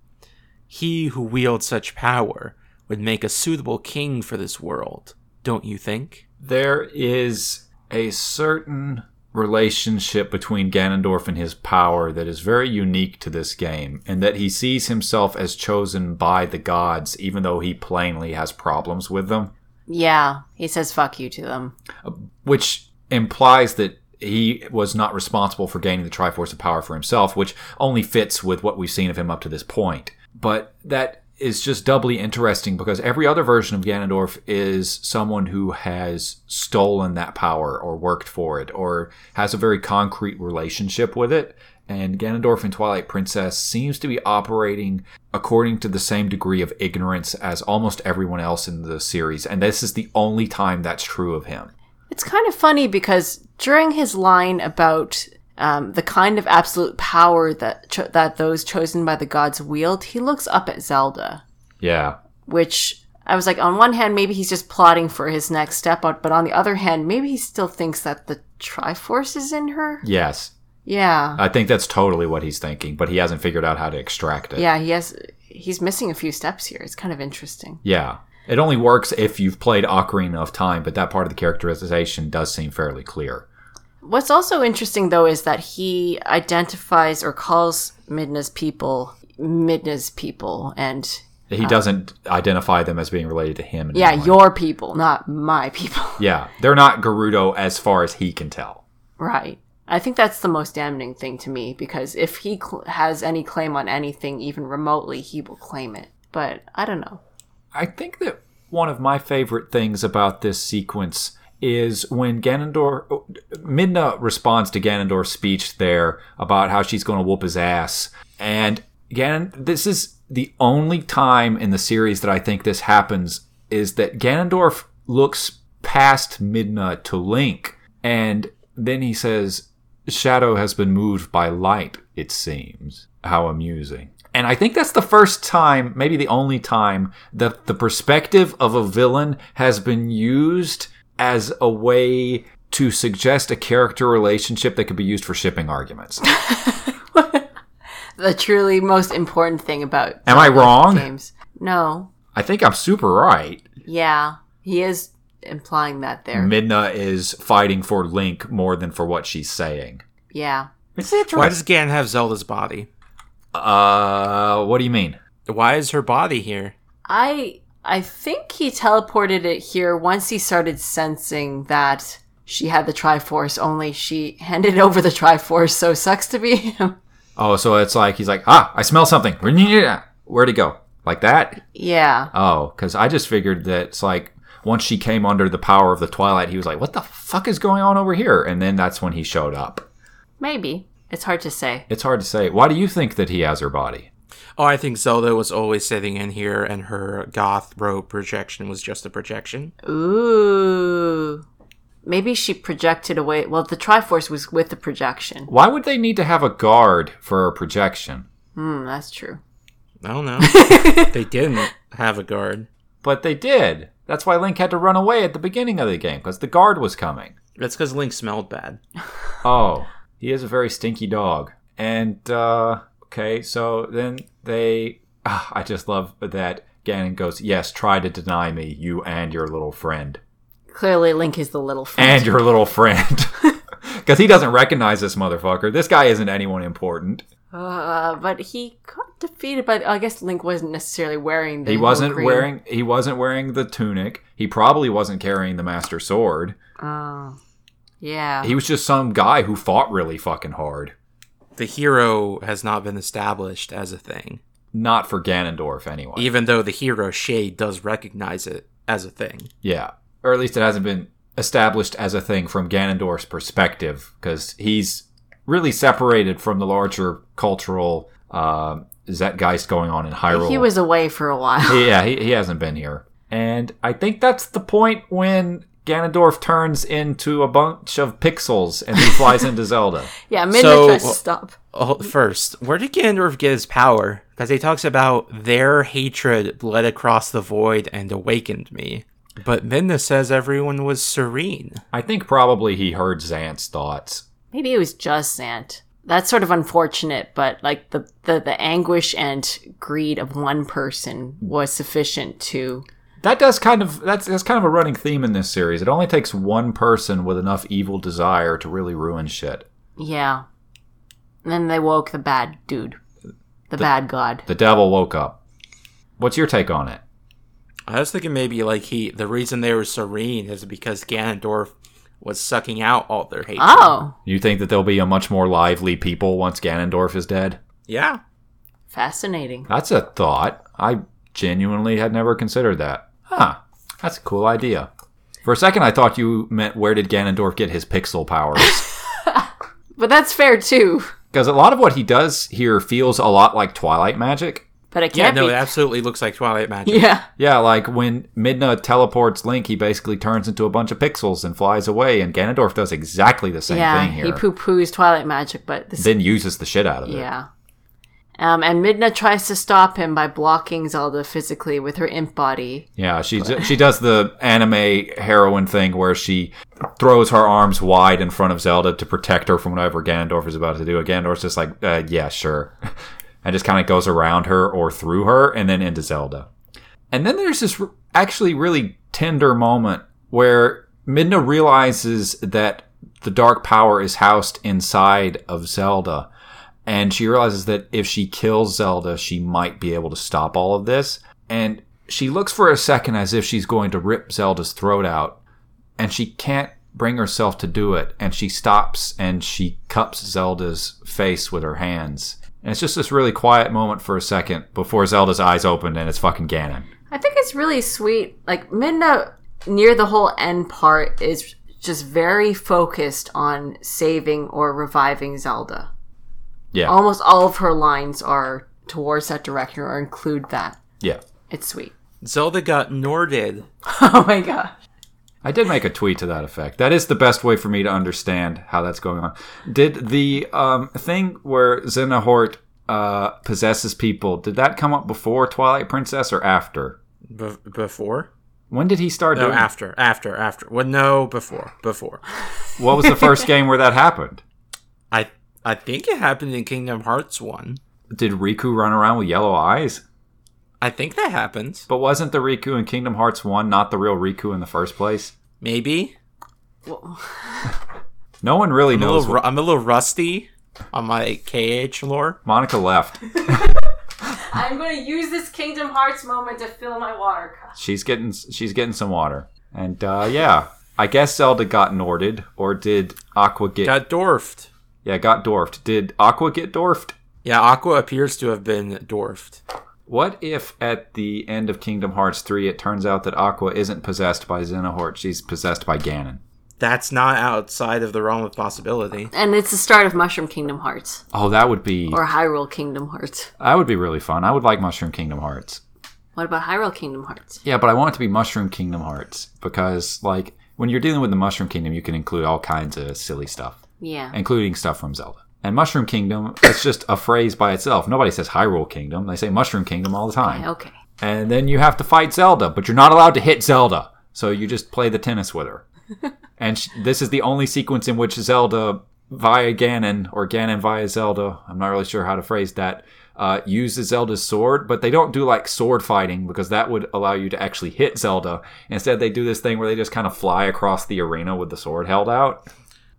[SPEAKER 1] He who wields such power would make a suitable king for this world, don't you think?
[SPEAKER 3] there is a certain relationship between Ganondorf and his power that is very unique to this game, and that he sees himself as chosen by the gods, even though he plainly has problems with them,
[SPEAKER 2] Yeah, he says "fuck you" to them.
[SPEAKER 3] which implies that he was not responsible for gaining the Triforce of Power for himself, which only fits with what we've seen of him up to this point. But that is just doubly interesting because every other version of Ganondorf is someone who has stolen that power or worked for it or has a very concrete relationship with it. And Ganondorf in Twilight Princess seems to be operating according to the same degree of ignorance as almost everyone else in the series. And this is the only time that's true of him.
[SPEAKER 2] It's kind of funny because during his line about um, the kind of absolute power that cho- that those chosen by the gods wield, he looks up at Zelda,
[SPEAKER 3] Yeah.
[SPEAKER 2] which I was like, on one hand, maybe he's just plotting for his next step out, but on the other hand, maybe he still thinks that the Triforce is in her.
[SPEAKER 3] Yes.
[SPEAKER 2] Yeah,
[SPEAKER 3] I think that's totally what he's thinking, but he hasn't figured out how to extract it.
[SPEAKER 2] yeah, he has. He's missing a few steps here. It's kind of interesting.
[SPEAKER 3] Yeah. It only works if you've played Ocarina of Time, but that part of the characterization does seem fairly clear.
[SPEAKER 2] What's also interesting, though, is that he identifies or calls Midna's people Midna's people, and
[SPEAKER 3] He doesn't identify them as being related to him. in
[SPEAKER 2] yeah,
[SPEAKER 3] any way.
[SPEAKER 2] your people, not my people.
[SPEAKER 3] yeah, they're not Gerudo as far as he can tell.
[SPEAKER 2] right. I think that's the most damning thing to me because if he cl- has any claim on anything, even remotely, he will claim it. But I don't know.
[SPEAKER 3] I think that one of my favorite things about this sequence is when Ganondorf Midna responds to Ganondorf's speech there about how she's going to whoop his ass. And Ganon, this is the only time in the series that I think this happens is that Ganondorf looks past Midna to Link and then he says shadow has been moved by light, it seems. How amusing. And I think that's the first time, maybe the only time, that the perspective of a villain has been used as a way to suggest a character relationship that could be used for shipping arguments.
[SPEAKER 2] The truly most important thing about
[SPEAKER 3] Am I wrong?
[SPEAKER 2] games. No.
[SPEAKER 3] I think I'm super right.
[SPEAKER 2] Yeah. He is implying that there.
[SPEAKER 3] Midna is fighting for Link more than for what she's saying.
[SPEAKER 2] yeah.
[SPEAKER 1] Is it why does Gan have Zelda's body?
[SPEAKER 3] Uh, what do you mean?
[SPEAKER 1] Why is her body here?
[SPEAKER 2] I I think he teleported it here once he started sensing that she had the Triforce, only she handed over the Triforce, so sucks to be him.
[SPEAKER 3] Oh, so it's like he's like, ah, I smell something. Where'd it go? Like that?
[SPEAKER 2] yeah.
[SPEAKER 3] Oh, because I just figured that it's like once she came under the power of the Twilight, he was like, "What the fuck is going on over here?" And then that's when he showed up.
[SPEAKER 2] Maybe. It's hard to say.
[SPEAKER 3] It's hard to say. Why do you think that he has her body?
[SPEAKER 1] Oh, I think Zelda was always sitting in here and her goth robe projection was just a projection.
[SPEAKER 2] Ooh. Maybe she projected away well, the Triforce was with the projection.
[SPEAKER 3] Why would they need to have a guard for a projection?
[SPEAKER 2] Hmm, that's true.
[SPEAKER 1] I don't know. they didn't have a guard.
[SPEAKER 3] But they did. That's why Link had to run away at the beginning of the game because the guard was coming.
[SPEAKER 1] That's because Link smelled bad.
[SPEAKER 3] Oh, he is a very stinky dog. And uh, okay, so then they. Ah, I just love that Ganon goes, "Yes, try to deny me, you and your little friend."
[SPEAKER 2] Clearly Link is the little friend.
[SPEAKER 3] and your little friend. Because he doesn't recognize this motherfucker. This guy isn't anyone important.
[SPEAKER 2] Uh, but he got defeated. But I guess Link wasn't necessarily wearing. The
[SPEAKER 3] He wasn't
[SPEAKER 2] Wolverine.
[SPEAKER 3] wearing he wasn't wearing the tunic. He probably wasn't carrying the master sword.
[SPEAKER 2] Oh, yeah.
[SPEAKER 3] He was just some guy who fought really fucking hard.
[SPEAKER 1] The hero has not been established as a thing,
[SPEAKER 3] Not for Ganondorf anyway.
[SPEAKER 1] even though the hero Shade does recognize it as a thing.
[SPEAKER 3] Yeah. Or at least it hasn't been established as a thing from Ganondorf's perspective, because he's really separated from the larger cultural uh, zeitgeist going on in Hyrule.
[SPEAKER 2] He was away for a while.
[SPEAKER 3] yeah, he, he hasn't been here. And I think that's the point when Ganondorf turns into a bunch of pixels and he flies into Zelda.
[SPEAKER 2] yeah, Midna
[SPEAKER 1] So-
[SPEAKER 2] tries to stop.
[SPEAKER 1] Oh, first, where did Ganondorf get his power? Because he talks about their hatred bled across the void and awakened me. But Midna says everyone was serene.
[SPEAKER 3] I think probably he heard Zant's thoughts.
[SPEAKER 2] Maybe it was just Sant. That's sort of unfortunate, but like the, the, the anguish and greed of one person was sufficient to.
[SPEAKER 3] That does kind of that's that's kind of a running theme in this series. It only takes one person with enough evil desire to really ruin shit.
[SPEAKER 2] Yeah. And then they woke the bad dude, the, bad god.
[SPEAKER 3] The devil woke up. What's your take on it?
[SPEAKER 1] I was thinking maybe like he the reason they were serene is because Ganondorf was sucking out all their hatred.
[SPEAKER 2] Oh,
[SPEAKER 3] You think that there'll be a much more lively people once Ganondorf is dead?
[SPEAKER 1] Yeah.
[SPEAKER 2] fascinating.
[SPEAKER 3] That's a thought. I genuinely had never considered that. Huh. That's a cool idea. For a second, I thought you meant where did Ganondorf get his pixel powers?
[SPEAKER 2] But that's fair too.
[SPEAKER 3] Because a lot of what he does here feels a lot like Twilight magic.
[SPEAKER 2] But it
[SPEAKER 1] Yeah,
[SPEAKER 2] can't
[SPEAKER 1] no,
[SPEAKER 2] be.
[SPEAKER 1] it absolutely looks like Twilight Magic.
[SPEAKER 2] yeah.
[SPEAKER 3] Yeah, like when Midna teleports Link, he basically turns into a bunch of pixels and flies away, and Ganondorf does exactly the same
[SPEAKER 2] yeah.
[SPEAKER 3] thing here.
[SPEAKER 2] He poo poos Twilight magic, but this.
[SPEAKER 3] then uses the shit out of it.
[SPEAKER 2] yeah. Um, and Midna tries to stop him by blocking Zelda physically with her imp body.
[SPEAKER 3] Yeah, she she does the anime heroine thing where she throws her arms wide in front of Zelda to protect her from whatever Ganondorf is about to do. And Ganondorf's just like, uh, yeah, sure, and just kind of goes around her or through her and then into Zelda. And then there's this r- actually really tender moment where Midna realizes that the dark power is housed inside of Zelda. And she realizes that if she kills Zelda, she might be able to stop all of this. And she looks for a second as if she's going to rip Zelda's throat out. And she can't bring herself to do it. And she stops and she cups Zelda's face with her hands. And it's just this really quiet moment for a second before Zelda's eyes open and it's fucking Ganon.
[SPEAKER 2] I think it's really sweet. Like Midna near the whole end part is just very focused on saving or reviving Zelda.
[SPEAKER 3] Yeah.
[SPEAKER 2] Almost all of her lines are towards that direction or include that.
[SPEAKER 3] Yeah.
[SPEAKER 2] It's sweet.
[SPEAKER 1] Zelda got Norded.
[SPEAKER 2] Oh my gosh.
[SPEAKER 3] I did make a tweet to that effect. That is the best way for me to understand how that's going on. Did the um, thing where Xenahort uh, possesses people, did that come up before Twilight Princess or after?
[SPEAKER 1] Be- before?
[SPEAKER 3] When did he start
[SPEAKER 1] No,
[SPEAKER 3] doing
[SPEAKER 1] after, after, after. Well, no, before, before.
[SPEAKER 3] What was the first game where that happened?
[SPEAKER 1] I I think it happened in Kingdom Hearts one.
[SPEAKER 3] Did Riku run around with yellow eyes?
[SPEAKER 1] I think that happened.
[SPEAKER 3] But wasn't the Riku in Kingdom Hearts 1 not the real Riku in the first place?
[SPEAKER 1] Maybe.
[SPEAKER 3] No one really
[SPEAKER 1] I'm a,
[SPEAKER 3] knows.
[SPEAKER 1] little,
[SPEAKER 3] What-
[SPEAKER 1] ru- I'm a little rusty on my KH lore.
[SPEAKER 3] Monica left.
[SPEAKER 2] I'm going to use this Kingdom Hearts moment to fill my water cup.
[SPEAKER 3] She's getting she's getting some water. And uh, yeah, I guess Zelda got Norded, or did Aqua get
[SPEAKER 1] Got dwarfed.
[SPEAKER 3] Yeah, got dwarfed. Did Aqua get dwarfed?
[SPEAKER 1] Yeah, Aqua appears to have been dwarfed.
[SPEAKER 3] What if at the end of Kingdom Hearts 3 it turns out that Aqua isn't possessed by Xenohort, she's possessed by Ganon?
[SPEAKER 1] That's not outside of the realm of possibility.
[SPEAKER 2] And it's the start of Mushroom Kingdom Hearts
[SPEAKER 3] Oh, that would be
[SPEAKER 2] or Hyrule Kingdom Hearts.
[SPEAKER 3] that would be really fun. I would like Mushroom Kingdom Hearts.
[SPEAKER 2] What about Hyrule Kingdom Hearts?
[SPEAKER 3] Yeah, but I want it to be Mushroom Kingdom Hearts because like when you're dealing with the Mushroom Kingdom, you can include all kinds of silly stuff,
[SPEAKER 2] Yeah.
[SPEAKER 3] including stuff from Zelda. And Mushroom Kingdom, that's just a phrase by itself. Nobody says Hyrule Kingdom. They say Mushroom Kingdom all the time.
[SPEAKER 2] Okay.
[SPEAKER 3] and then you have to fight Zelda, but you're not allowed to hit Zelda. So you just play the tennis with her. and sh this is the only sequence in which Zelda via Ganon or Ganon via Zelda, I'm not really sure how to phrase that, uh, uses Zelda's sword, but they don't do like sword fighting because that would allow you to actually hit Zelda. Instead, they do this thing where they just kind of fly across the arena with the sword held out.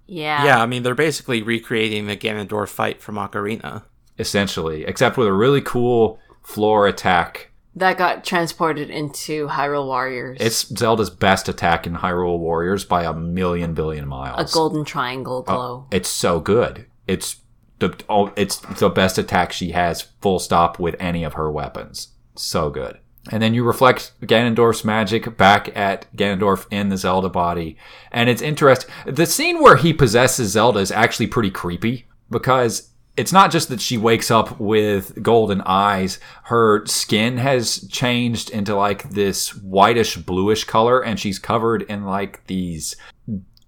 [SPEAKER 2] Yeah.
[SPEAKER 1] Yeah, I mean, they're basically recreating the Ganondorf fight from Ocarina.
[SPEAKER 3] essentially, except with a really cool floor attack.
[SPEAKER 2] That got transported into Hyrule Warriors.
[SPEAKER 3] It's Zelda's best attack in Hyrule Warriors by a million billion miles.
[SPEAKER 2] a golden triangle glow.
[SPEAKER 3] Uh, It's so good. It's the oh, it's the best attack she has. Full stop with any of her weapons. So good. And then you reflect Ganondorf's magic back at Ganondorf in the Zelda body, and it's interesting. The scene where he possesses Zelda is actually pretty creepy because it's not just that she wakes up with golden eyes. Her skin has changed into like this whitish bluish color, and she's covered in like these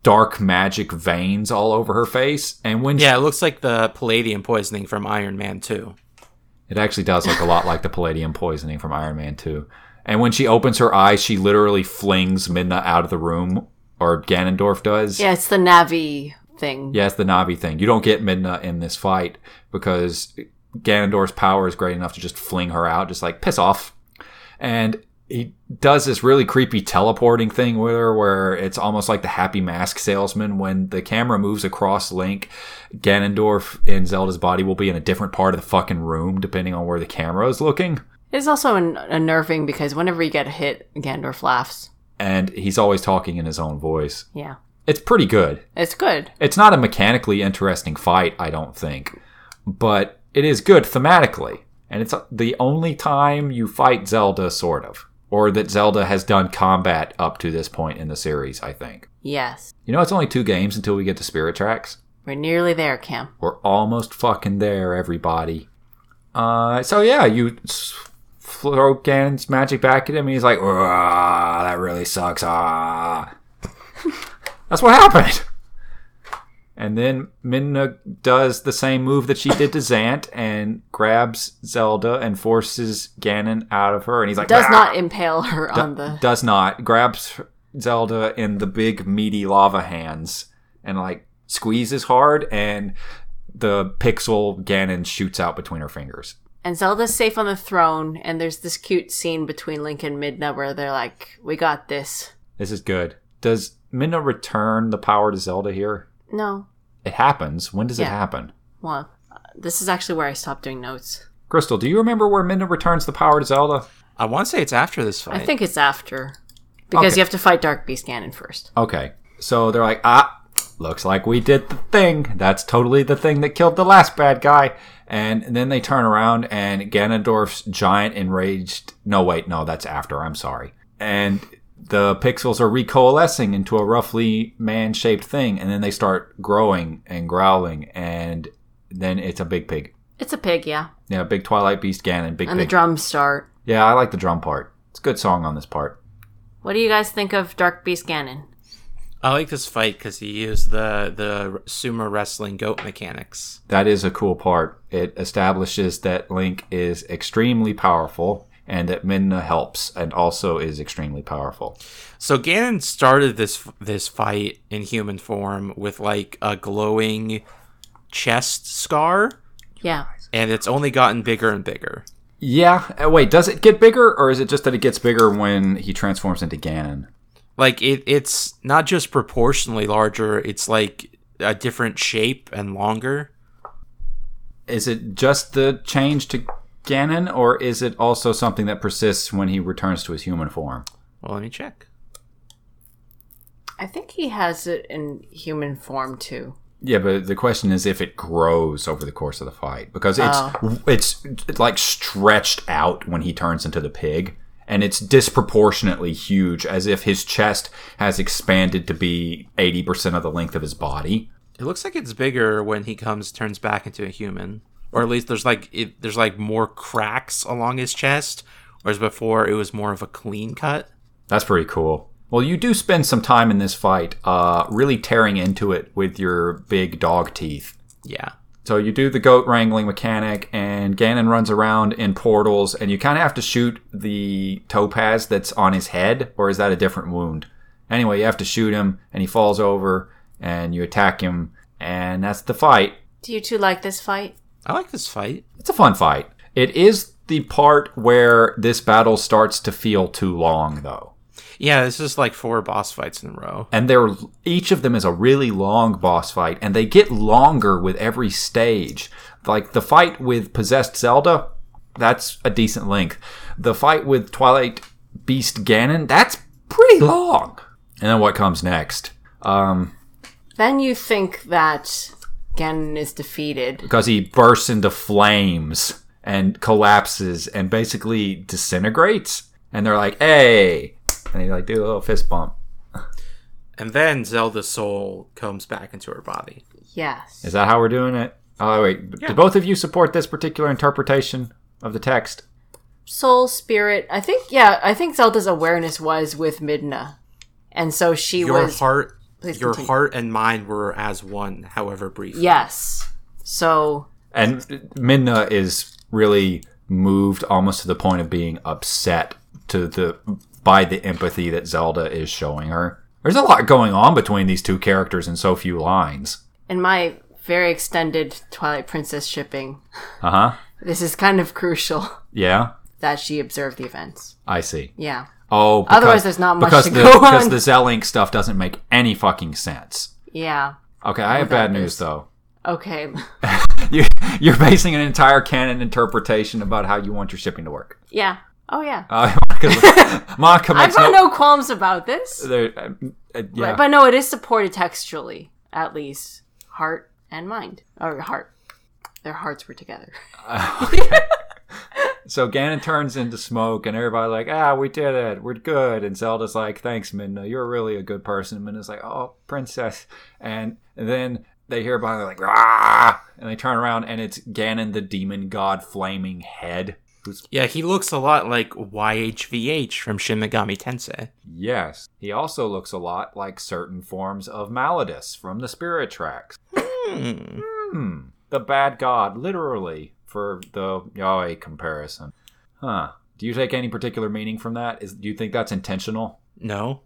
[SPEAKER 3] dark magic veins all over her face. And when
[SPEAKER 1] Yeah, it looks like the palladium poisoning from Iron Man 2.
[SPEAKER 3] it actually does look a lot like the palladium poisoning from Iron Man 2. And when she opens her eyes, she literally flings Midna out of the room, or Ganondorf does.
[SPEAKER 2] yeah, it's the Navi thing.
[SPEAKER 3] Yeah, it's the Navi thing. You don't get Midna in this fight because Ganondorf's power is great enough to just fling her out, just like piss off. And he does this really creepy teleporting thing with her where it's almost like the happy mask salesman. When the camera moves across Link, Ganondorf in Zelda's body will be in a different part of the fucking room depending on where the camera is looking.
[SPEAKER 2] It's also an- unnerving because whenever you get hit, Gandorf laughs.
[SPEAKER 3] And he's always talking in his own voice.
[SPEAKER 2] Yeah.
[SPEAKER 3] It's pretty good.
[SPEAKER 2] It's good.
[SPEAKER 3] It's not a mechanically interesting fight, I don't think, but it is good thematically. And it's the only time you fight Zelda, sort of, or that Zelda has done combat up to this point in the series, I think.
[SPEAKER 2] Yes.
[SPEAKER 3] You know, it's only two games until we get to Spirit Tracks.
[SPEAKER 2] We're nearly there, Cam.
[SPEAKER 3] We're almost fucking there, everybody. Uh, so yeah, you s- throw Ganon's magic back at him, and he's like, "Ah, "That really sucks." Ah, that's what happened. And then Minna does the same move that she did to Zant and grabs Zelda and forces Ganon out of her, and he's like,
[SPEAKER 2] Does
[SPEAKER 3] "Ah!"
[SPEAKER 2] not impale her on the.
[SPEAKER 3] does not grabs Zelda in the big meaty lava hands and like squeezes hard and the pixel Ganon shoots out between her fingers.
[SPEAKER 2] And Zelda's safe on the throne, and there's this cute scene between Link and Midna where they're like, we got this.
[SPEAKER 3] This is good. Does Minna return the power to Zelda here?
[SPEAKER 2] No.
[SPEAKER 3] It happens. When does it
[SPEAKER 2] Yeah.
[SPEAKER 3] happen?
[SPEAKER 2] Well, uh, this is actually where I stopped doing notes.
[SPEAKER 3] Crystal, do you remember where Minna returns the power to Zelda?
[SPEAKER 1] I want to say it's after this fight.
[SPEAKER 2] I think it's after. Because
[SPEAKER 3] Okay.
[SPEAKER 2] you have to fight Dark Beast Ganon first.
[SPEAKER 3] Okay. So they're like, ah, looks like we did the thing. That's totally the thing that killed the last bad guy. And then they turn around and Ganondorf's giant enraged. No, wait, no, that's after. I'm sorry. And the pixels are recoalescing into a roughly man shaped thing. And then they start growing and growling. And then it's a big pig.
[SPEAKER 2] It's a pig, yeah.
[SPEAKER 3] Yeah, big Twilight Beast Ganon, big
[SPEAKER 2] And the
[SPEAKER 3] pig.
[SPEAKER 2] drums start.
[SPEAKER 3] yeah, I like the drum part. It's a good song on this part.
[SPEAKER 2] What do you guys think of Dark Beast Ganon?
[SPEAKER 1] I like this fight because he used the the sumo wrestling goat mechanics.
[SPEAKER 3] That is a cool part. It establishes that Link is extremely powerful and that Minna helps and also is extremely powerful.
[SPEAKER 1] So Ganon started this this fight in human form with like a glowing chest scar,
[SPEAKER 2] Yeah.
[SPEAKER 1] and it's only gotten bigger and bigger.
[SPEAKER 3] Yeah. Uh, Wait, does it get bigger or is it just that it gets bigger when he transforms into Ganon?
[SPEAKER 1] Like it, it's not just proportionally larger; it's like a different shape and longer.
[SPEAKER 3] Is it just the change to Ganon or is it also something that persists when he returns to his human form?
[SPEAKER 1] Well, let me check.
[SPEAKER 2] I think he has it in human form too.
[SPEAKER 3] Yeah, but the question is if it grows over the course of the fight because it's
[SPEAKER 2] Oh.
[SPEAKER 3] it's it's like stretched out when he turns into the pig, and it's disproportionately huge, as if his chest has expanded to be eighty percent of the length of his body.
[SPEAKER 1] It looks like it's bigger when he comes turns back into a human, or at least there's like it, there's like more cracks along his chest, whereas before it was more of a clean cut.
[SPEAKER 3] That's pretty cool. Well, you do spend some time in this fight, uh, really tearing into it with your big dog teeth.
[SPEAKER 1] Yeah,
[SPEAKER 3] So you do the goat wrangling mechanic, and Ganon runs around in portals, and you kind of have to shoot the topaz that's on his head, or is that a different wound? Anyway, you have to shoot him, and he falls over, and you attack him, and that's the fight.
[SPEAKER 2] Do you two like this fight?
[SPEAKER 1] I like this fight.
[SPEAKER 3] It's a fun fight. It is the part where this battle starts to feel too long, though.
[SPEAKER 1] Yeah, this is like four boss fights in a row.
[SPEAKER 3] and they're each of them is a really long boss fight and they get longer with every stage Like the fight with possessed Zelda, that's a decent length. The fight with Twilight Beast Ganon, that's pretty long. And then what comes next? Um,
[SPEAKER 2] Then you think that Ganon is defeated.
[SPEAKER 3] because he bursts into flames and collapses and basically disintegrates. And they're like, "Hey!" And they like do a little fist bump.
[SPEAKER 1] And then Zelda's soul comes back into her body.
[SPEAKER 2] Yes.
[SPEAKER 3] Is that how we're doing it? Oh wait, do both of you support this particular interpretation of the text?
[SPEAKER 2] Soul, spirit. I think, yeah, I think Zelda's awareness was with Midna. And so she
[SPEAKER 1] Your
[SPEAKER 2] was.
[SPEAKER 1] heart,
[SPEAKER 2] Please
[SPEAKER 1] your
[SPEAKER 2] continue.
[SPEAKER 1] heart and mine were as one, however brief.
[SPEAKER 2] Yes. So,
[SPEAKER 3] And Midna is really moved almost to the point of being upset to the by the empathy that Zelda is showing her. There's a lot going on between these two characters in so few lines.
[SPEAKER 2] in my very extended Twilight Princess shipping,
[SPEAKER 3] Uh huh.
[SPEAKER 2] this is kind of crucial
[SPEAKER 3] Yeah,
[SPEAKER 2] that she observed the events.
[SPEAKER 3] I see.
[SPEAKER 2] Yeah.
[SPEAKER 3] Oh, because,
[SPEAKER 2] Otherwise, there's not much
[SPEAKER 3] because
[SPEAKER 2] to
[SPEAKER 3] the,
[SPEAKER 2] go
[SPEAKER 3] Because
[SPEAKER 2] on.
[SPEAKER 3] the Zelink stuff doesn't make any fucking sense.
[SPEAKER 2] Yeah.
[SPEAKER 3] Okay, I have
[SPEAKER 2] Without
[SPEAKER 3] bad news
[SPEAKER 2] this.
[SPEAKER 3] though.
[SPEAKER 2] Okay.
[SPEAKER 3] You, you're basing an entire canon interpretation about how you want your shipping to work.
[SPEAKER 2] Yeah. Oh, yeah.
[SPEAKER 3] Uh, Monica
[SPEAKER 2] I've
[SPEAKER 3] makes
[SPEAKER 2] got
[SPEAKER 3] no.
[SPEAKER 2] no qualms about this.
[SPEAKER 3] there- uh, uh, yeah.
[SPEAKER 2] But, but no, it is supported textually, at least. Heart and mind. Or heart. Their hearts were together.
[SPEAKER 3] So Ganon turns into smoke, and everybody's like, "Ah, we did it. We're good." And Zelda's like, "Thanks, Minna. You're really a good person." And Minna's like, "Oh, princess." And then they hear about it, like, "Ah!" And they turn around, and it's Ganon, the demon god, flaming head. Who's
[SPEAKER 1] Yeah, he looks a lot like YHVH from Shin Megami Tensei.
[SPEAKER 3] yes, he also looks a lot like certain forms of Maladus from the Spirit Tracks.
[SPEAKER 1] Hmm.
[SPEAKER 3] Hmm, the bad god, literally for the Yahweh comparison. Huh? Do you take any particular meaning from that? Is do you think that's intentional?
[SPEAKER 1] No?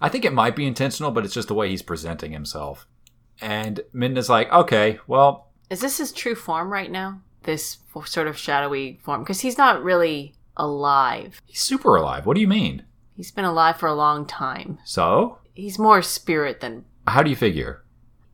[SPEAKER 3] I think it might be intentional, but it's just the way he's presenting himself. And Midna's like, okay, well,
[SPEAKER 2] Is this his true form right now? This f- sort of shadowy form? Because he's not really alive.
[SPEAKER 3] he's super alive. What do you mean?
[SPEAKER 2] He's been alive for a long time.
[SPEAKER 3] So,
[SPEAKER 2] He's more spirit than.
[SPEAKER 3] how do you figure?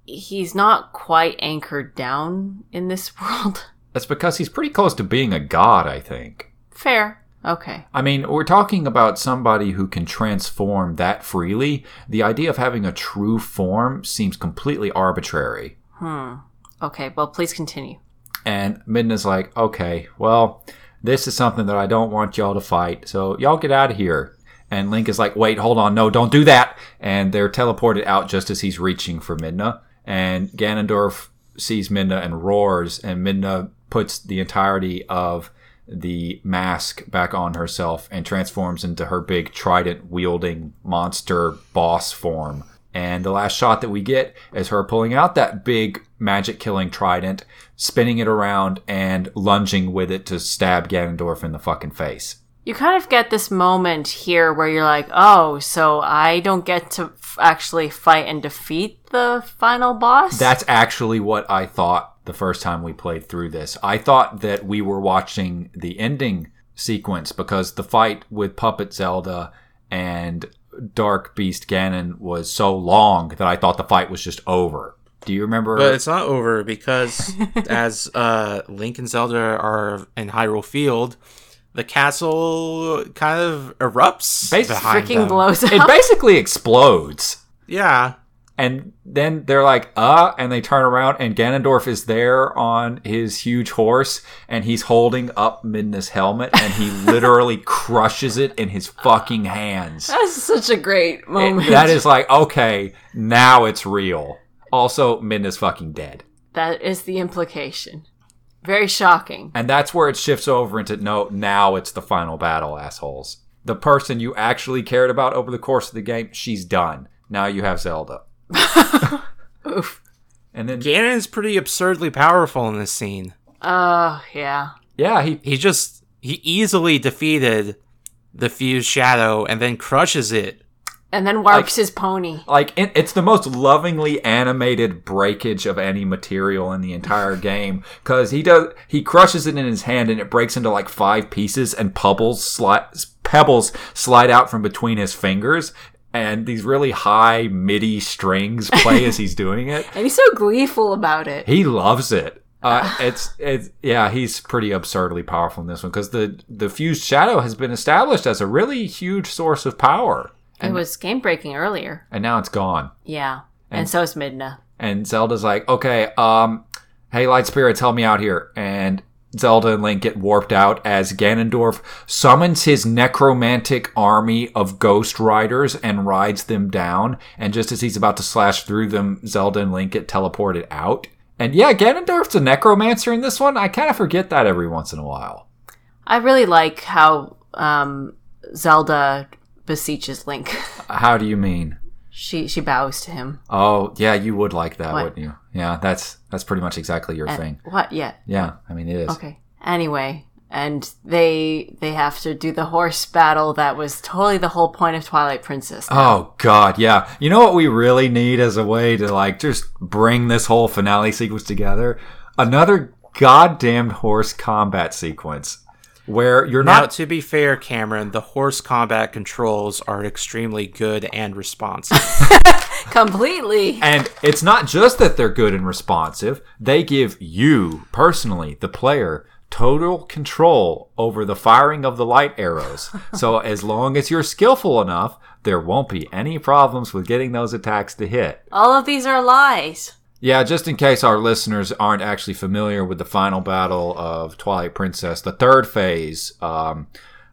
[SPEAKER 2] He's not quite anchored down in this world.
[SPEAKER 3] That's because he's pretty close to being a god, I think.
[SPEAKER 2] Fair. Okay.
[SPEAKER 3] I mean, we're talking about somebody who can transform that freely. The idea of having a true form seems completely arbitrary.
[SPEAKER 2] Hmm. Okay, well, please continue.
[SPEAKER 3] And Midna's like, okay, well, this is something that I don't want y'all to fight. So y'all get out of here. And Link is like, wait, hold on, no, don't do that. And they're teleported out just as he's reaching for Midna. And Ganondorf sees Midna and roars, and Midna puts the entirety of the mask back on herself and transforms into her big trident wielding monster boss form. And the last shot that we get is her pulling out that big magic killing trident, spinning it around, and lunging with it to stab Ganondorf in the fucking face.
[SPEAKER 2] You kind of get this moment here where you're like, oh, so I don't get to f- actually fight and defeat the final boss?
[SPEAKER 3] That's actually what I thought the first time we played through this. I thought that we were watching the ending sequence because the fight with Puppet Zelda and Dark Beast Ganon was so long that I thought the fight was just over. Do you remember?
[SPEAKER 1] But it's not over because as uh, Link and Zelda are in Hyrule Field, the castle kind of erupts.
[SPEAKER 3] Basi-
[SPEAKER 1] behind
[SPEAKER 2] freaking
[SPEAKER 1] them.
[SPEAKER 2] blows
[SPEAKER 3] it
[SPEAKER 2] up.
[SPEAKER 3] basically explodes.
[SPEAKER 1] Yeah.
[SPEAKER 3] And then they're like, uh, and they turn around and Ganondorf is there on his huge horse and he's holding up Midna's helmet and he literally crushes it in his fucking hands.
[SPEAKER 2] That's such a great moment.
[SPEAKER 3] that is like, okay, now it's real. Also, Midna's fucking dead.
[SPEAKER 2] that is the implication. Very shocking.
[SPEAKER 3] And that's where it shifts over into no, now it's the final battle, assholes. The person you actually cared about over the course of the game, she's done. Now you have Zelda.
[SPEAKER 2] Oof.
[SPEAKER 3] And then,
[SPEAKER 1] Ganon's pretty absurdly powerful in this scene.
[SPEAKER 2] Oh, yeah.
[SPEAKER 3] yeah, he
[SPEAKER 1] He just he easily defeated the fused shadow and then crushes it.
[SPEAKER 2] And then warps his pony.
[SPEAKER 3] like it, it's the most lovingly animated breakage of any material in the entire game because he does he crushes it in his hand and it breaks into like five pieces and pebbles slide pebbles slide out from between his fingers and these really high midi strings play as he's doing it
[SPEAKER 2] And he's so gleeful about it.
[SPEAKER 3] he loves it Uh, it's it's yeah, he's pretty absurdly powerful in this one because the the fused shadow has been established as a really huge source of power,
[SPEAKER 2] it was game breaking earlier.
[SPEAKER 3] and now it's gone.
[SPEAKER 2] Yeah. And, so is Midna.
[SPEAKER 3] And Zelda's like, okay, um, hey, light spirits, help me out here. And Zelda and Link get warped out as Ganondorf summons his necromantic army of ghost riders and rides them down. And just as he's about to slash through them, Zelda and Link get teleported out. And yeah, Ganondorf's a necromancer in this one. I kind of forget that every once in a while.
[SPEAKER 2] I really like how um, Zelda beseeches Link.
[SPEAKER 3] How do you mean?
[SPEAKER 2] she she bows to him.
[SPEAKER 3] Oh, yeah, you would like that,
[SPEAKER 2] What? Uh,
[SPEAKER 3] wouldn't you? Yeah, that's that's pretty much exactly your thing.
[SPEAKER 2] What? Yeah.
[SPEAKER 3] Yeah, I mean it is.
[SPEAKER 2] Okay. Anyway, and they they have to do the horse battle that was totally the whole point of Twilight Princess.
[SPEAKER 3] Oh god, yeah. You know what we really need as a way to like just bring this whole finale sequence together? Another goddamn horse combat sequence where you're
[SPEAKER 1] Now,
[SPEAKER 3] not
[SPEAKER 1] to be fair, Cameron, the horse combat controls are extremely good and responsive.
[SPEAKER 2] Completely.
[SPEAKER 3] and it's not just that they're good and responsive, they give you personally, the player, total control over the firing of the light arrows. so as long as you're skillful enough, there won't be any problems with getting those attacks to hit.
[SPEAKER 2] All of these are lies.
[SPEAKER 3] Yeah, just in case our listeners aren't actually familiar with the final battle of Twilight Princess, the third phase, um,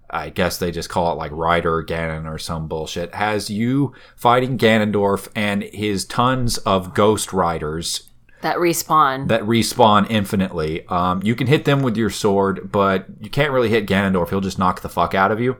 [SPEAKER 3] I guess they just call it like Rider Ganon or some bullshit, has you fighting Ganondorf and his tons of ghost riders
[SPEAKER 2] That respawn.
[SPEAKER 3] that respawn infinitely. Um, you can hit them with your sword, but you can't really hit Ganondorf. He'll just knock the fuck out of you.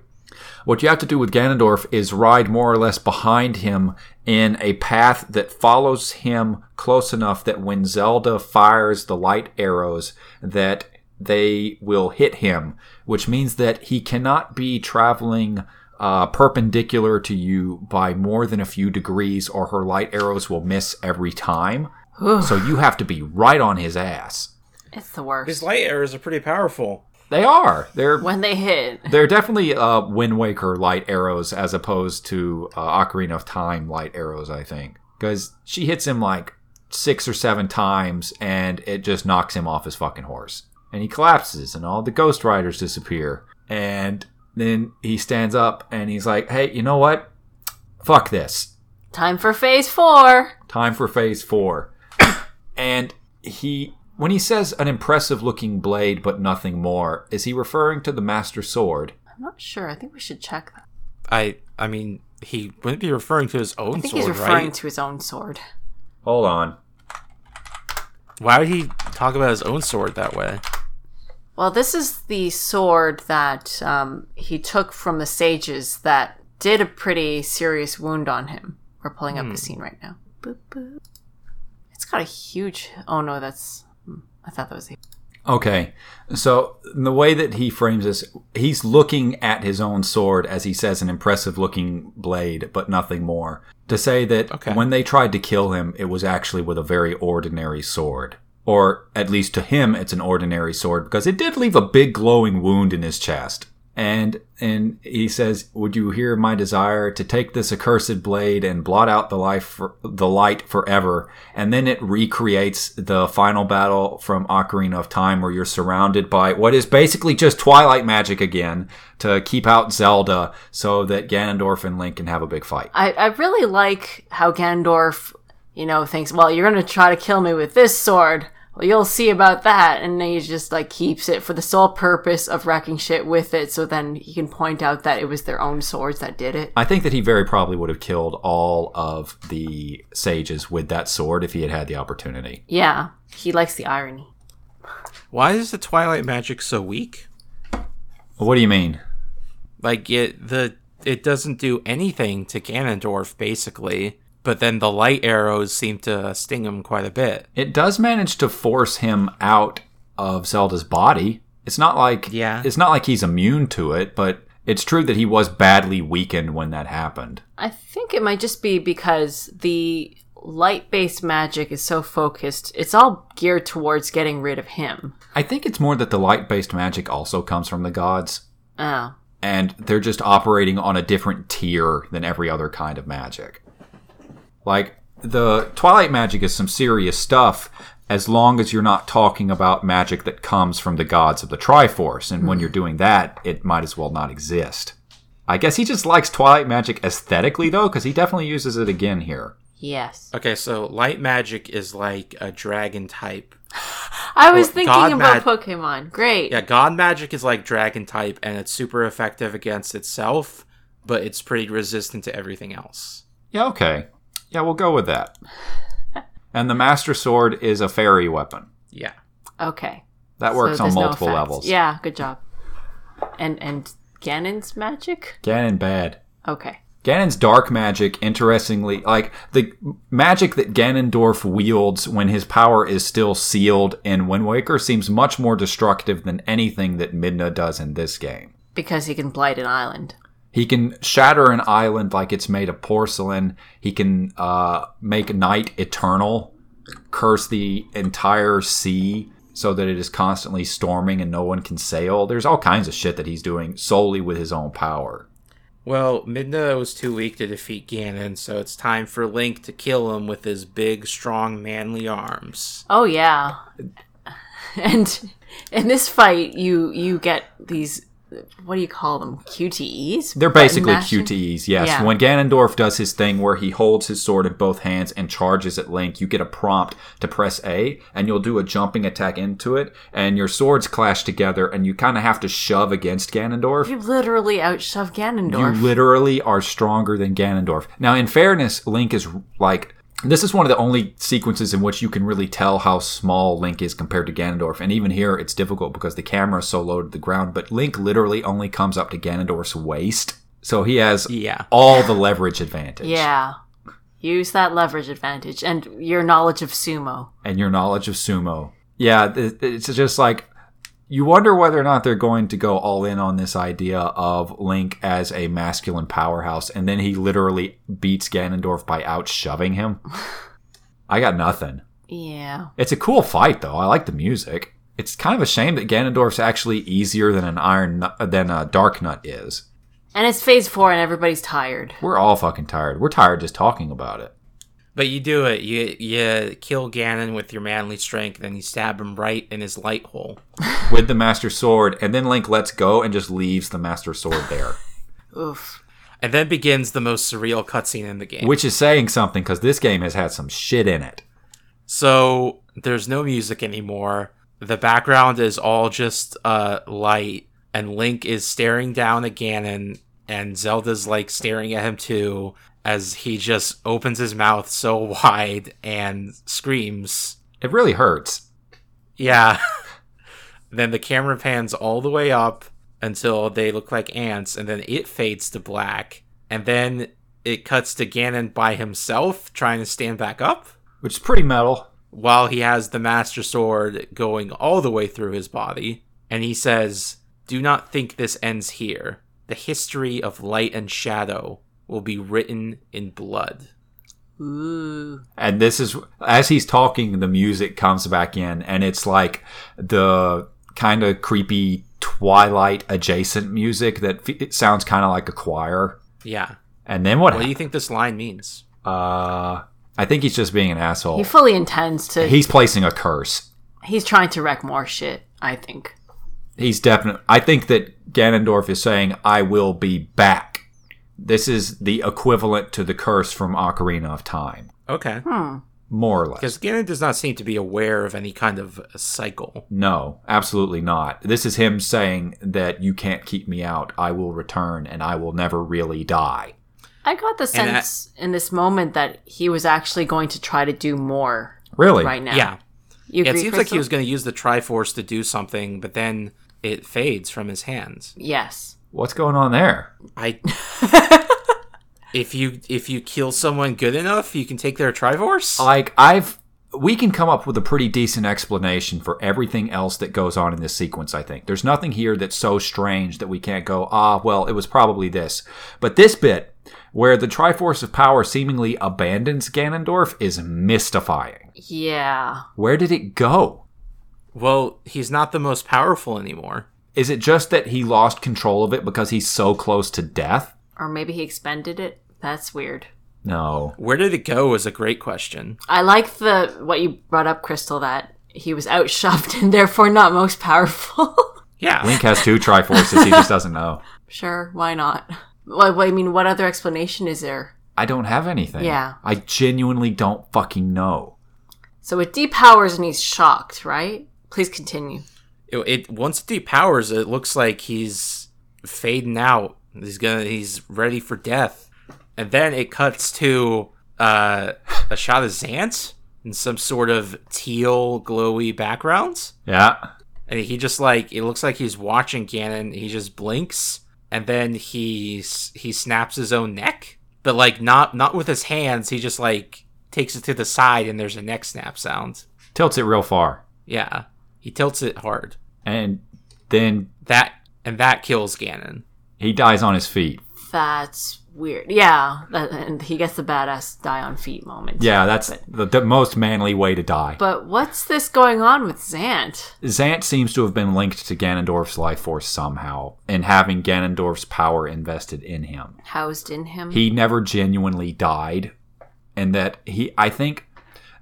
[SPEAKER 3] What you have to do with Ganondorf is ride more or less behind him in a path that follows him close enough that when Zelda fires the light arrows, that they will hit him, which means that he cannot be traveling uh, perpendicular to you by more than a few degrees, or her light arrows will miss every time. So you have to be right on his ass.
[SPEAKER 2] it's the worst.
[SPEAKER 1] His light arrows are pretty powerful.
[SPEAKER 3] They are. They're
[SPEAKER 2] when they hit.
[SPEAKER 3] they're definitely uh, Wind Waker light arrows as opposed to uh, Ocarina of Time light arrows. I think because she hits him like six or seven times, and it just knocks him off his fucking horse, and he collapses, and all the Ghost Riders disappear, and then he stands up and he's like, "Hey, you know what? Fuck this.
[SPEAKER 2] Time for phase four.
[SPEAKER 3] Time for phase four. and he, when he says an impressive looking blade but nothing more, is he referring to the Master Sword?
[SPEAKER 2] I'm not sure. I think we should check that.
[SPEAKER 1] I I mean, he wouldn't be referring to his own
[SPEAKER 2] I think
[SPEAKER 1] sword,
[SPEAKER 2] he's referring
[SPEAKER 1] right?
[SPEAKER 2] to his own sword.
[SPEAKER 3] Hold on.
[SPEAKER 1] Why would he talk about his own sword that way?
[SPEAKER 2] Well, this is the sword that um, he took from the sages that did a pretty serious wound on him. We're pulling up the scene right now. Boop, boop. It's got a huge. Oh no, that's. hmm, I thought that was. A,
[SPEAKER 3] Okay. So, in the way that he frames this, he's looking at his own sword as he says an impressive looking blade, but nothing more. To say that
[SPEAKER 1] Okay.
[SPEAKER 3] when they tried to kill him, it was actually with a very ordinary sword. Or at least to him, it's an ordinary sword because it did leave a big glowing wound in his chest. And and he says, "Would you hear my desire to take this accursed blade and blot out the life, for, the light forever?" And then it recreates the final battle from Ocarina of Time, where you're surrounded by what is basically just Twilight magic again to keep out Zelda, so that Ganondorf and Link can have a big fight.
[SPEAKER 2] I, I really like how Gandorf, you know, thinks, "Well, you're going to try to kill me with this sword." Well, you'll see about that, and then he just like keeps it for the sole purpose of wrecking shit with it. So then he can point out that it was their own swords that did it.
[SPEAKER 3] I think that he very probably would have killed all of the sages with that sword if he had had the opportunity.
[SPEAKER 2] Yeah, he likes the irony.
[SPEAKER 1] Why is the Twilight magic so weak?
[SPEAKER 3] What do you mean?
[SPEAKER 1] Like it the it doesn't do anything to Ganondorf basically, but then the light arrows seem to sting him quite a bit.
[SPEAKER 3] It does manage to force him out of Zelda's body. It's not like
[SPEAKER 1] Yeah.
[SPEAKER 3] it's not like he's immune to it, but it's true that he was badly weakened when that happened.
[SPEAKER 2] I think it might just be because the light based magic is so focused, it's all geared towards getting rid of him.
[SPEAKER 3] I think it's more that the light-based magic also comes from the gods
[SPEAKER 2] Oh.
[SPEAKER 3] and they're just operating on a different tier than every other kind of magic. Like the twilight magic is some serious stuff as long as you're not talking about magic that comes from the gods of the Triforce. And
[SPEAKER 2] Hmm.
[SPEAKER 3] when you're doing that, it might as well not exist. I guess he just likes Twilight magic aesthetically, though, because he definitely uses it again here.
[SPEAKER 2] Yes.
[SPEAKER 1] Okay, so light magic is like a dragon type.
[SPEAKER 2] I was
[SPEAKER 1] Well,
[SPEAKER 2] thinking
[SPEAKER 1] God
[SPEAKER 2] about
[SPEAKER 1] mag-
[SPEAKER 2] Pokemon. Great.
[SPEAKER 1] Yeah, god magic is like dragon type, and it's super effective against itself, but it's pretty resistant to everything else.
[SPEAKER 3] Yeah, okay. Yeah, we'll go with that. and the Master Sword is a fairy weapon.
[SPEAKER 1] Yeah.
[SPEAKER 2] Okay.
[SPEAKER 3] That
[SPEAKER 2] So
[SPEAKER 3] works on
[SPEAKER 2] there's no
[SPEAKER 3] multiple
[SPEAKER 2] effect.
[SPEAKER 3] levels.
[SPEAKER 2] Yeah, good job. And and Ganon's magic?
[SPEAKER 3] Ganon bad.
[SPEAKER 2] Okay.
[SPEAKER 3] Ganon's dark magic, interestingly, like the magic that Ganondorf wields when his power is still sealed in Wind Waker, seems much more destructive than anything that Midna does in this game.
[SPEAKER 2] Because he can blight an island.
[SPEAKER 3] He can shatter an island like it's made of porcelain. He can uh, make night eternal, curse the entire sea so that it is constantly storming and no one can sail. There's all kinds of shit that he's doing solely with his own power.
[SPEAKER 1] Well, Midna was too weak to defeat Ganon, so it's time for Link to kill him with his big, strong, manly arms.
[SPEAKER 2] Oh yeah. And in this fight you you get these what do you call them? QTEs?
[SPEAKER 3] They're basically
[SPEAKER 2] Button mashing?
[SPEAKER 3] QTEs, yes.
[SPEAKER 2] Yeah.
[SPEAKER 3] When Ganondorf does his thing where he holds his sword in both hands and charges at Link, you get a prompt to press A, and you'll do a jumping attack into it, and your swords clash together, and you kind of have to shove against Ganondorf.
[SPEAKER 2] You literally outshove Ganondorf.
[SPEAKER 3] You literally are stronger than Ganondorf. Now, in fairness, Link is like. This is one of the only sequences in which you can really tell how small Link is compared to Ganondorf. And even here, it's difficult because the camera is so low to the ground. But Link literally only comes up to Ganondorf's waist. So he has
[SPEAKER 1] Yeah.
[SPEAKER 3] all the leverage advantage.
[SPEAKER 2] yeah. Use that leverage advantage and your knowledge of sumo.
[SPEAKER 3] And your knowledge of sumo. Yeah, it- it's just like you wonder whether or not they're going to go all in on this idea of Link as a masculine powerhouse, and then he literally beats Ganondorf by out shoving him. I got nothing.
[SPEAKER 2] Yeah.
[SPEAKER 3] It's a cool fight though. I like the music. It's kind of a shame that Ganondorf's actually easier than an iron Knu- than a dark nut is.
[SPEAKER 2] And it's phase four and everybody's tired.
[SPEAKER 3] We're all fucking tired. We're tired just talking about it.
[SPEAKER 1] But you do it. You you kill Ganon with your manly strength, and you stab him right in his light hole.
[SPEAKER 3] with the master sword and then link lets go and just leaves the master sword there
[SPEAKER 2] Oof.
[SPEAKER 1] And then begins the most surreal cutscene in the game.
[SPEAKER 3] which is saying something because this game has had some shit in it
[SPEAKER 1] So there's no music anymore. The background is all just uh, light, and Link is staring down at Ganon, and Zelda's like staring at him too, as he just opens his mouth so wide and screams.
[SPEAKER 3] it really hurts
[SPEAKER 1] Yeah. then the camera pans all the way up until they look like ants, and then it fades to black, and then it cuts to Ganon by himself trying to stand back up
[SPEAKER 3] which is pretty metal
[SPEAKER 1] while he has the Master Sword going all the way through his body, and he says, Do not think this ends here. The history of light and shadow will be written in blood.
[SPEAKER 2] Ooh.
[SPEAKER 3] and this is as he's talking the music comes back in and it's like the kind of creepy twilight adjacent music that f- it sounds kind of like a choir
[SPEAKER 1] Yeah.
[SPEAKER 3] and then what
[SPEAKER 1] What do you think this line means?
[SPEAKER 3] uh i think he's just being an
[SPEAKER 2] He
[SPEAKER 3] asshole
[SPEAKER 2] fully intends to.
[SPEAKER 3] he's placing a curse
[SPEAKER 2] he's trying to wreck more shit, I think.
[SPEAKER 3] he's definitely. I think that Ganondorf is saying, "I will be back." This is the equivalent to the curse from Ocarina of Time,
[SPEAKER 1] Okay.
[SPEAKER 2] Hmm.
[SPEAKER 3] more or less.
[SPEAKER 1] Because Ganon does not seem to be aware of any kind of cycle.
[SPEAKER 3] No, absolutely not. This is him saying that you can't keep me out. I will return, and I will never really die.
[SPEAKER 2] I got the
[SPEAKER 1] And I-
[SPEAKER 2] sense in this moment that he was actually going to try to do more
[SPEAKER 3] Really?
[SPEAKER 2] right now.
[SPEAKER 1] Yeah.
[SPEAKER 2] You
[SPEAKER 1] Yeah, it
[SPEAKER 2] agree,
[SPEAKER 1] seems like he
[SPEAKER 2] Crystal?
[SPEAKER 1] was going to use the Triforce to do something, but then it fades from his hands.
[SPEAKER 2] Yes.
[SPEAKER 3] What's going on there?
[SPEAKER 1] I. If you if you kill someone good enough, you can take their Triforce.
[SPEAKER 3] Like I've. We can come up with a pretty decent explanation for everything else that goes on in this sequence, I think. There's nothing here that's so strange that we can't go, ah, well, it was probably this. But this bit, where the Triforce of Power seemingly abandons Ganondorf, is mystifying.
[SPEAKER 2] Yeah.
[SPEAKER 3] Where did it go?
[SPEAKER 1] Well, he's not the most powerful anymore.
[SPEAKER 3] Is it just that he lost control of it because he's so close to death?
[SPEAKER 2] Or maybe he expended it. That's weird.
[SPEAKER 3] No.
[SPEAKER 1] Where did it go is a great question.
[SPEAKER 2] I like the what you brought up, Crystal, that he was outshoved and therefore not most powerful.
[SPEAKER 1] Yeah.
[SPEAKER 3] Link has two Triforces. He just doesn't know.
[SPEAKER 2] sure, why not? Well, I mean, what other explanation is there?
[SPEAKER 3] I don't have anything.
[SPEAKER 2] Yeah.
[SPEAKER 3] I genuinely don't fucking know.
[SPEAKER 2] So it depowers and he's shocked, right? Please continue.
[SPEAKER 1] It, it once it depowers, it looks like he's fading out. He's gonna he's ready for death. And then it cuts to uh, a shot of Zant in some sort of teal glowy background.
[SPEAKER 3] Yeah.
[SPEAKER 1] And he just like it looks like he's watching Ganon. He just blinks, and then he s- he snaps his own neck, but like not not with his hands. He just like takes it to the side, and there's a neck snap sound.
[SPEAKER 3] Tilts it real far.
[SPEAKER 1] Yeah, he tilts it hard.
[SPEAKER 3] And then
[SPEAKER 1] That and that kills Ganon.
[SPEAKER 3] he dies on his feet.
[SPEAKER 2] That's weird. Yeah, that, and he gets the badass die on feet moment.
[SPEAKER 3] Yeah, that's the, the most manly way to die.
[SPEAKER 2] But what's this going on with Zant?
[SPEAKER 3] Zant seems to have been linked to Ganondorf's life force somehow, and having Ganondorf's power invested in him.
[SPEAKER 2] Housed in him?
[SPEAKER 3] He never genuinely died, and that he, I think,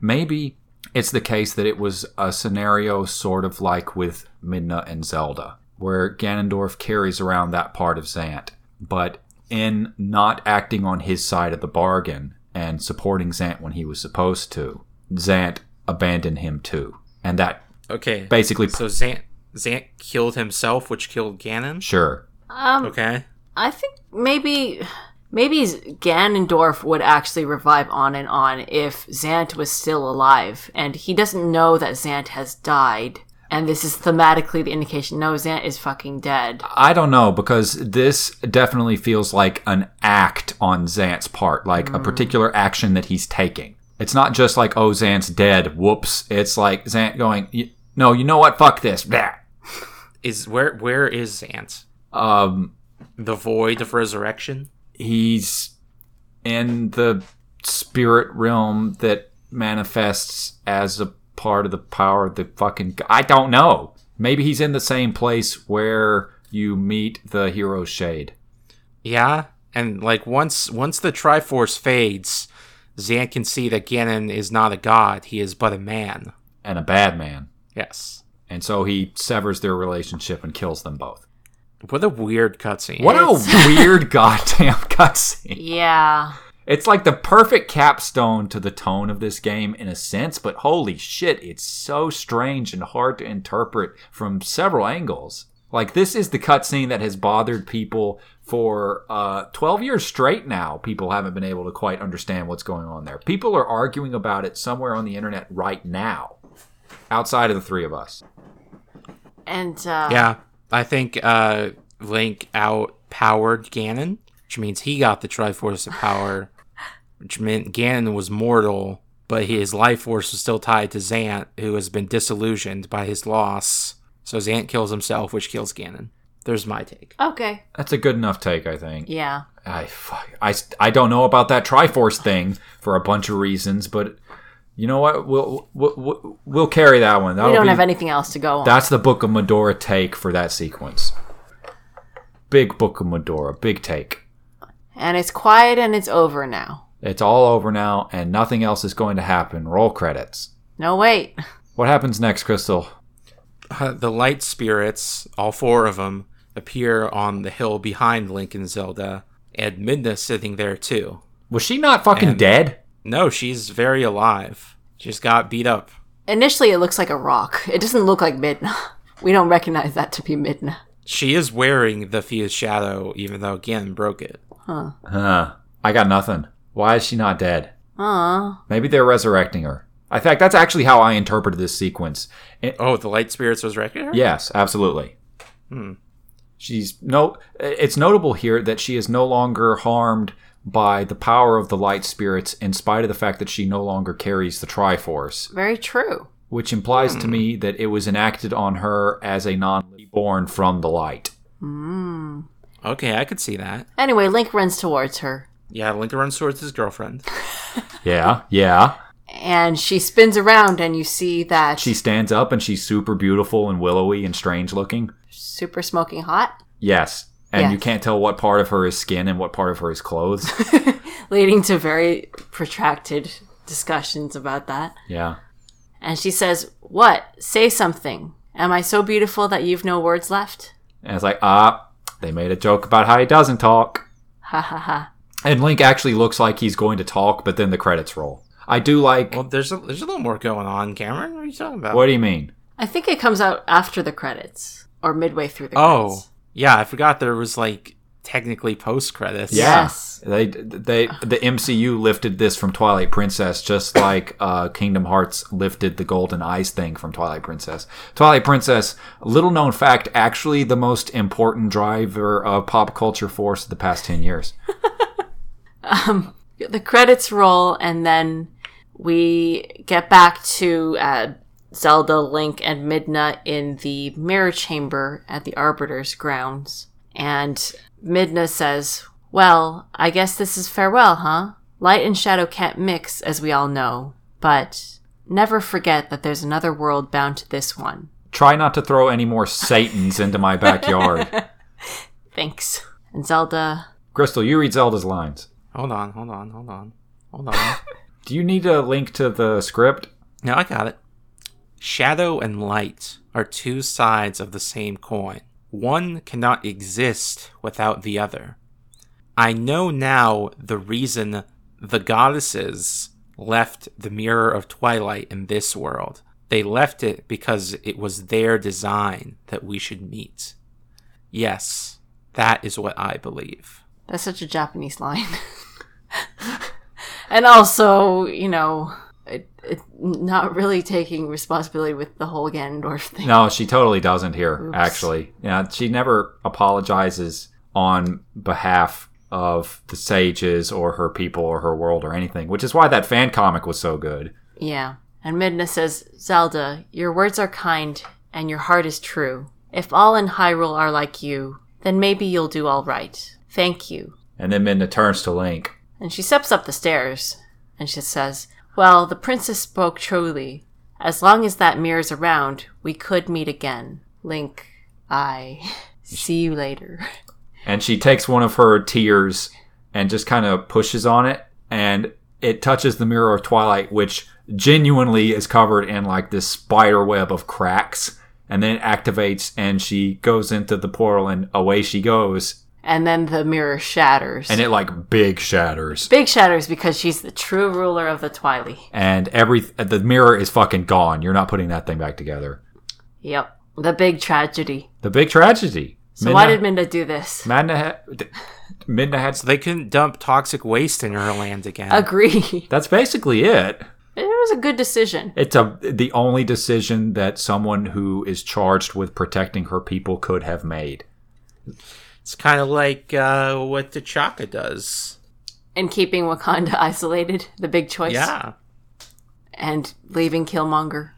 [SPEAKER 3] maybe it's the case that it was a scenario sort of like with Midna and Zelda, where Ganondorf carries around that part of Zant, but in not acting on his side of the bargain and supporting Zant when he was supposed to, Zant abandoned him too. And that
[SPEAKER 1] Okay,
[SPEAKER 3] basically,
[SPEAKER 1] so Zant Zant killed himself, which killed Ganon.
[SPEAKER 3] sure,
[SPEAKER 2] um,
[SPEAKER 1] Okay,
[SPEAKER 2] I think maybe maybe Ganondorf would actually revive on and on if Zant was still alive, and he doesn't know that Zant has died. And this is thematically the indication: no, Zant is fucking dead.
[SPEAKER 3] I don't know because this definitely feels like an act on Zant's part, like a particular action that he's taking. It's not just like, oh, Zant's dead. Whoops. It's like Zant going, "Y- no, you know what? Fuck this. Blah.
[SPEAKER 1] is where where is Zant?
[SPEAKER 3] Um,
[SPEAKER 1] The void of resurrection.
[SPEAKER 3] he's in the spirit realm that manifests as a part of the power of the fucking. g- I don't know. Maybe he's in the same place where you meet the hero Shade.
[SPEAKER 1] Yeah, and like once once the Triforce fades, Zant can see that Ganon is not a god; he is but a man.
[SPEAKER 3] and a bad man.
[SPEAKER 1] Yes.
[SPEAKER 3] And so he severs their relationship and kills them both.
[SPEAKER 1] What a weird cutscene.
[SPEAKER 3] What
[SPEAKER 2] It's-
[SPEAKER 3] a weird goddamn cutscene.
[SPEAKER 2] Yeah,
[SPEAKER 3] It's like the perfect capstone to the tone of this game in a sense, but holy shit, it's so strange and hard to interpret from several angles. Like this is the cutscene that has bothered people for uh, 12 years straight now. People haven't been able to quite understand what's going on there. People are arguing about it somewhere on the internet right now, outside of the three of us.
[SPEAKER 2] and uh,
[SPEAKER 1] Yeah, I think uh, Link outpowered Ganon, which means he got the Triforce of Power, which meant Ganon was mortal, but his life force was still tied to Zant, who has been disillusioned by his loss. So Zant kills himself, which kills Ganon. There's my take.
[SPEAKER 2] Okay.
[SPEAKER 3] That's a good enough take, I think.
[SPEAKER 2] Yeah.
[SPEAKER 3] I fuck, I I don't know about that Triforce thing for a bunch of reasons, but you know what? We'll we'll, we'll, we'll carry that one. That'll
[SPEAKER 2] we don't
[SPEAKER 3] be-
[SPEAKER 2] have anything else to go on.
[SPEAKER 3] That's the Book of Medora take for that sequence. Big Book of Medora, big take.
[SPEAKER 2] and it's quiet and it's over now.
[SPEAKER 3] It's all over now, and nothing else is going to happen. Roll credits.
[SPEAKER 2] No, wait.
[SPEAKER 3] What happens next, Crystal?
[SPEAKER 1] Uh, the light spirits, all four of them, appear on the hill behind Link and Zelda, and Midna's sitting there too.
[SPEAKER 3] Was she not fucking
[SPEAKER 1] And-
[SPEAKER 3] dead?
[SPEAKER 1] No, she's very alive. She just got beat up.
[SPEAKER 2] Initially, it looks like a rock. It doesn't look like Midna. We don't recognize that to be Midna.
[SPEAKER 1] She is wearing the Fia's shadow, even though Ganon broke it.
[SPEAKER 3] Huh. I got nothing. Why is she not dead?
[SPEAKER 2] Aw.
[SPEAKER 3] Maybe they're resurrecting her. In fact, that's actually how I interpreted this sequence. It-
[SPEAKER 1] Oh, the light spirits resurrected her?
[SPEAKER 3] Yes, absolutely. She's no. It's notable here that she is no longer harmed by the power of the light spirits, in spite of the fact that she no longer carries the Triforce,
[SPEAKER 2] Very true.
[SPEAKER 3] which implies to me that it was enacted on her as a non-born from the light.
[SPEAKER 1] Okay, I could see that.
[SPEAKER 2] Anyway, Link runs towards her,
[SPEAKER 1] Yeah, Link runs towards his girlfriend.
[SPEAKER 3] Yeah, yeah.
[SPEAKER 2] and she spins around, and you see that
[SPEAKER 3] She stands up and she's super beautiful and willowy and strange looking.
[SPEAKER 2] super smoking hot.
[SPEAKER 3] Yes, and you
[SPEAKER 2] Yes.
[SPEAKER 3] can't tell what part of her is skin and what part of her is clothes.
[SPEAKER 2] leading to very protracted discussions about that.
[SPEAKER 3] yeah.
[SPEAKER 2] And she says, What? Say something. Am I so beautiful that you've no words left?
[SPEAKER 3] And it's like, ah, they made a joke about how he doesn't talk.
[SPEAKER 2] Ha ha ha.
[SPEAKER 3] And Link actually looks like he's going to talk, but then the credits roll. I do like.
[SPEAKER 1] Well, there's a, there's a little more going on, Cameron. What are you talking about?
[SPEAKER 3] what do you mean?
[SPEAKER 2] I think it comes out after the credits or midway through the
[SPEAKER 1] Oh,
[SPEAKER 2] credits.
[SPEAKER 1] yeah, I forgot there was like technically post credits.
[SPEAKER 3] Yeah.
[SPEAKER 2] Yes.
[SPEAKER 3] They they the MCU lifted this from Twilight Princess just like uh, Kingdom Hearts lifted the Golden Eyes thing from Twilight Princess. Twilight Princess, little known fact, actually the most important driver of pop culture force of the past 10 years.
[SPEAKER 2] The credits roll, and then we get back to uh, Zelda, Link, and Midna in the mirror chamber at the Arbiter's grounds. And Midna says, Well, I guess this is farewell, huh? Light and shadow can't mix, as we all know, but never forget that there's another world bound to this one.
[SPEAKER 3] Try not to throw any more Satans into my backyard.
[SPEAKER 2] Thanks. And Zelda,
[SPEAKER 3] Crystal, you read Zelda's lines.
[SPEAKER 1] Hold on, hold on, hold on, hold on.
[SPEAKER 3] Do you need a link to the script?
[SPEAKER 1] No, I got it. Shadow and light are two sides of the same coin. One cannot exist without the other. I know now the reason the goddesses left the Mirror of Twilight in this world. They left it because it was their design that we should meet. Yes, that is what I believe.
[SPEAKER 2] that's such a Japanese line. and also, you know, it, it, not really taking responsibility with the whole Ganondorf thing.
[SPEAKER 3] No, she totally doesn't here,
[SPEAKER 2] Oops.
[SPEAKER 3] actually. Yeah, she never apologizes on behalf of the sages or her people or her world or anything, which is why that fan comic was so good.
[SPEAKER 2] Yeah. And Midna says, Zelda, your words are kind and your heart is true. If all in Hyrule are like you, then maybe you'll do all right. Thank you.
[SPEAKER 3] And then Midna turns to Link.
[SPEAKER 2] And she steps up the stairs and she says, Well, the princess spoke truly. As long as that mirror's around, we could meet again. Link, I see you later.
[SPEAKER 3] And she takes one of her tears and just kind of pushes on it. And it touches the Mirror of Twilight, which genuinely is covered in like this spider web of cracks. And then it activates and she goes into the portal and away she goes.
[SPEAKER 2] And then the mirror shatters.
[SPEAKER 3] And it like big shatters.
[SPEAKER 2] Big shatters because she's the true ruler of the Twilight.
[SPEAKER 3] and every the mirror is fucking gone. You're not putting that thing back together.
[SPEAKER 2] Yep. The big tragedy.
[SPEAKER 3] The big tragedy.
[SPEAKER 2] So why did Minda do this?
[SPEAKER 3] Madna had, Midna had?
[SPEAKER 1] So they couldn't dump toxic waste in her land again.
[SPEAKER 2] Agree.
[SPEAKER 3] That's basically it.
[SPEAKER 2] it was a good decision.
[SPEAKER 3] It's a the only decision that someone who is charged with protecting her people could have made.
[SPEAKER 1] It's kind of like uh, what T'Chaka does.
[SPEAKER 2] In keeping Wakanda isolated, the big choice.
[SPEAKER 1] Yeah.
[SPEAKER 2] And leaving Killmonger.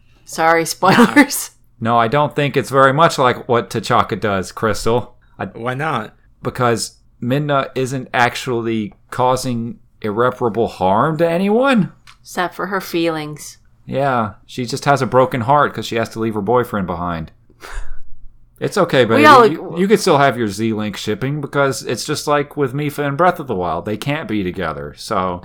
[SPEAKER 2] Sorry, spoilers.
[SPEAKER 3] No, I don't think it's very much like what T'Chaka does, Crystal, I,
[SPEAKER 1] Why not?
[SPEAKER 3] because Midna isn't actually causing irreparable harm to anyone.
[SPEAKER 2] Except for her feelings.
[SPEAKER 3] Yeah, she just has a broken heart because she has to leave her boyfriend behind. It's okay, but
[SPEAKER 2] all
[SPEAKER 3] you,
[SPEAKER 2] ag-
[SPEAKER 3] you could still have your Z Link shipping because it's just like with Mifa and Breath of the Wild. They can't be together. So,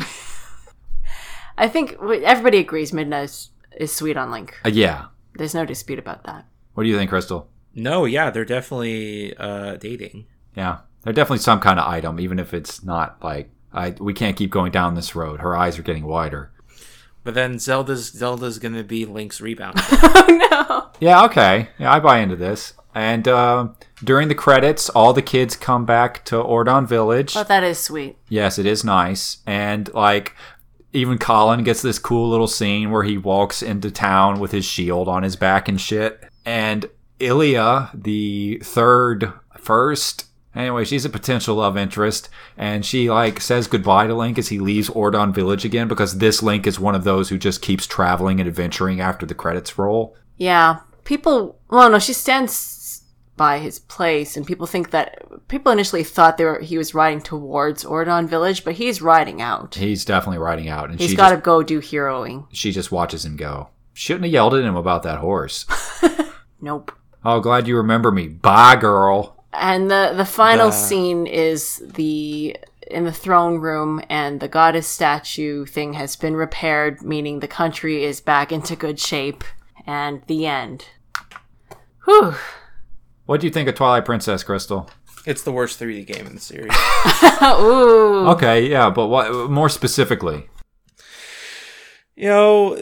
[SPEAKER 2] I think w- everybody agrees Midna is, is sweet on Link.
[SPEAKER 3] uh, yeah.
[SPEAKER 2] There's no dispute about that.
[SPEAKER 3] What do you think, Crystal?
[SPEAKER 1] No, yeah, they're definitely uh, dating.
[SPEAKER 3] Yeah. They're definitely some kind of item, even if it's not like, I, we can't keep going down this road. Her eyes are getting wider.
[SPEAKER 1] But then Zelda's Zelda's gonna be Link's rebound.
[SPEAKER 2] oh
[SPEAKER 3] Yeah, okay. Yeah, I buy into this. And uh, during the credits, all the kids come back to Ordon Village.
[SPEAKER 2] no! But that is sweet.
[SPEAKER 3] Yes, it is nice. And like even Colin gets this cool little scene where he walks into town with his shield on his back and shit. And Ilya, the third first anyway, she's a potential love interest and she like says goodbye to Link as he leaves Ordon Village again because this Link is one of those who just keeps traveling and adventuring after the credits roll.
[SPEAKER 2] Yeah. People, well, no, she stands by his place, and people think that people initially thought they were, he was riding towards Ordon Village, but he's riding out.
[SPEAKER 3] He's definitely riding out and
[SPEAKER 2] He's
[SPEAKER 3] she
[SPEAKER 2] got
[SPEAKER 3] just,
[SPEAKER 2] to go do heroing.
[SPEAKER 3] she just watches him go. Shouldn't have yelled at him about that horse.
[SPEAKER 2] Nope.
[SPEAKER 3] oh, glad you remember me. Bye, girl.
[SPEAKER 2] And the the final
[SPEAKER 1] The-
[SPEAKER 2] scene is the in the throne room and the goddess statue thing has been repaired, meaning the country is back into good shape and the end. Whew.
[SPEAKER 3] What do you think of Twilight Princess, Crystal?
[SPEAKER 1] It's the worst 3D game in the series.
[SPEAKER 2] Ooh.
[SPEAKER 3] Okay, yeah, but what more specifically?
[SPEAKER 1] you know,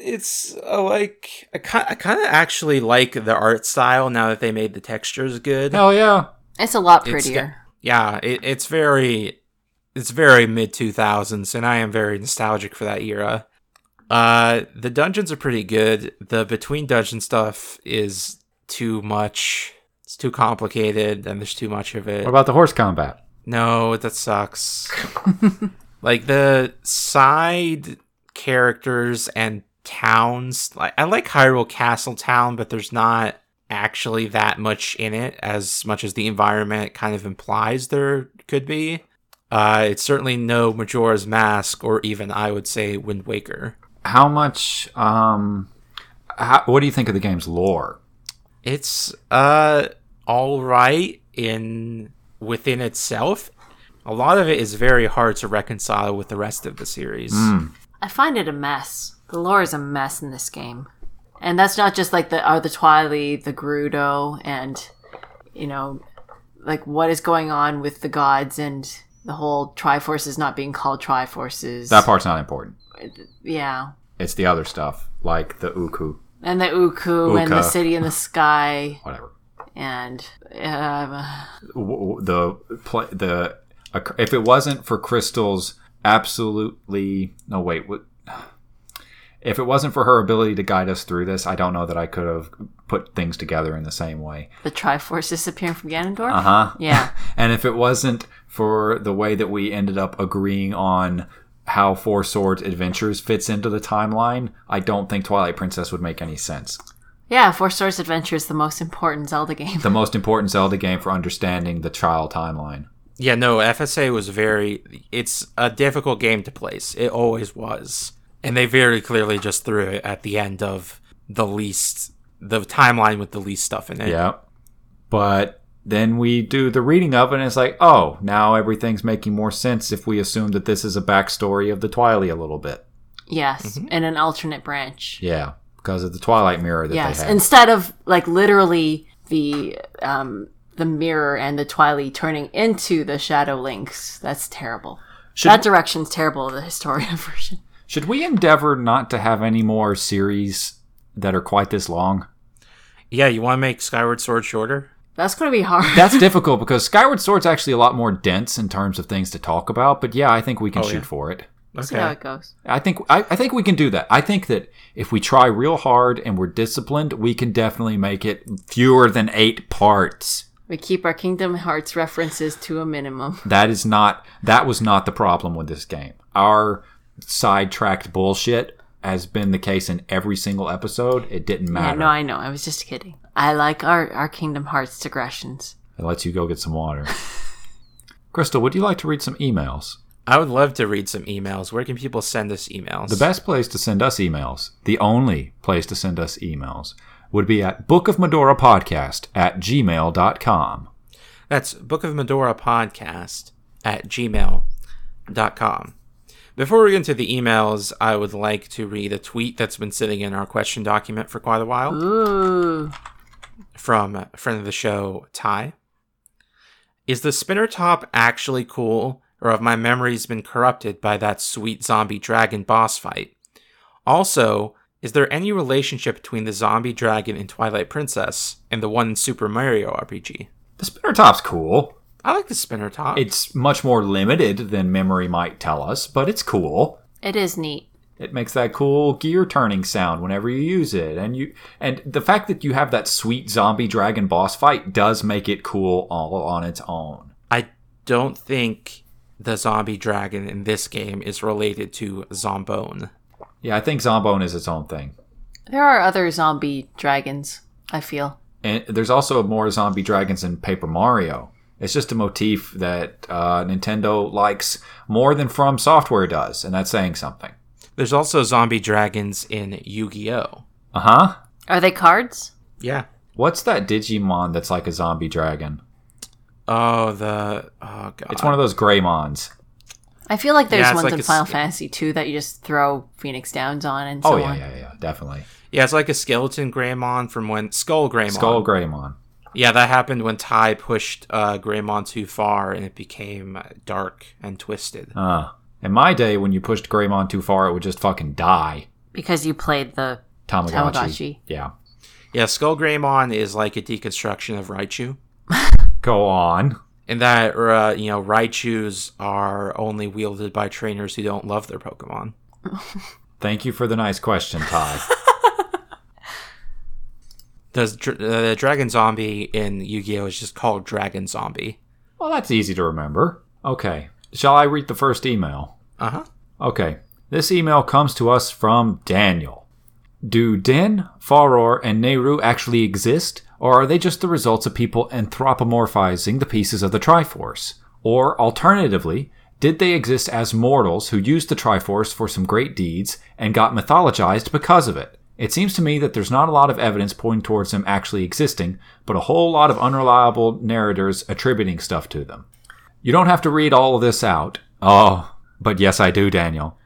[SPEAKER 1] it's uh, like I kind, I kind of actually like the art style now that they made the textures good.
[SPEAKER 3] Hell yeah.
[SPEAKER 2] It's a lot
[SPEAKER 1] It's
[SPEAKER 2] prettier.
[SPEAKER 1] Yeah, it, it's very, it's very mid two thousands, and I am very nostalgic for that era. Uh, the dungeons are pretty good. The between dungeon stuff is too much. It's too complicated, and there's too much of it.
[SPEAKER 3] What about the horse combat?
[SPEAKER 1] No, that sucks. like the side characters and towns. Like I like Hyrule Castle Town, but there's not actually that much in it as much as the environment kind of implies there could be. Uh, it's certainly no Majora's Mask or even I would say Wind Waker.
[SPEAKER 3] How much um how, what do you think of the game's lore?
[SPEAKER 1] It's uh all right in within itself. A lot of it is very hard to reconcile with the rest of the series.
[SPEAKER 2] I find it a mess. The lore is a mess in this game. And that's not just like the are the Twili, the Gerudo, and you know, like what is going on with the gods and the whole Triforces not being called Triforces.
[SPEAKER 3] That part's not important.
[SPEAKER 2] yeah.
[SPEAKER 3] It's the other stuff, like the Uku,
[SPEAKER 2] And the Uku and the
[SPEAKER 3] Uka.
[SPEAKER 2] city in the sky
[SPEAKER 3] whatever.
[SPEAKER 2] and um,
[SPEAKER 3] w- w- the play the if it wasn't for crystal's absolutely no wait what if it wasn't for her ability to guide us through this i don't know that i could have put things together in the same way
[SPEAKER 2] the Triforce disappearing from Ganondorf.
[SPEAKER 3] uh-huh
[SPEAKER 2] Yeah.
[SPEAKER 3] and if it wasn't for the way that we ended up agreeing on how four swords adventures fits into the timeline i don't think twilight princess would make any sense
[SPEAKER 2] Yeah, Four Swords Adventure is the most important Zelda game.
[SPEAKER 3] the most important zelda game for understanding the trial timeline
[SPEAKER 1] Yeah, no, FSA was very it's a difficult game to place. It always was. And they very clearly just threw it at the end of the least the timeline with the least stuff in it.
[SPEAKER 3] Yeah. But then we do the reading of it, and it's like, oh, now everything's making more sense if we assume that this is a backstory of the Twilight a little bit.
[SPEAKER 2] Yes, in an alternate branch.
[SPEAKER 3] Mm-hmm. Yeah, because of the Twilight mirror that
[SPEAKER 2] Yes,
[SPEAKER 3] they had.
[SPEAKER 2] instead of like literally the um, the mirror and the Twilight turning into the Shadow Links. That's terrible.
[SPEAKER 3] Should-
[SPEAKER 2] that direction's terrible. The Historia version.
[SPEAKER 3] Should we endeavor not to have any more series that are quite this long?
[SPEAKER 1] Yeah, you want to make Skyward Sword shorter?
[SPEAKER 2] That's going to be hard.
[SPEAKER 3] That's difficult because Skyward Sword's actually a lot more dense in terms of things to talk about. But yeah, I think we can
[SPEAKER 1] Oh,
[SPEAKER 3] shoot
[SPEAKER 1] yeah.
[SPEAKER 3] for it.
[SPEAKER 2] See how it goes.
[SPEAKER 3] I think I, I think we can do that. I think that if we try real hard and we're disciplined, we can definitely make it fewer than eight parts.
[SPEAKER 2] We keep our Kingdom Hearts references to a minimum.
[SPEAKER 3] That is not that was not the problem with this game. Our sidetracked bullshit has been the case in every single episode. It didn't
[SPEAKER 2] Yeah,
[SPEAKER 3] matter.
[SPEAKER 2] no, I know. I was just kidding. I like our, our Kingdom Hearts digressions.
[SPEAKER 3] it lets you go get some water. Crystal, would you like to read some emails?
[SPEAKER 1] I would love to read some emails. Where can people send us emails?
[SPEAKER 3] The best place to send us emails, the only place to send us emails, would be at bookofmedorapodcast at gmail.com.
[SPEAKER 1] That's Book of Medora Podcast at gmail.com. Before we get into the emails, I would like to read a tweet that's been sitting in our question document for quite a while
[SPEAKER 2] Ooh,
[SPEAKER 1] from a friend of the show, Ty. Is the spinner top actually cool, or have my memories been corrupted by that sweet zombie dragon boss fight? Also, is there any relationship between the zombie dragon in Twilight Princess and the one in Super Mario RPG?
[SPEAKER 3] The spinner top's cool.
[SPEAKER 1] I like the spinner top.
[SPEAKER 3] It's much more limited than memory might tell us, but it's cool.
[SPEAKER 2] it is neat.
[SPEAKER 3] It makes that cool gear turning sound whenever you use it, and you and the fact that you have that sweet zombie dragon boss fight does make it cool all on its own.
[SPEAKER 1] I don't think the zombie dragon in this game is related to Zombone.
[SPEAKER 3] Yeah, I think Zombone is its own thing.
[SPEAKER 2] There are other zombie dragons, I feel.
[SPEAKER 3] And there's also more zombie dragons in Paper Mario. It's just a motif that uh, Nintendo likes more than From Software does, and that's saying something.
[SPEAKER 1] There's also zombie dragons in Yu Gi Oh!
[SPEAKER 3] Uh huh.
[SPEAKER 2] Are they cards?
[SPEAKER 1] Yeah.
[SPEAKER 3] What's that Digimon that's like a zombie dragon?
[SPEAKER 1] Oh, the oh god.
[SPEAKER 3] It's one of those Greymons.
[SPEAKER 2] I feel like there's
[SPEAKER 1] Yeah, it's
[SPEAKER 2] ones
[SPEAKER 1] like
[SPEAKER 2] in
[SPEAKER 1] it's-
[SPEAKER 2] Final Fantasy two that you just throw Phoenix Downs on and so
[SPEAKER 3] Oh yeah,
[SPEAKER 2] on.
[SPEAKER 3] yeah, yeah, definitely.
[SPEAKER 1] yeah, it's like a skeleton Greymon from when Skull Greymon.
[SPEAKER 3] Skull Greymon.
[SPEAKER 1] Yeah, that happened when Ty pushed uh, Greymon too far, and it became uh, dark and twisted.
[SPEAKER 3] Uh, in my day, when you pushed Greymon too far, it would just fucking die.
[SPEAKER 2] Because you played the
[SPEAKER 3] Tamagotchi.
[SPEAKER 2] Tamagotchi.
[SPEAKER 3] Yeah.
[SPEAKER 1] Yeah, Skull Greymon is like a deconstruction of Raichu.
[SPEAKER 3] Go on.
[SPEAKER 1] In that, uh, you know, Raichus are only wielded by trainers who don't love their Pokemon.
[SPEAKER 3] Thank you for the nice question, Ty.
[SPEAKER 1] The, dr- uh, the Dragon Zombie in Yu Gi Oh! is just called Dragon Zombie.
[SPEAKER 3] well, that's easy to remember. Okay. Shall I read the first email?
[SPEAKER 1] Uh huh.
[SPEAKER 3] Okay. This email comes to us from Daniel. Do Din, Faror, and Nehru actually exist, or are they just the results of people anthropomorphizing the pieces of the Triforce? Or, alternatively, did they exist as mortals who used the Triforce for some great deeds and got mythologized because of it? It seems to me that there's not a lot of evidence pointing towards them actually existing, but a whole lot of unreliable narrators attributing stuff to them. You don't have to read all of this out. Oh, but yes, I do, Daniel.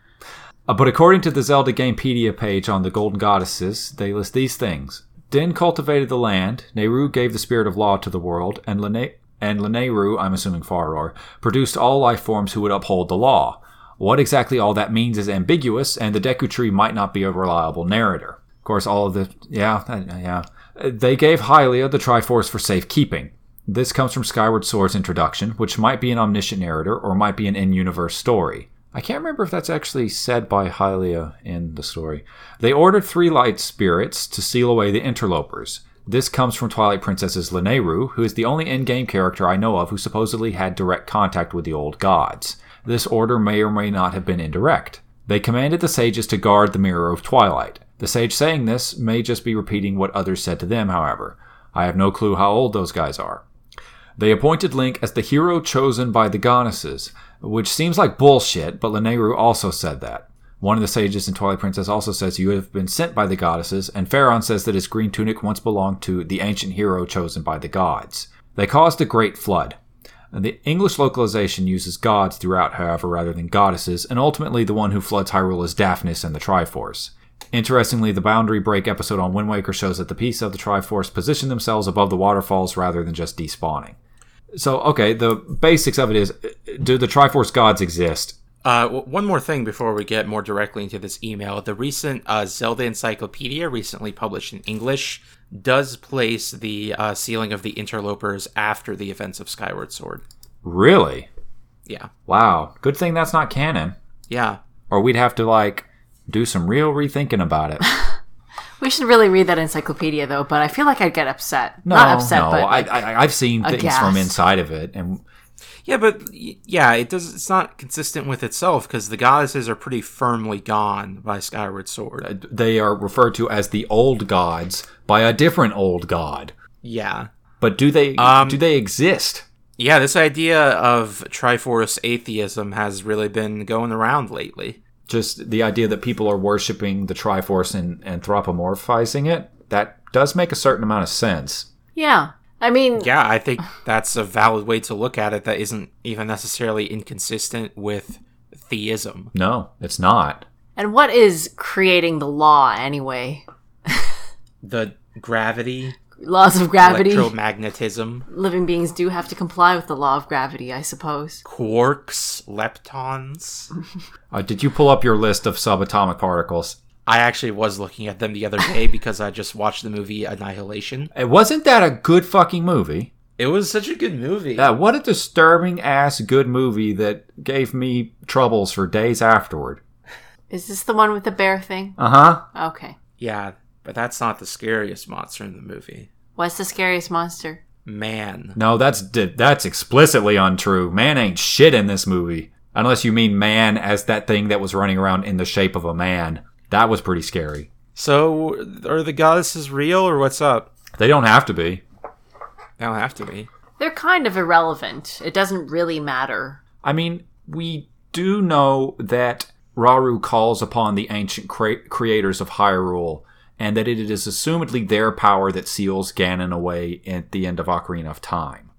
[SPEAKER 3] Uh, but according to the Zelda Gamepedia page on the Golden Goddesses, they list these things. Din cultivated the land, Nehru gave the spirit of law to the world, and Lene- and Laneru, I'm assuming Faror, produced all life forms who would uphold the law. What exactly all that means is ambiguous, and the Deku Tree might not be a reliable narrator. Of course, all of the yeah, that- yeah. Uh, They gave Hylia the Triforce for safekeeping. This comes from Skyward Sword's introduction, which might be an omniscient narrator or might be an in universe story. I can't remember if that's actually said by Hylia in the story. They ordered three light spirits to seal away the interlopers. This comes from Twilight Princess's Lineru, who is the only in game character I know of who supposedly had direct contact with the old gods. This order may or may not have been indirect. They commanded the sages to guard the Mirror of Twilight. The sage saying this may just be repeating what others said to them, however. I have no clue how old those guys are. They appointed Link as the hero chosen by the goddesses, which seems like bullshit, but Lineru also said that. One of the sages in Twilight Princess also says you have been sent by the goddesses, and Pharaon says that his green tunic once belonged to the ancient hero chosen by the gods. They caused a great flood. The English localization uses gods throughout, however, rather than goddesses, and ultimately the one who floods Hyrule is Daphnis and the Triforce. Interestingly, the Boundary Break episode on Wind Waker shows that the pieces of the Triforce position themselves above the waterfalls rather than just despawning. So, okay, the basics of it is uh, do the Triforce gods exist?
[SPEAKER 1] Uh, w- one more thing before we get more directly into this email. The recent uh, Zelda Encyclopedia, recently published in English, does place the uh, sealing of the interlopers after the events of Skyward Sword.
[SPEAKER 3] Really?
[SPEAKER 1] Yeah.
[SPEAKER 3] Wow. Good thing that's not canon,
[SPEAKER 1] Yeah.
[SPEAKER 3] or we'd have to, like, do some real rethinking about it.
[SPEAKER 2] We should really read that encyclopedia though, but I feel like I'd get upset.
[SPEAKER 3] No,
[SPEAKER 2] Not upset,
[SPEAKER 3] no.
[SPEAKER 2] but like,
[SPEAKER 3] I, I, I've seen things from
[SPEAKER 2] aghast.
[SPEAKER 3] inside of it, and
[SPEAKER 1] Yeah, but y- yeah, it does. It's not consistent with itself because the goddesses are pretty firmly gone by Skyward Sword. Uh,
[SPEAKER 3] they are referred to as the old gods by a different old god.
[SPEAKER 1] Yeah,
[SPEAKER 3] But do they
[SPEAKER 1] Um,
[SPEAKER 3] do they exist?
[SPEAKER 1] yeah. This idea of Triforce atheism has really been going around lately.
[SPEAKER 3] Just the idea that people are worshiping the Triforce and anthropomorphizing it that does make a certain amount of sense.
[SPEAKER 2] yeah. I mean,
[SPEAKER 1] Yeah, I think that's a valid way to look at it. That isn't even necessarily inconsistent with theism.
[SPEAKER 3] No, it's not.
[SPEAKER 2] and what is creating the law anyway?
[SPEAKER 1] The gravity,
[SPEAKER 2] Laws of gravity.
[SPEAKER 1] electromagnetism,
[SPEAKER 2] Living beings do have to comply with the law of gravity, I suppose.
[SPEAKER 1] quarks, leptons.
[SPEAKER 3] Uh, did you pull up your list of subatomic particles?
[SPEAKER 1] I actually was looking at them the other day because I just watched the movie Annihilation.
[SPEAKER 3] Uh, wasn't that a good fucking movie?
[SPEAKER 1] It was such a good movie.
[SPEAKER 3] Uh, what a disturbing ass good movie that gave me troubles for days afterward.
[SPEAKER 2] Is this the one with the bear thing?
[SPEAKER 3] Uh huh.
[SPEAKER 2] Okay.
[SPEAKER 1] yeah, but that's not the scariest monster in the movie.
[SPEAKER 2] What's the scariest monster?
[SPEAKER 1] Man.
[SPEAKER 3] No, that's di- that's explicitly untrue. Man ain't shit in this movie, unless you mean man as that thing that was running around in the shape of a man. That was pretty scary.
[SPEAKER 1] So, are the goddesses real or what's up?
[SPEAKER 3] They don't have to be.
[SPEAKER 1] They don't have to be.
[SPEAKER 2] They're kind of irrelevant. It doesn't really matter.
[SPEAKER 3] I mean, we do know that Raru calls upon the ancient cre- creators of Hyrule, and that it is assumedly their power that seals Ganon away at the end of Ocarina of Time.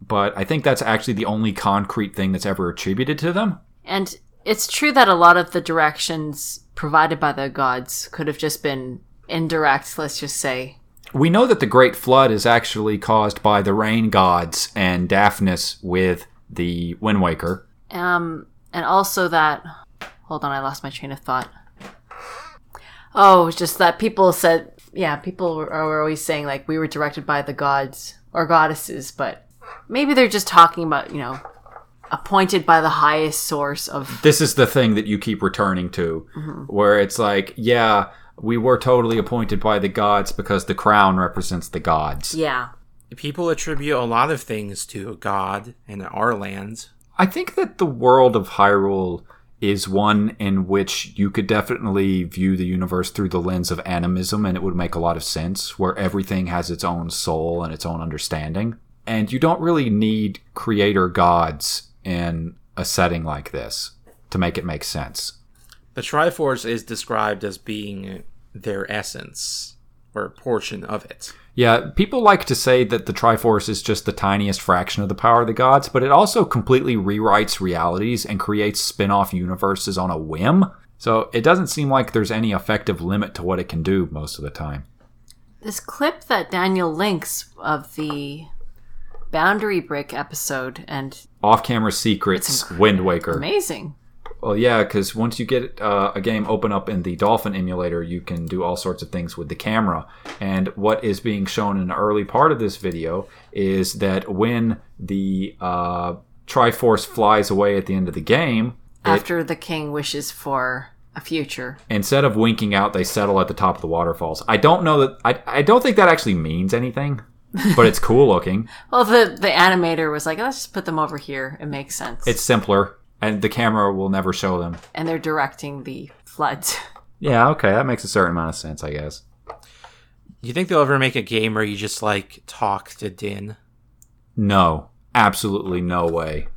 [SPEAKER 3] but I think that's actually the only concrete thing that's ever attributed to them.
[SPEAKER 2] And it's true that a lot of the directions provided by the gods could have just been indirect, let's just say.
[SPEAKER 3] We know that the Great Flood is actually caused by the rain gods and Daphnis with the Wind Waker.
[SPEAKER 2] Um, and also that. Hold on, I lost my train of thought. Oh, it's just that people said, yeah, people were, were always saying like we were directed by the gods or goddesses, but maybe they're just talking about, you know, appointed by the highest source of
[SPEAKER 3] This is the thing that you keep returning to, where it's like, yeah, we were totally appointed by the gods because the crown represents the gods.
[SPEAKER 2] yeah.
[SPEAKER 1] People attribute a lot of things to God and our land.
[SPEAKER 3] I think that the world of Hyrule is one in which you could definitely view the universe through the lens of animism and it would make a lot of sense where everything has its own soul and its own understanding and you don't really need creator gods in a setting like this to make it make sense
[SPEAKER 1] The Triforce is described as being their essence or a portion of it.
[SPEAKER 3] Yeah, people like to say that the Triforce is just the tiniest fraction of the power of the gods, but it also completely rewrites realities and creates spin off universes on a whim. So it doesn't seem like there's any effective limit to what it can do most of the time.
[SPEAKER 2] This clip that Daniel links of the Boundary Brick episode and
[SPEAKER 3] Off camera secrets, Wind Waker.
[SPEAKER 2] amazing.
[SPEAKER 3] Well, yeah, because once you get uh, a game open up in the Dolphin emulator, you can do all sorts of things with the camera. And what is being shown in the early part of this video is that when the uh, Triforce flies away at the end of the game,
[SPEAKER 2] After the king wishes for a future.
[SPEAKER 3] instead of winking out, they settle at the top of the waterfalls. I don't know that. I, I don't think that actually means anything, but it's cool looking.
[SPEAKER 2] Well, the the animator was like, let's just put them over here. It makes sense.
[SPEAKER 3] It's simpler, and the camera will never show them.
[SPEAKER 2] and they're directing the floods.
[SPEAKER 3] Yeah, okay, that makes a certain amount of sense, I guess.
[SPEAKER 1] Do you think they'll ever make a game where you just like talk to Din?
[SPEAKER 3] No, absolutely no way.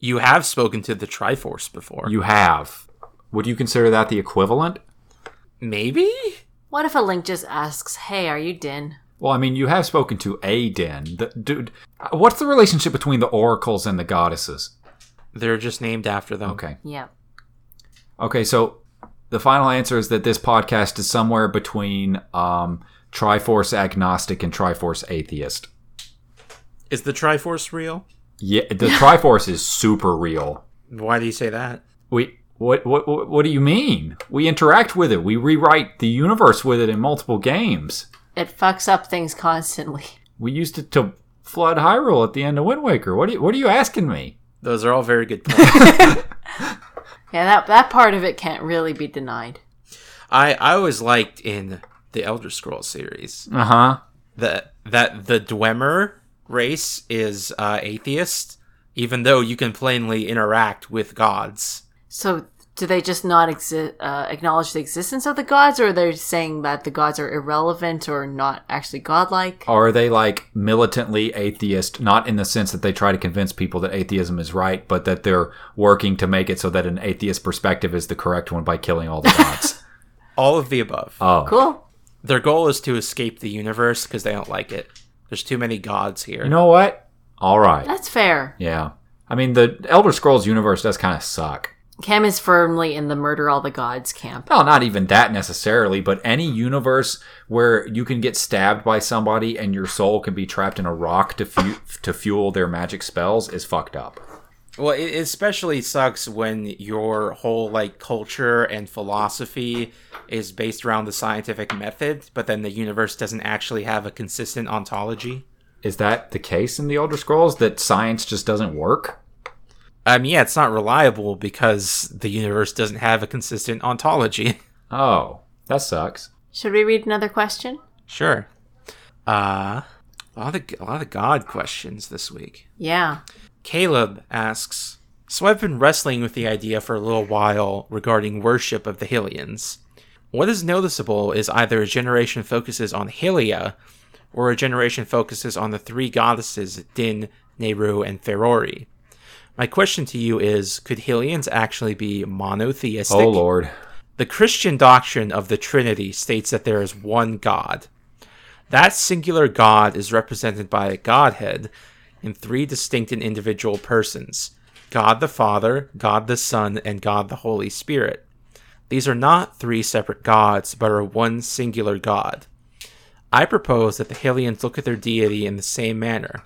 [SPEAKER 1] You have spoken to the Triforce before.
[SPEAKER 3] You have. Would you consider that the equivalent?
[SPEAKER 1] Maybe?
[SPEAKER 2] What if a link just asks, "Hey, are you Din?"
[SPEAKER 3] Well, I mean, you have spoken to a den. The, dude, what's the relationship between the oracles and the goddesses?
[SPEAKER 1] They're just named after them.
[SPEAKER 3] Okay.
[SPEAKER 2] Yeah.
[SPEAKER 3] Okay, so the final answer is that this podcast is somewhere between um, Triforce agnostic and Triforce atheist.
[SPEAKER 1] Is the Triforce real?
[SPEAKER 3] Yeah, the Triforce is super real.
[SPEAKER 1] Why do you say that?
[SPEAKER 3] We what what what what do you mean? We interact with it. We rewrite the universe with it in multiple games.
[SPEAKER 2] It fucks up things constantly.
[SPEAKER 3] We used it to flood Hyrule at the end of Wind Waker. What are you, what are you asking me?
[SPEAKER 1] Those are all very good points.
[SPEAKER 2] Yeah, that that part of it can't really be denied.
[SPEAKER 1] I, I always liked in the Elder Scrolls series
[SPEAKER 3] Uh huh.
[SPEAKER 1] that that the Dwemer race is uh, atheist, even though you can plainly interact with gods.
[SPEAKER 2] So, do they just not exi- uh, acknowledge the existence of the gods, or they're saying that the gods are irrelevant or not actually godlike?
[SPEAKER 3] Are they like militantly atheist? Not in the sense that they try to convince people that atheism is right, but that they're working to make it so that an atheist perspective is the correct one by killing all the gods.
[SPEAKER 1] All of the above.
[SPEAKER 3] oh,
[SPEAKER 2] Cool.
[SPEAKER 1] Their goal is to escape the universe because they don't like it. There's too many gods here.
[SPEAKER 3] you know what? All right.
[SPEAKER 2] That's fair.
[SPEAKER 3] Yeah. I mean, the Elder Scrolls universe does kind of suck.
[SPEAKER 2] Cam is firmly in the murder all the gods camp.
[SPEAKER 3] Well, not even that necessarily, but any universe where you can get stabbed by somebody and your soul can be trapped in a rock to fu- to fuel their magic spells is fucked up.
[SPEAKER 1] Well, it especially sucks when your whole like culture and philosophy is based around the scientific method, but then the universe doesn't actually have a consistent ontology.
[SPEAKER 3] Is that the case in the Elder Scrolls that science just doesn't work?
[SPEAKER 1] I mean, yeah, it's not reliable because the universe doesn't have a consistent ontology.
[SPEAKER 3] Oh, that sucks.
[SPEAKER 2] Should we read another question?
[SPEAKER 1] sure. Uh, a lot of a lot of God questions this week.
[SPEAKER 2] Yeah.
[SPEAKER 1] Caleb asks So I've been wrestling with the idea for a little while regarding worship of the Hylians. What is noticeable is either a generation focuses on Hylia or a generation focuses on the three goddesses Din, Neru, and Ferori. My question to you is could Hylians actually be monotheistic?
[SPEAKER 3] Oh lord.
[SPEAKER 1] The Christian doctrine of the Trinity states that there is one God. That singular God is represented by a Godhead, in three distinct and individual persons God the Father, God the Son, and God the Holy Spirit. These are not three separate gods, but are one singular God. I propose that the Halians look at their deity in the same manner.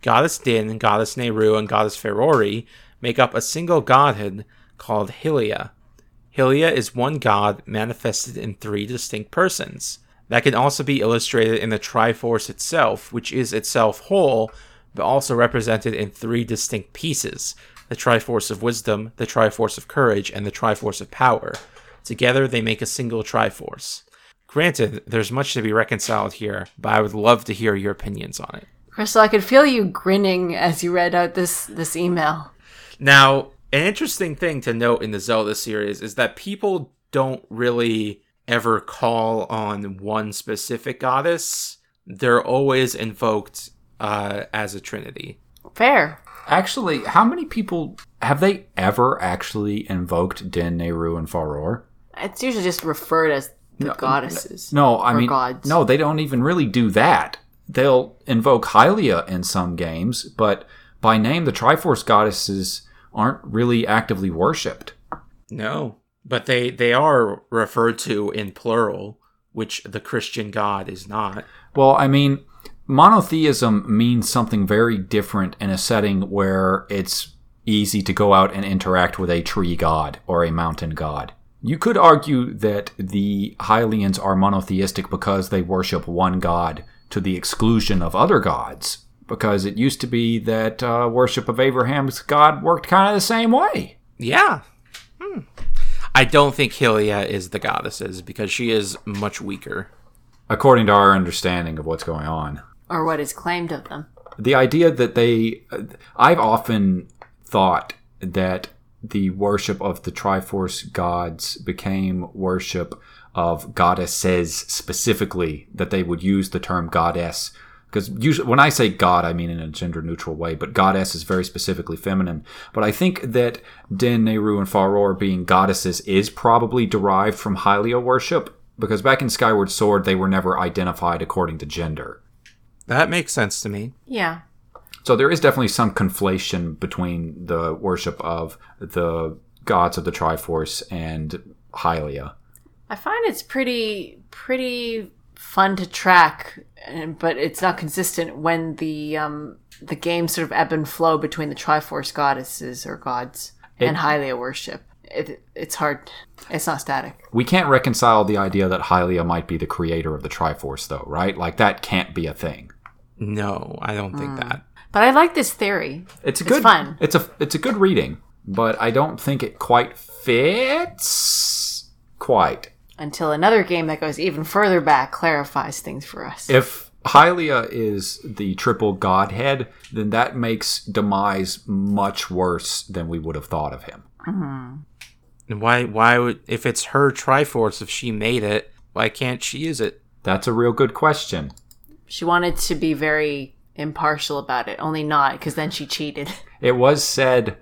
[SPEAKER 1] Goddess Din, Goddess Nehru, and Goddess Ferori make up a single godhead called Hylia. Hylia is one god manifested in three distinct persons. That can also be illustrated in the Triforce itself, which is itself whole, but also represented in three distinct pieces the Triforce of Wisdom, the Triforce of Courage, and the Triforce of Power. Together, they make a single Triforce. Granted, there's much to be reconciled here, but I would love to hear your opinions on it.
[SPEAKER 2] Crystal, I could feel you grinning as you read out this this email.
[SPEAKER 1] Now, an interesting thing to note in the Zelda series is that people don't really ever call on one specific goddess. They're always invoked uh, as a trinity.
[SPEAKER 2] Fair.
[SPEAKER 3] Actually, how many people have they ever actually invoked Din, Nehru, and Faror?
[SPEAKER 2] It's usually just referred as the goddesses.
[SPEAKER 3] No, I
[SPEAKER 2] or
[SPEAKER 3] mean,
[SPEAKER 2] gods.
[SPEAKER 3] no, they don't even really do that. They'll invoke Hylia in some games, but by name, the Triforce goddesses aren't really actively worshipped.
[SPEAKER 1] No, but they they are referred to in plural, which the Christian god is not.
[SPEAKER 3] Well, I mean, monotheism means something very different in a setting where it's easy to go out and interact with a tree god or a mountain god. You could argue that the Hylians are monotheistic because they worship one god to the exclusion of other gods, because it used to be that uh, worship of Abraham's god worked kind of the same way.
[SPEAKER 1] Yeah. Hmm. I don't think Hylia is the goddesses because she is much weaker.
[SPEAKER 3] According to our understanding of what's going on.
[SPEAKER 2] Or what is claimed of them.
[SPEAKER 3] the idea that they i've often thought that the worship of the triforce gods became worship of goddesses specifically that they would use the term goddess because usually when i say god i mean in a gender neutral way but goddess is very specifically feminine but i think that den nehru and faror being goddesses is probably derived from hylia worship because back in skyward sword they were never identified according to gender
[SPEAKER 1] That makes sense to me.
[SPEAKER 2] Yeah.
[SPEAKER 3] so there is definitely some conflation between the worship of the gods of the Triforce and Hylia.
[SPEAKER 2] I find it's pretty pretty fun to track, and- but it's not consistent when the um, the games sort of ebb and flow between the Triforce goddesses or gods and Hylia worship. It, it's hard. It's not static.
[SPEAKER 3] We can't reconcile the idea that Hylia might be the creator of the Triforce, though, right? Like that can't be a thing.
[SPEAKER 1] No, I don't think that.
[SPEAKER 2] But I like this theory.
[SPEAKER 3] It's a
[SPEAKER 2] It's
[SPEAKER 3] good
[SPEAKER 2] fun.
[SPEAKER 3] It's a it's a good reading, but I don't think it quite fits quite.
[SPEAKER 2] Until another game that goes even further back clarifies things for us.
[SPEAKER 3] If Hylia is the triple godhead, then that makes demise much worse than we would have thought of him.
[SPEAKER 1] And why why would if it's her Triforce if she made it, why can't she use it?
[SPEAKER 3] That's a real good question.
[SPEAKER 2] She wanted to be very impartial about it, only not because then she cheated.
[SPEAKER 3] It was said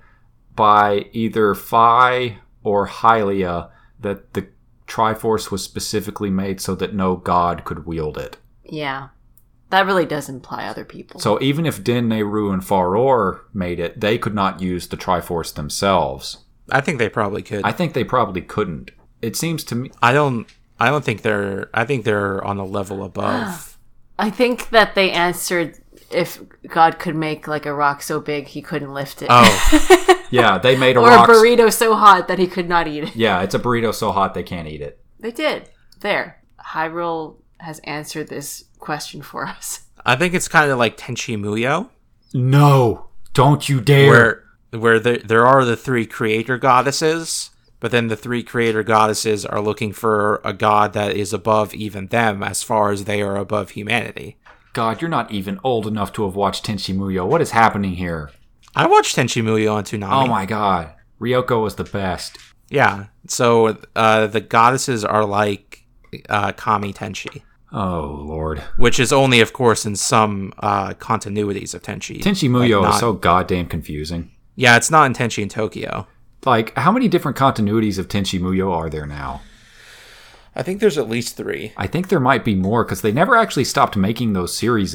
[SPEAKER 3] by either Phi or Hylia that the Triforce was specifically made so that no god could wield it.
[SPEAKER 2] yeah. That really does imply other people.
[SPEAKER 3] So even if Din, Nehru, and Faror made it, they could not use the Triforce themselves.
[SPEAKER 1] I think they probably could.
[SPEAKER 3] I
[SPEAKER 1] I,
[SPEAKER 3] think they probably couldn't. It seems to me.
[SPEAKER 1] don't I don't think they're I think they're on a level above.
[SPEAKER 2] I think that they answered if God could make like a rock so big he couldn't lift it.
[SPEAKER 1] oh,
[SPEAKER 3] Yeah, they made a
[SPEAKER 2] or
[SPEAKER 3] rock.
[SPEAKER 2] a burrito so hot that he could not eat it.
[SPEAKER 3] yeah, it's a burrito so hot they can't eat it.
[SPEAKER 2] They did. There. Hyrule has answered this question for us.
[SPEAKER 1] I think it's kind of like Tenchi Muyo.
[SPEAKER 3] No, don't you dare.
[SPEAKER 1] where where there, there are the three creator goddesses but then the three creator goddesses are looking for a god that is above even them as far as they are above humanity
[SPEAKER 3] God, you're not even old enough to have watched Tenchi Muyo. What is happening here?
[SPEAKER 1] i watched tenchi muyo on tsunami
[SPEAKER 3] Oh my god. Ryoko was the best.
[SPEAKER 1] yeah so uh, the goddesses are like uh, kami tenchi
[SPEAKER 3] Oh lord.
[SPEAKER 1] which is only of course in some uh, continuities of tenchi
[SPEAKER 3] Tenchi Muyo
[SPEAKER 1] Like,
[SPEAKER 3] is
[SPEAKER 1] not-
[SPEAKER 3] so goddamn confusing.
[SPEAKER 1] yeah it's not in tenchi in tokyo
[SPEAKER 3] Like, how many different continuities of Tenchi Muyo are there now?
[SPEAKER 1] i think there's at least three
[SPEAKER 3] I think there might be more because they never actually stopped making those series.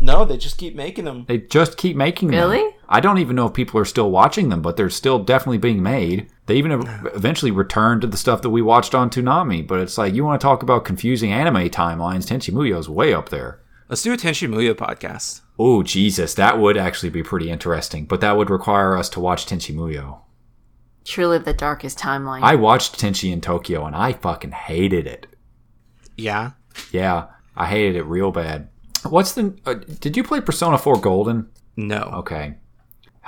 [SPEAKER 1] No, they just keep making them.
[SPEAKER 3] They just keep making them.
[SPEAKER 2] Really?
[SPEAKER 3] I don't even know if people are still watching them, but they're still definitely being made. They even ev- eventually returned to the stuff that we watched on Toonami, but it's like you want to talk about confusing anime timelines, Tenchi Muyo's way up there.
[SPEAKER 1] Let's do a Tenshi Muyo podcast.
[SPEAKER 3] Oh, Jesus, that would actually be pretty interesting, but that would require us to watch Tenchi Muyo.
[SPEAKER 2] Truly the darkest timeline.
[SPEAKER 3] I watched Tenchi in Tokyo and I fucking hated it.
[SPEAKER 1] Yeah.
[SPEAKER 3] Yeah, I hated it real bad. What's the. Uh, did you play Persona 4 Golden?
[SPEAKER 1] No.
[SPEAKER 3] Okay.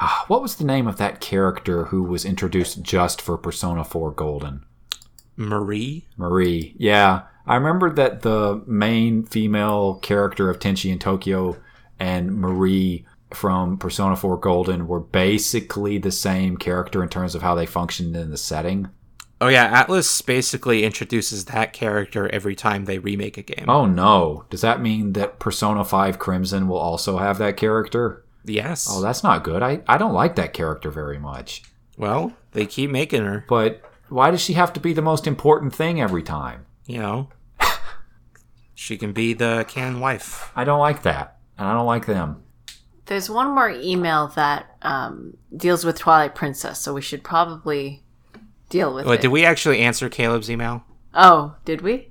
[SPEAKER 3] Ah, What was the name of that character who was introduced just for Persona 4 Golden?
[SPEAKER 1] Marie?
[SPEAKER 3] Marie. Yeah. I remember that the main female character of Tenchi in Tokyo and Marie from Persona 4 Golden were basically the same character in terms of how they functioned in the setting.
[SPEAKER 1] Oh yeah, Atlas basically introduces that character every time they remake a game.
[SPEAKER 3] Oh no. Does that mean that Persona 5 Crimson will also have that character?
[SPEAKER 1] Yes.
[SPEAKER 3] Oh, that's not good. I, I don't like that character very much.
[SPEAKER 1] well, they keep making her,
[SPEAKER 3] But why does she have to be the most important thing every time?
[SPEAKER 1] you know. she can be the canon wife.
[SPEAKER 3] I don't like that. And I don't like them.
[SPEAKER 2] There's one more email that um, deals with Twilight Princess, so we should probably deal with
[SPEAKER 1] Wait,
[SPEAKER 2] it.
[SPEAKER 1] did we actually answer Caleb's email?
[SPEAKER 2] oh, did we?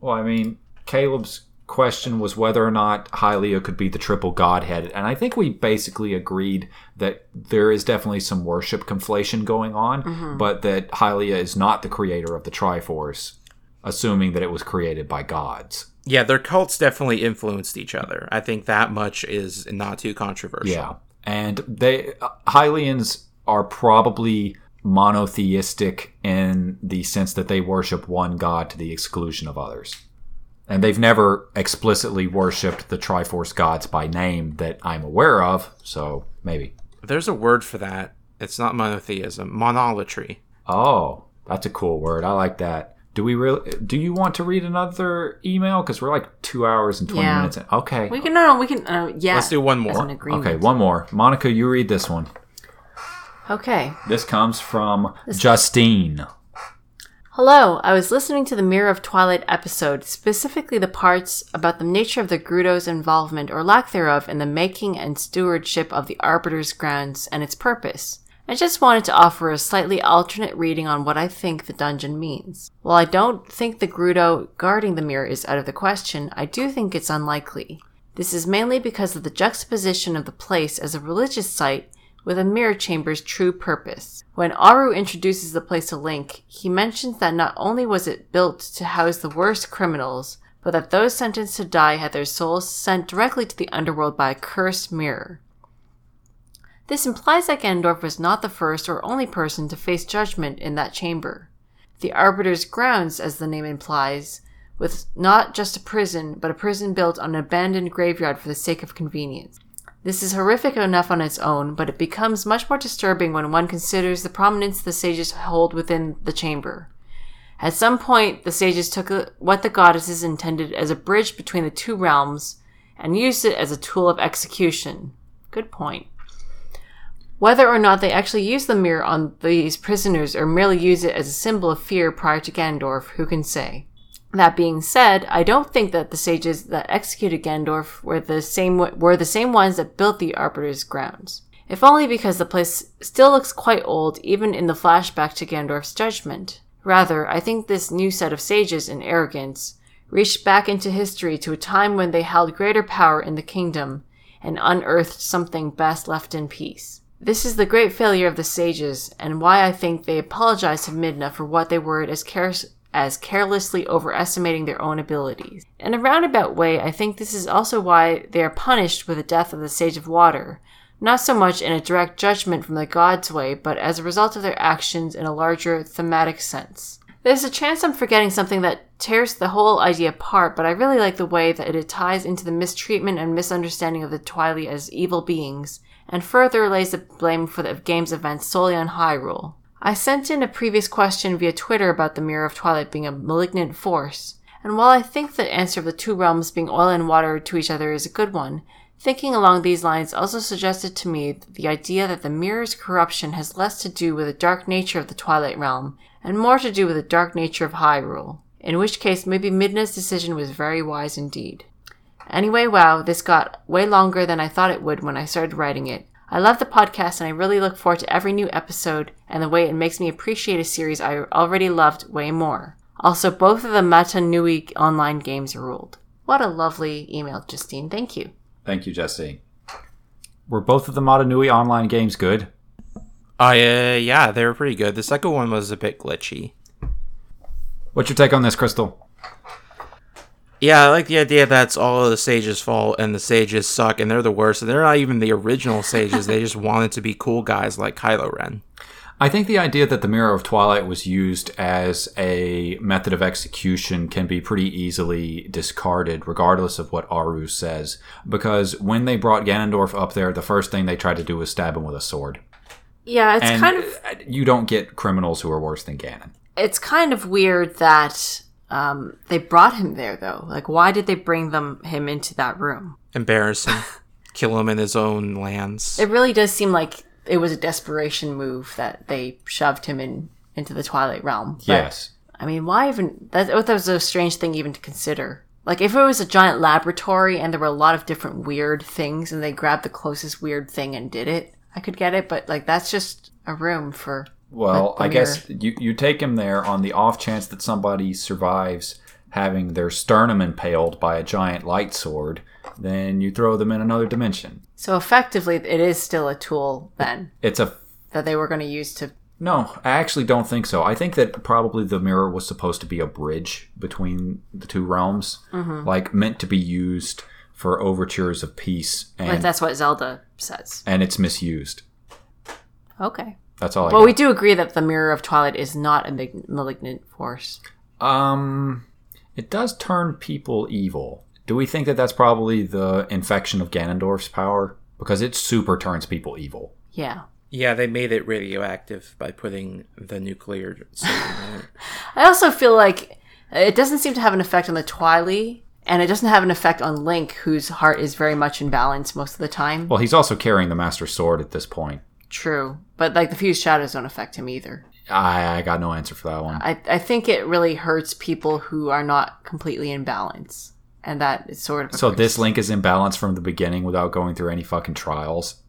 [SPEAKER 3] Well, I mean, Caleb's question was whether or not Hylia could be the triple godhead, and I think we basically agreed that there is definitely some worship conflation going on, but that Hylia is not the creator of the Triforce, assuming that it was created by gods.
[SPEAKER 1] Yeah, their cults definitely influenced each other. I think that much is not too controversial.
[SPEAKER 3] Yeah, and they uh, Hylians are probably monotheistic in the sense that they worship one god to the exclusion of others. And they've never explicitly worshipped the Triforce gods by name that I'm aware of, so maybe.
[SPEAKER 1] There's a word for that. It's not monotheism, monolatry.
[SPEAKER 3] Oh, that's a cool word. I like that. Do we really? Do you want to read another email? Because we're like two hours and twenty
[SPEAKER 2] Yeah.
[SPEAKER 3] minutes. In. Okay,
[SPEAKER 2] We can. No, no, we can. Uh, yeah.
[SPEAKER 1] Let's do one
[SPEAKER 2] as an
[SPEAKER 1] more.
[SPEAKER 2] agreement.
[SPEAKER 3] okay, one more. Monica, you read this one.
[SPEAKER 2] Okay.
[SPEAKER 3] This comes from Justine.
[SPEAKER 2] Hello, I was listening to the Mirror of Twilight episode, specifically the parts about the nature of the Grudo's involvement or lack thereof in the making and stewardship of the Arbiter's grounds and its purpose. I just wanted to offer a slightly alternate reading on what I think the dungeon means. While I don't think the Grudo guarding the mirror is out of the question, I do think it's unlikely. This is mainly because of the juxtaposition of the place as a religious site with a mirror chamber's true purpose. When Aru introduces the place to Link, he mentions that not only was it built to house the worst criminals, but that those sentenced to die had their souls sent directly to the underworld by a cursed mirror. This implies that Ganondorf was not the first or only person to face judgment in that chamber. The Arbiter's grounds, as the name implies, with not just a prison, but a prison built on an abandoned graveyard for the sake of convenience. This is horrific enough on its own, but it becomes much more disturbing when one considers the prominence the sages hold within the chamber. At some point, the sages took uh, what the goddesses intended as a bridge between the two realms and used it as a tool of execution. Good point. Whether or not they actually use the mirror on these prisoners or merely use it as a symbol of fear prior to Gandorf, who can say? That being said, I don't think that the sages that executed Gandorf were the same were the same ones that built the Arbiter's grounds. If only because the place still looks quite old, even in the flashback to Gandorf's judgment. Rather, I think this new set of sages in arrogance reached back into history to a time when they held greater power in the kingdom and unearthed something best left in peace. This is the great failure of the sages, and why I think they apologized to Midna for what they were as, care- as carelessly overestimating their own abilities. In a roundabout way, I think this is also why they are punished with the death of the Sage of Water, not so much in a direct judgment from the gods' way, but as a result of their actions in a larger thematic sense. There's a chance I'm forgetting something that tears the whole idea apart, but I really like the way that it ties into the mistreatment and misunderstanding of the Twilight as evil beings, and further lays the blame for the game's events solely on Hyrule. I sent in a previous question via Twitter about the Mirror of Twilight being a malignant force, and while I think the answer of the two realms being oil and water to each other is a good one, thinking along these lines also suggested to me the idea that the mirror's corruption has less to do with the dark nature of the Twilight Realm and more to do with the dark nature of Hyrule, in which case maybe Midna's decision was very wise indeed. Anyway, wow, this got way longer than I thought it would when I started writing it. I love the podcast and I really look forward to every new episode and the way it makes me appreciate a series I already loved way more. Also, both of the Matanui online games ruled. What a lovely email, Justine. Thank you.
[SPEAKER 3] Thank you, Jesse. Were both of the Matanui online games good?
[SPEAKER 1] I, uh, yeah, they were pretty good. The second one was a bit glitchy.
[SPEAKER 3] What's your take on this, Crystal?
[SPEAKER 1] Yeah, I like the idea that's all of the sages' fault and the sages suck and they're the worst and they're not even the original sages. they just wanted to be cool guys like Kylo Ren.
[SPEAKER 3] I think the idea that the Mirror of Twilight was used as a method of execution can be pretty easily discarded, regardless of what Aru says, because when they brought Ganondorf up there, the first thing they tried to do was stab him with a sword.
[SPEAKER 2] Yeah, it's
[SPEAKER 3] and
[SPEAKER 2] kind of
[SPEAKER 3] uh, you don't get criminals who are worse than Ganon.
[SPEAKER 2] it's kind of weird that um, they brought him there though. Like, why did they bring them him into that room?
[SPEAKER 1] Embarrassing. Kill him in his own lands.
[SPEAKER 2] It really does seem like it was a desperation move that they shoved him in into the Twilight Realm. But,
[SPEAKER 3] Yes.
[SPEAKER 2] I mean, why even that? That was a strange thing even to consider. Like, if it was a giant laboratory and there were a lot of different weird things, and they grabbed the closest weird thing and did it, I could get it. But like, that's just a room for.
[SPEAKER 3] Well,
[SPEAKER 2] the
[SPEAKER 3] I guess you, you take him there on the off chance that somebody survives having their sternum impaled by a giant light sword, then you throw them in another dimension.
[SPEAKER 2] So effectively, it is still a tool then
[SPEAKER 3] It's a
[SPEAKER 2] that they were going to use to
[SPEAKER 3] no, I actually don't think so. I think that probably the mirror was supposed to be a bridge between the two realms,
[SPEAKER 2] Mm-hmm.
[SPEAKER 3] like meant to be used for overtures of peace,
[SPEAKER 2] But
[SPEAKER 3] and
[SPEAKER 2] that's what Zelda says.
[SPEAKER 3] and it's misused.
[SPEAKER 2] Okay.
[SPEAKER 3] That's all. I
[SPEAKER 2] Well,
[SPEAKER 3] got.
[SPEAKER 2] we do agree that the Mirror of Twilight is not a big malignant force.
[SPEAKER 3] Um, it does turn people evil. Do we think that that's probably the infection of Ganondorf's power? Because it super turns people evil.
[SPEAKER 2] Yeah.
[SPEAKER 1] yeah, they made it radioactive by putting the nuclear.
[SPEAKER 2] I also feel like it doesn't seem to have an effect on the Twily, and it doesn't have an effect on Link, whose heart is very much in balance most of the time.
[SPEAKER 3] Well, he's also carrying the Master Sword at this point.
[SPEAKER 2] True. But, like, the fused shadows don't affect him either.
[SPEAKER 3] I, I got no answer for that one.
[SPEAKER 2] I, I think it really hurts people who are not completely in balance. And that is sort of. a
[SPEAKER 3] So
[SPEAKER 2] curse.
[SPEAKER 3] this Link is in balance from the beginning without going through any fucking trials.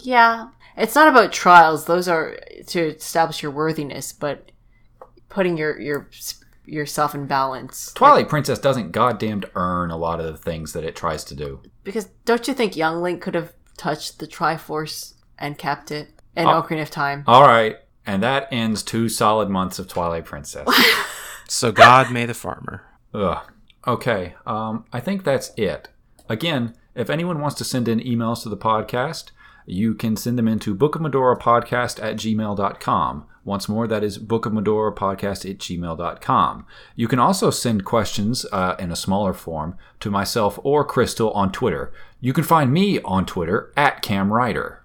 [SPEAKER 2] Yeah. It's not about trials. Those are to establish your worthiness, but putting your your yourself in balance.
[SPEAKER 3] Twilight Princess doesn't goddamned earn a lot of the things that it tries to do.
[SPEAKER 2] Because don't you think Young Link could have touched the Triforce and kept it in
[SPEAKER 3] Oh.
[SPEAKER 2] Ocarina of Time?
[SPEAKER 3] All right, and that ends two solid months of Twilight Princess.
[SPEAKER 1] so God made the farmer.
[SPEAKER 3] Ugh. Okay. Um, I think that's it. Again, if anyone wants to send in emails to the podcast, you can send them into bookofmedorapodcast at gmail.com. Once more, that is bookofmedorapodcast at gmail.com. You can also send questions uh, in a smaller form to myself or Crystal on Twitter. You can find me on Twitter at CamWriter.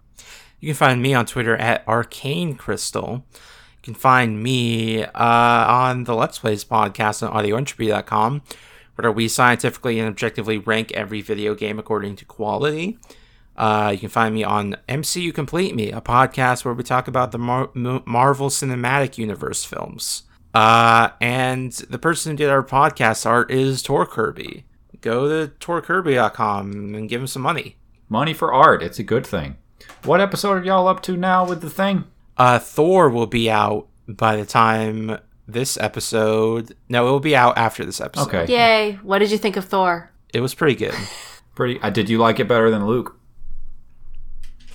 [SPEAKER 1] You can find me on Twitter at Arcane Crystal. You can find me uh, on the Let's Plays podcast on audioentropy.com, where we scientifically and objectively rank every video game according to quality. Uh, you can find me on MCU Complete Me, a podcast where we talk about the Mar- Mo- Marvel Cinematic Universe films. Uh, and the person who did our podcast art is Tor Kirby. Go to torkirby.com and give him some money.
[SPEAKER 3] Money for art. It's a good thing. What episode are y'all up to now with the thing?
[SPEAKER 1] uh, Thor will be out by the time this episode. No, it will be out after this episode.
[SPEAKER 3] Okay.
[SPEAKER 2] Yay! What did you think of Thor?
[SPEAKER 1] It was pretty good.
[SPEAKER 3] Pretty. Uh, did you like it better than Luke?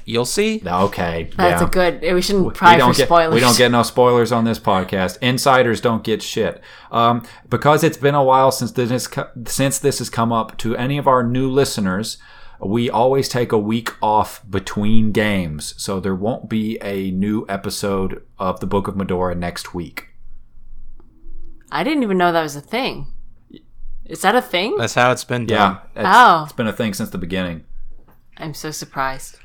[SPEAKER 1] You'll see.
[SPEAKER 3] Okay.
[SPEAKER 2] That's
[SPEAKER 3] yeah.
[SPEAKER 2] a good. We shouldn't
[SPEAKER 3] we
[SPEAKER 2] pry
[SPEAKER 3] don't
[SPEAKER 2] for
[SPEAKER 3] get
[SPEAKER 2] spoilers.
[SPEAKER 3] we don't get no spoilers on this podcast. Insiders don't get shit. Um, because it's been a while since this has co- since this has come up to any of our new listeners. We always take a week off between games, so there won't be a new episode of the Book of Medora next week.
[SPEAKER 2] I didn't even know that was a thing. Is that a thing?
[SPEAKER 1] That's how it's been done.
[SPEAKER 3] Yeah, Um, it's,
[SPEAKER 2] Oh.
[SPEAKER 3] it's been a thing since the beginning.
[SPEAKER 2] I'm so surprised.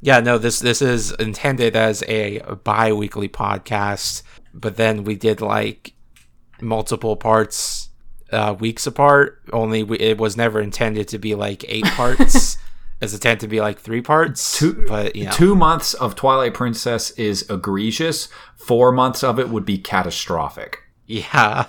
[SPEAKER 1] Yeah, no, this this is intended as a bi-weekly podcast, but then we did like multiple parts uh weeks apart. Only we, it was never intended to be like eight parts. it's intended to be like three parts.
[SPEAKER 3] Two-
[SPEAKER 1] but yeah.
[SPEAKER 3] Two months of Twilight Princess is egregious. Four months of it would be catastrophic.
[SPEAKER 1] Yeah.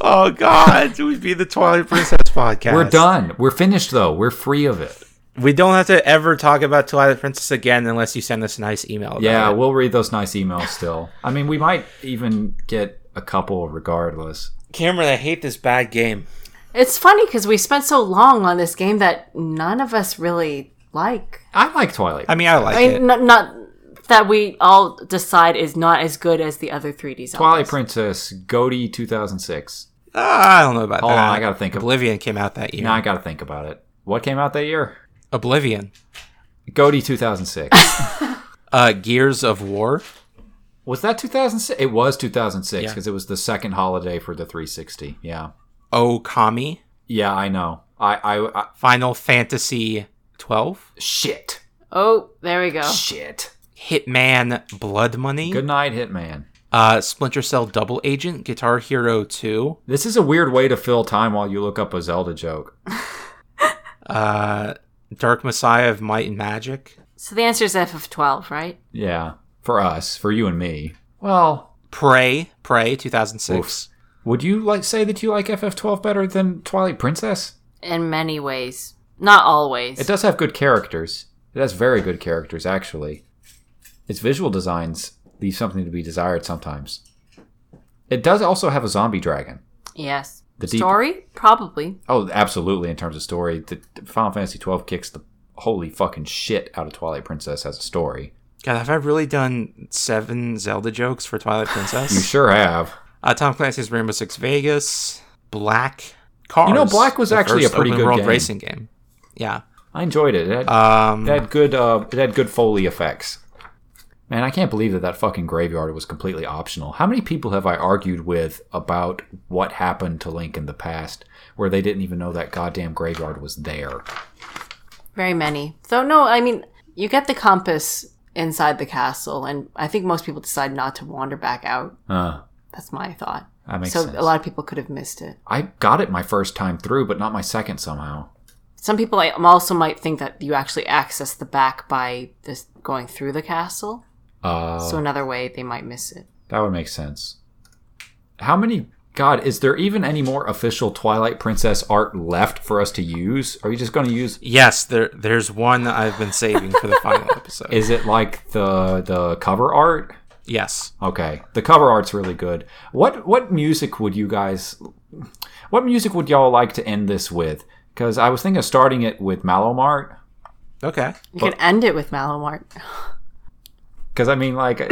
[SPEAKER 1] Oh God, it would be the Twilight Princess podcast.
[SPEAKER 3] We're done. We're finished though. We're free of it.
[SPEAKER 1] We don't have to ever talk about Twilight Princess again unless you send us a nice email. About
[SPEAKER 3] Yeah,
[SPEAKER 1] it.
[SPEAKER 3] we'll read those nice emails still. I mean, we might even get a couple regardless.
[SPEAKER 1] Cameron, I hate this bad game.
[SPEAKER 2] It's funny because we spent so long on this game that none of us really like.
[SPEAKER 3] I like Twilight.
[SPEAKER 1] I mean, I like
[SPEAKER 2] I
[SPEAKER 1] it.
[SPEAKER 2] mean, not, not that we all decide is not as good as the other 3D Zelda.
[SPEAKER 3] Twilight Princess, Goaty 2006.
[SPEAKER 1] Ah, I don't know about
[SPEAKER 3] Hold
[SPEAKER 1] that.
[SPEAKER 3] on, I gotta think of-
[SPEAKER 1] Oblivion came out that year.
[SPEAKER 3] Now I got to think about it. What came out that year?
[SPEAKER 1] Oblivion.
[SPEAKER 3] Goaty 2006.
[SPEAKER 1] Uh, Gears of War.
[SPEAKER 3] was that 2006? It was 2006
[SPEAKER 1] Yeah.
[SPEAKER 3] because it was the second holiday for the 360. Yeah.
[SPEAKER 1] Okami.
[SPEAKER 3] Yeah, I know. I, I, I
[SPEAKER 1] Final Fantasy 12.
[SPEAKER 3] shit.
[SPEAKER 2] Oh, there we go.
[SPEAKER 3] Shit.
[SPEAKER 1] Hitman Blood Money.
[SPEAKER 3] Good night, Hitman.
[SPEAKER 1] Uh, Splinter Cell Double Agent. Guitar Hero 2.
[SPEAKER 3] This is a weird way to fill time while you look up a Zelda joke.
[SPEAKER 1] Uh, Dark Messiah of Might and Magic.
[SPEAKER 2] So the answer is FF12, right?
[SPEAKER 3] Yeah. For us, for you and me. Well,
[SPEAKER 1] Prey. Prey 2006.
[SPEAKER 3] Would you like say that you like FF12 better than Twilight Princess?
[SPEAKER 2] In many ways. Not always.
[SPEAKER 3] It does have good characters. It has very good characters, actually. Its visual designs leave something to be desired sometimes. It does also have a zombie dragon.
[SPEAKER 2] Yes.
[SPEAKER 3] The deep-
[SPEAKER 2] Story? Probably.
[SPEAKER 3] Oh, absolutely! In terms of story, the the Final Fantasy twelve kicks the holy fucking shit out of Twilight Princess as a story.
[SPEAKER 1] God, have I really done seven Zelda jokes for Twilight
[SPEAKER 3] You
[SPEAKER 1] Princess?
[SPEAKER 3] sure have.
[SPEAKER 1] uh, Tom Clancy's Rainbow Six Vegas. Black. Cars.
[SPEAKER 3] You know, Black was
[SPEAKER 1] the
[SPEAKER 3] actually a
[SPEAKER 1] first
[SPEAKER 3] pretty
[SPEAKER 1] open
[SPEAKER 3] good
[SPEAKER 1] world
[SPEAKER 3] game.
[SPEAKER 1] racing game. Yeah.
[SPEAKER 3] I enjoyed it. It had,
[SPEAKER 1] Um,
[SPEAKER 3] it had good. Uh, it had good foley effects. Man, I can't believe that that fucking graveyard was completely optional. How many people have I argued with about what happened to Link in the past, where they didn't even know that goddamn graveyard was there?
[SPEAKER 2] Very many. So, no, I mean, you get the compass inside the castle, and I think most people decide not to wander back out.
[SPEAKER 3] Uh,
[SPEAKER 2] That's my thought.
[SPEAKER 3] that makes
[SPEAKER 2] so,
[SPEAKER 3] sense.
[SPEAKER 2] a lot of people could have missed it.
[SPEAKER 3] I got it my first time through, but not my second somehow.
[SPEAKER 2] Some people I- also might think that you actually access the back by this going through the castle.
[SPEAKER 3] Uh,
[SPEAKER 2] So, another way they might miss it.
[SPEAKER 3] That would make sense. How many? God, is there even any more official Twilight Princess art left for us to use? Are you just going to use?
[SPEAKER 1] Yes, there there's one that I've been saving for the final episode.
[SPEAKER 3] Is it like the the cover art?
[SPEAKER 1] yes.
[SPEAKER 3] Okay, the cover art's really good. What what music would you guys? What music would y'all like to end this with? Because I was thinking of starting it with Malomart.
[SPEAKER 1] Okay.
[SPEAKER 2] You can end it with Malamart.
[SPEAKER 3] Because I mean, like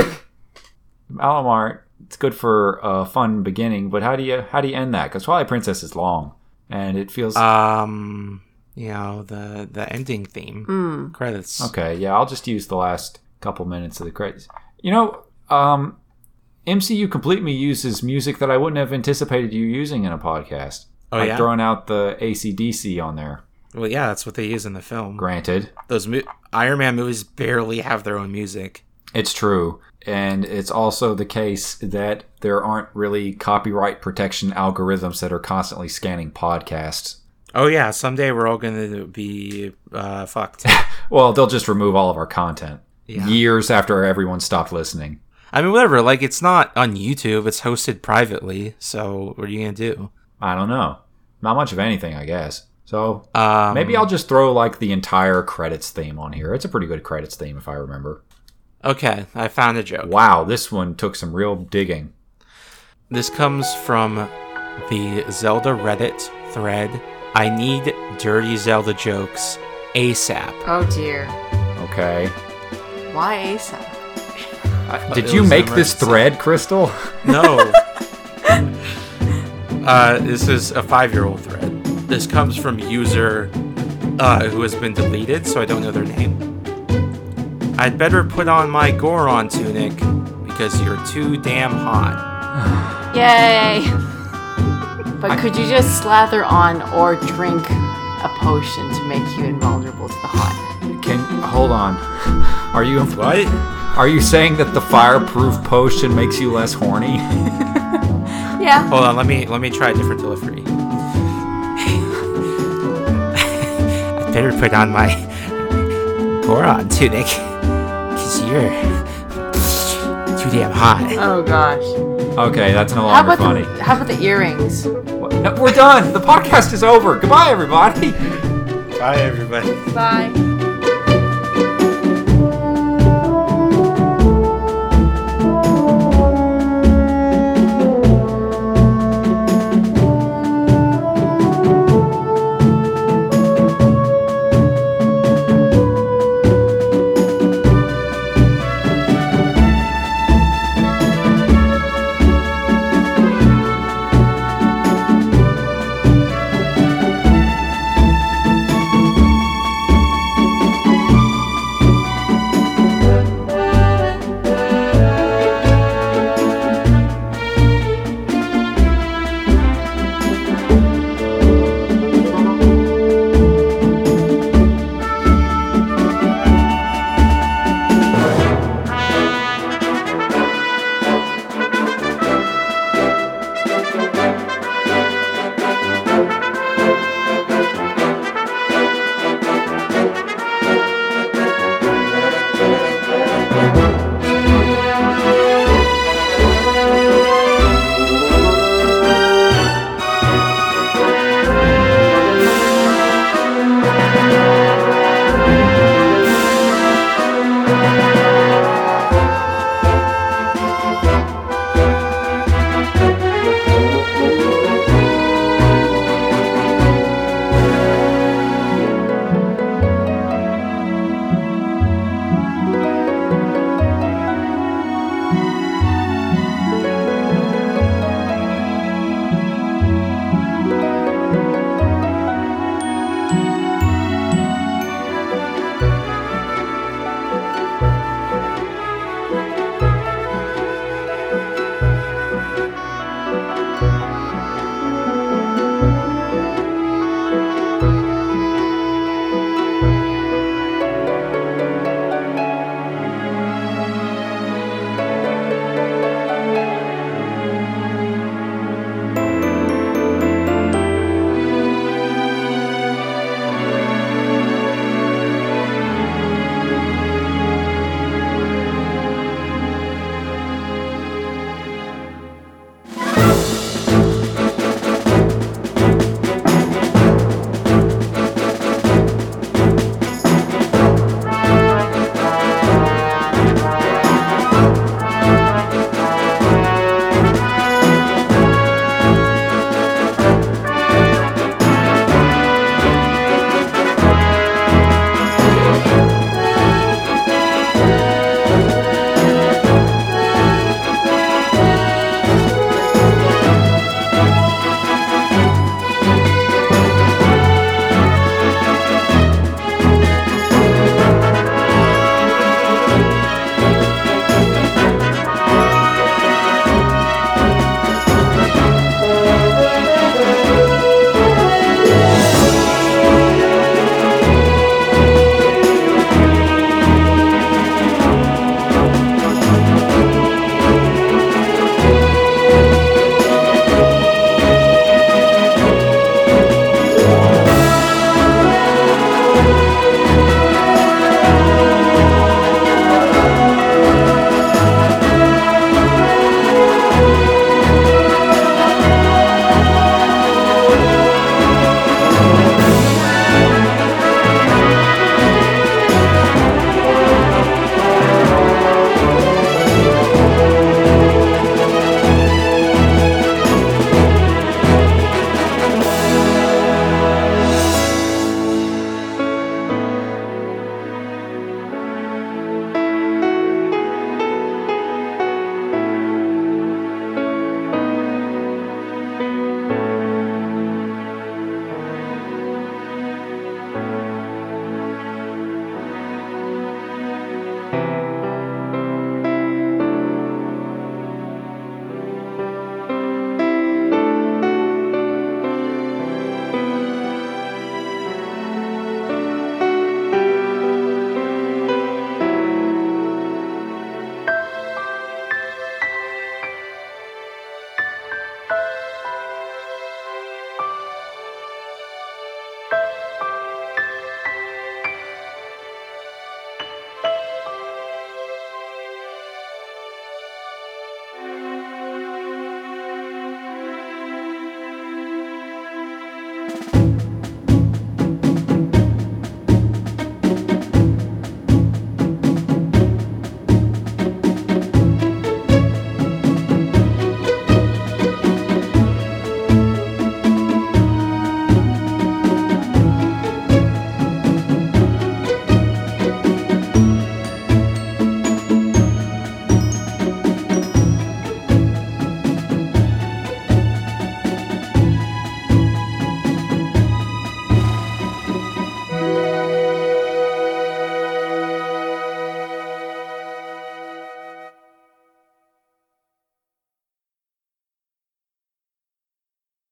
[SPEAKER 3] Malomart, it's good for a fun beginning. But how do you how do you end that? Because Twilight Princess is long, and it feels
[SPEAKER 1] Um you know, the the ending theme. Credits.
[SPEAKER 3] Okay, yeah, I'll just use the last couple minutes of the credits. You know, um, MCU Complete Me uses music that I wouldn't have anticipated you using in a podcast.
[SPEAKER 1] Oh,
[SPEAKER 3] like
[SPEAKER 1] yeah?
[SPEAKER 3] throwing out the ACDC on there.
[SPEAKER 1] Well yeah, that's what they use in the film.
[SPEAKER 3] Granted,
[SPEAKER 1] Those mo- Iron Man movies barely have their own music.
[SPEAKER 3] it's true. And it's also the case that there aren't really copyright protection algorithms that are constantly scanning podcasts.
[SPEAKER 1] Oh yeah, someday we're all going to be uh fucked.
[SPEAKER 3] Well, they'll just remove all of our content
[SPEAKER 1] Yeah.
[SPEAKER 3] years after everyone stopped listening.
[SPEAKER 1] I mean whatever, like it's not on YouTube, it's hosted privately, so what are you going to do?
[SPEAKER 3] I don't know. Not much of anything, I guess. So
[SPEAKER 1] Um
[SPEAKER 3] Maybe I'll just throw like the entire credits theme on here. It's a pretty good credits theme if I remember.
[SPEAKER 1] Okay, I found a joke.
[SPEAKER 3] Wow, this one took some real digging.
[SPEAKER 1] This comes from the Zelda Reddit thread. I need dirty Zelda jokes ASAP.
[SPEAKER 2] Oh dear.
[SPEAKER 3] Okay.
[SPEAKER 2] Why ASAP?
[SPEAKER 3] Did
[SPEAKER 1] it
[SPEAKER 3] you
[SPEAKER 1] was an
[SPEAKER 3] make this
[SPEAKER 1] emergency.
[SPEAKER 3] thread, Crystal?
[SPEAKER 1] No. uh, this is a five year old thread. This comes from user uh, who has been deleted, so I don't know their name. I'd better put on my Goron tunic because you're too damn hot.
[SPEAKER 2] Yay! But could you just slather on or drink a potion to make you invulnerable to the hot?
[SPEAKER 3] Can hold on. Are you
[SPEAKER 1] What?
[SPEAKER 3] are you saying that the fireproof potion makes you less horny?
[SPEAKER 2] Yeah.
[SPEAKER 1] Hold on, let me let me try a different delivery. I better put on my Goron tunic, cause you're too damn hot.
[SPEAKER 2] Oh gosh.
[SPEAKER 3] Okay, that's no
[SPEAKER 2] How
[SPEAKER 3] longer
[SPEAKER 2] about
[SPEAKER 3] funny.
[SPEAKER 2] the, how about the earrings?
[SPEAKER 3] What- No, we're done. The podcast is over. Goodbye, everybody.
[SPEAKER 1] Bye, everybody.
[SPEAKER 4] Bye.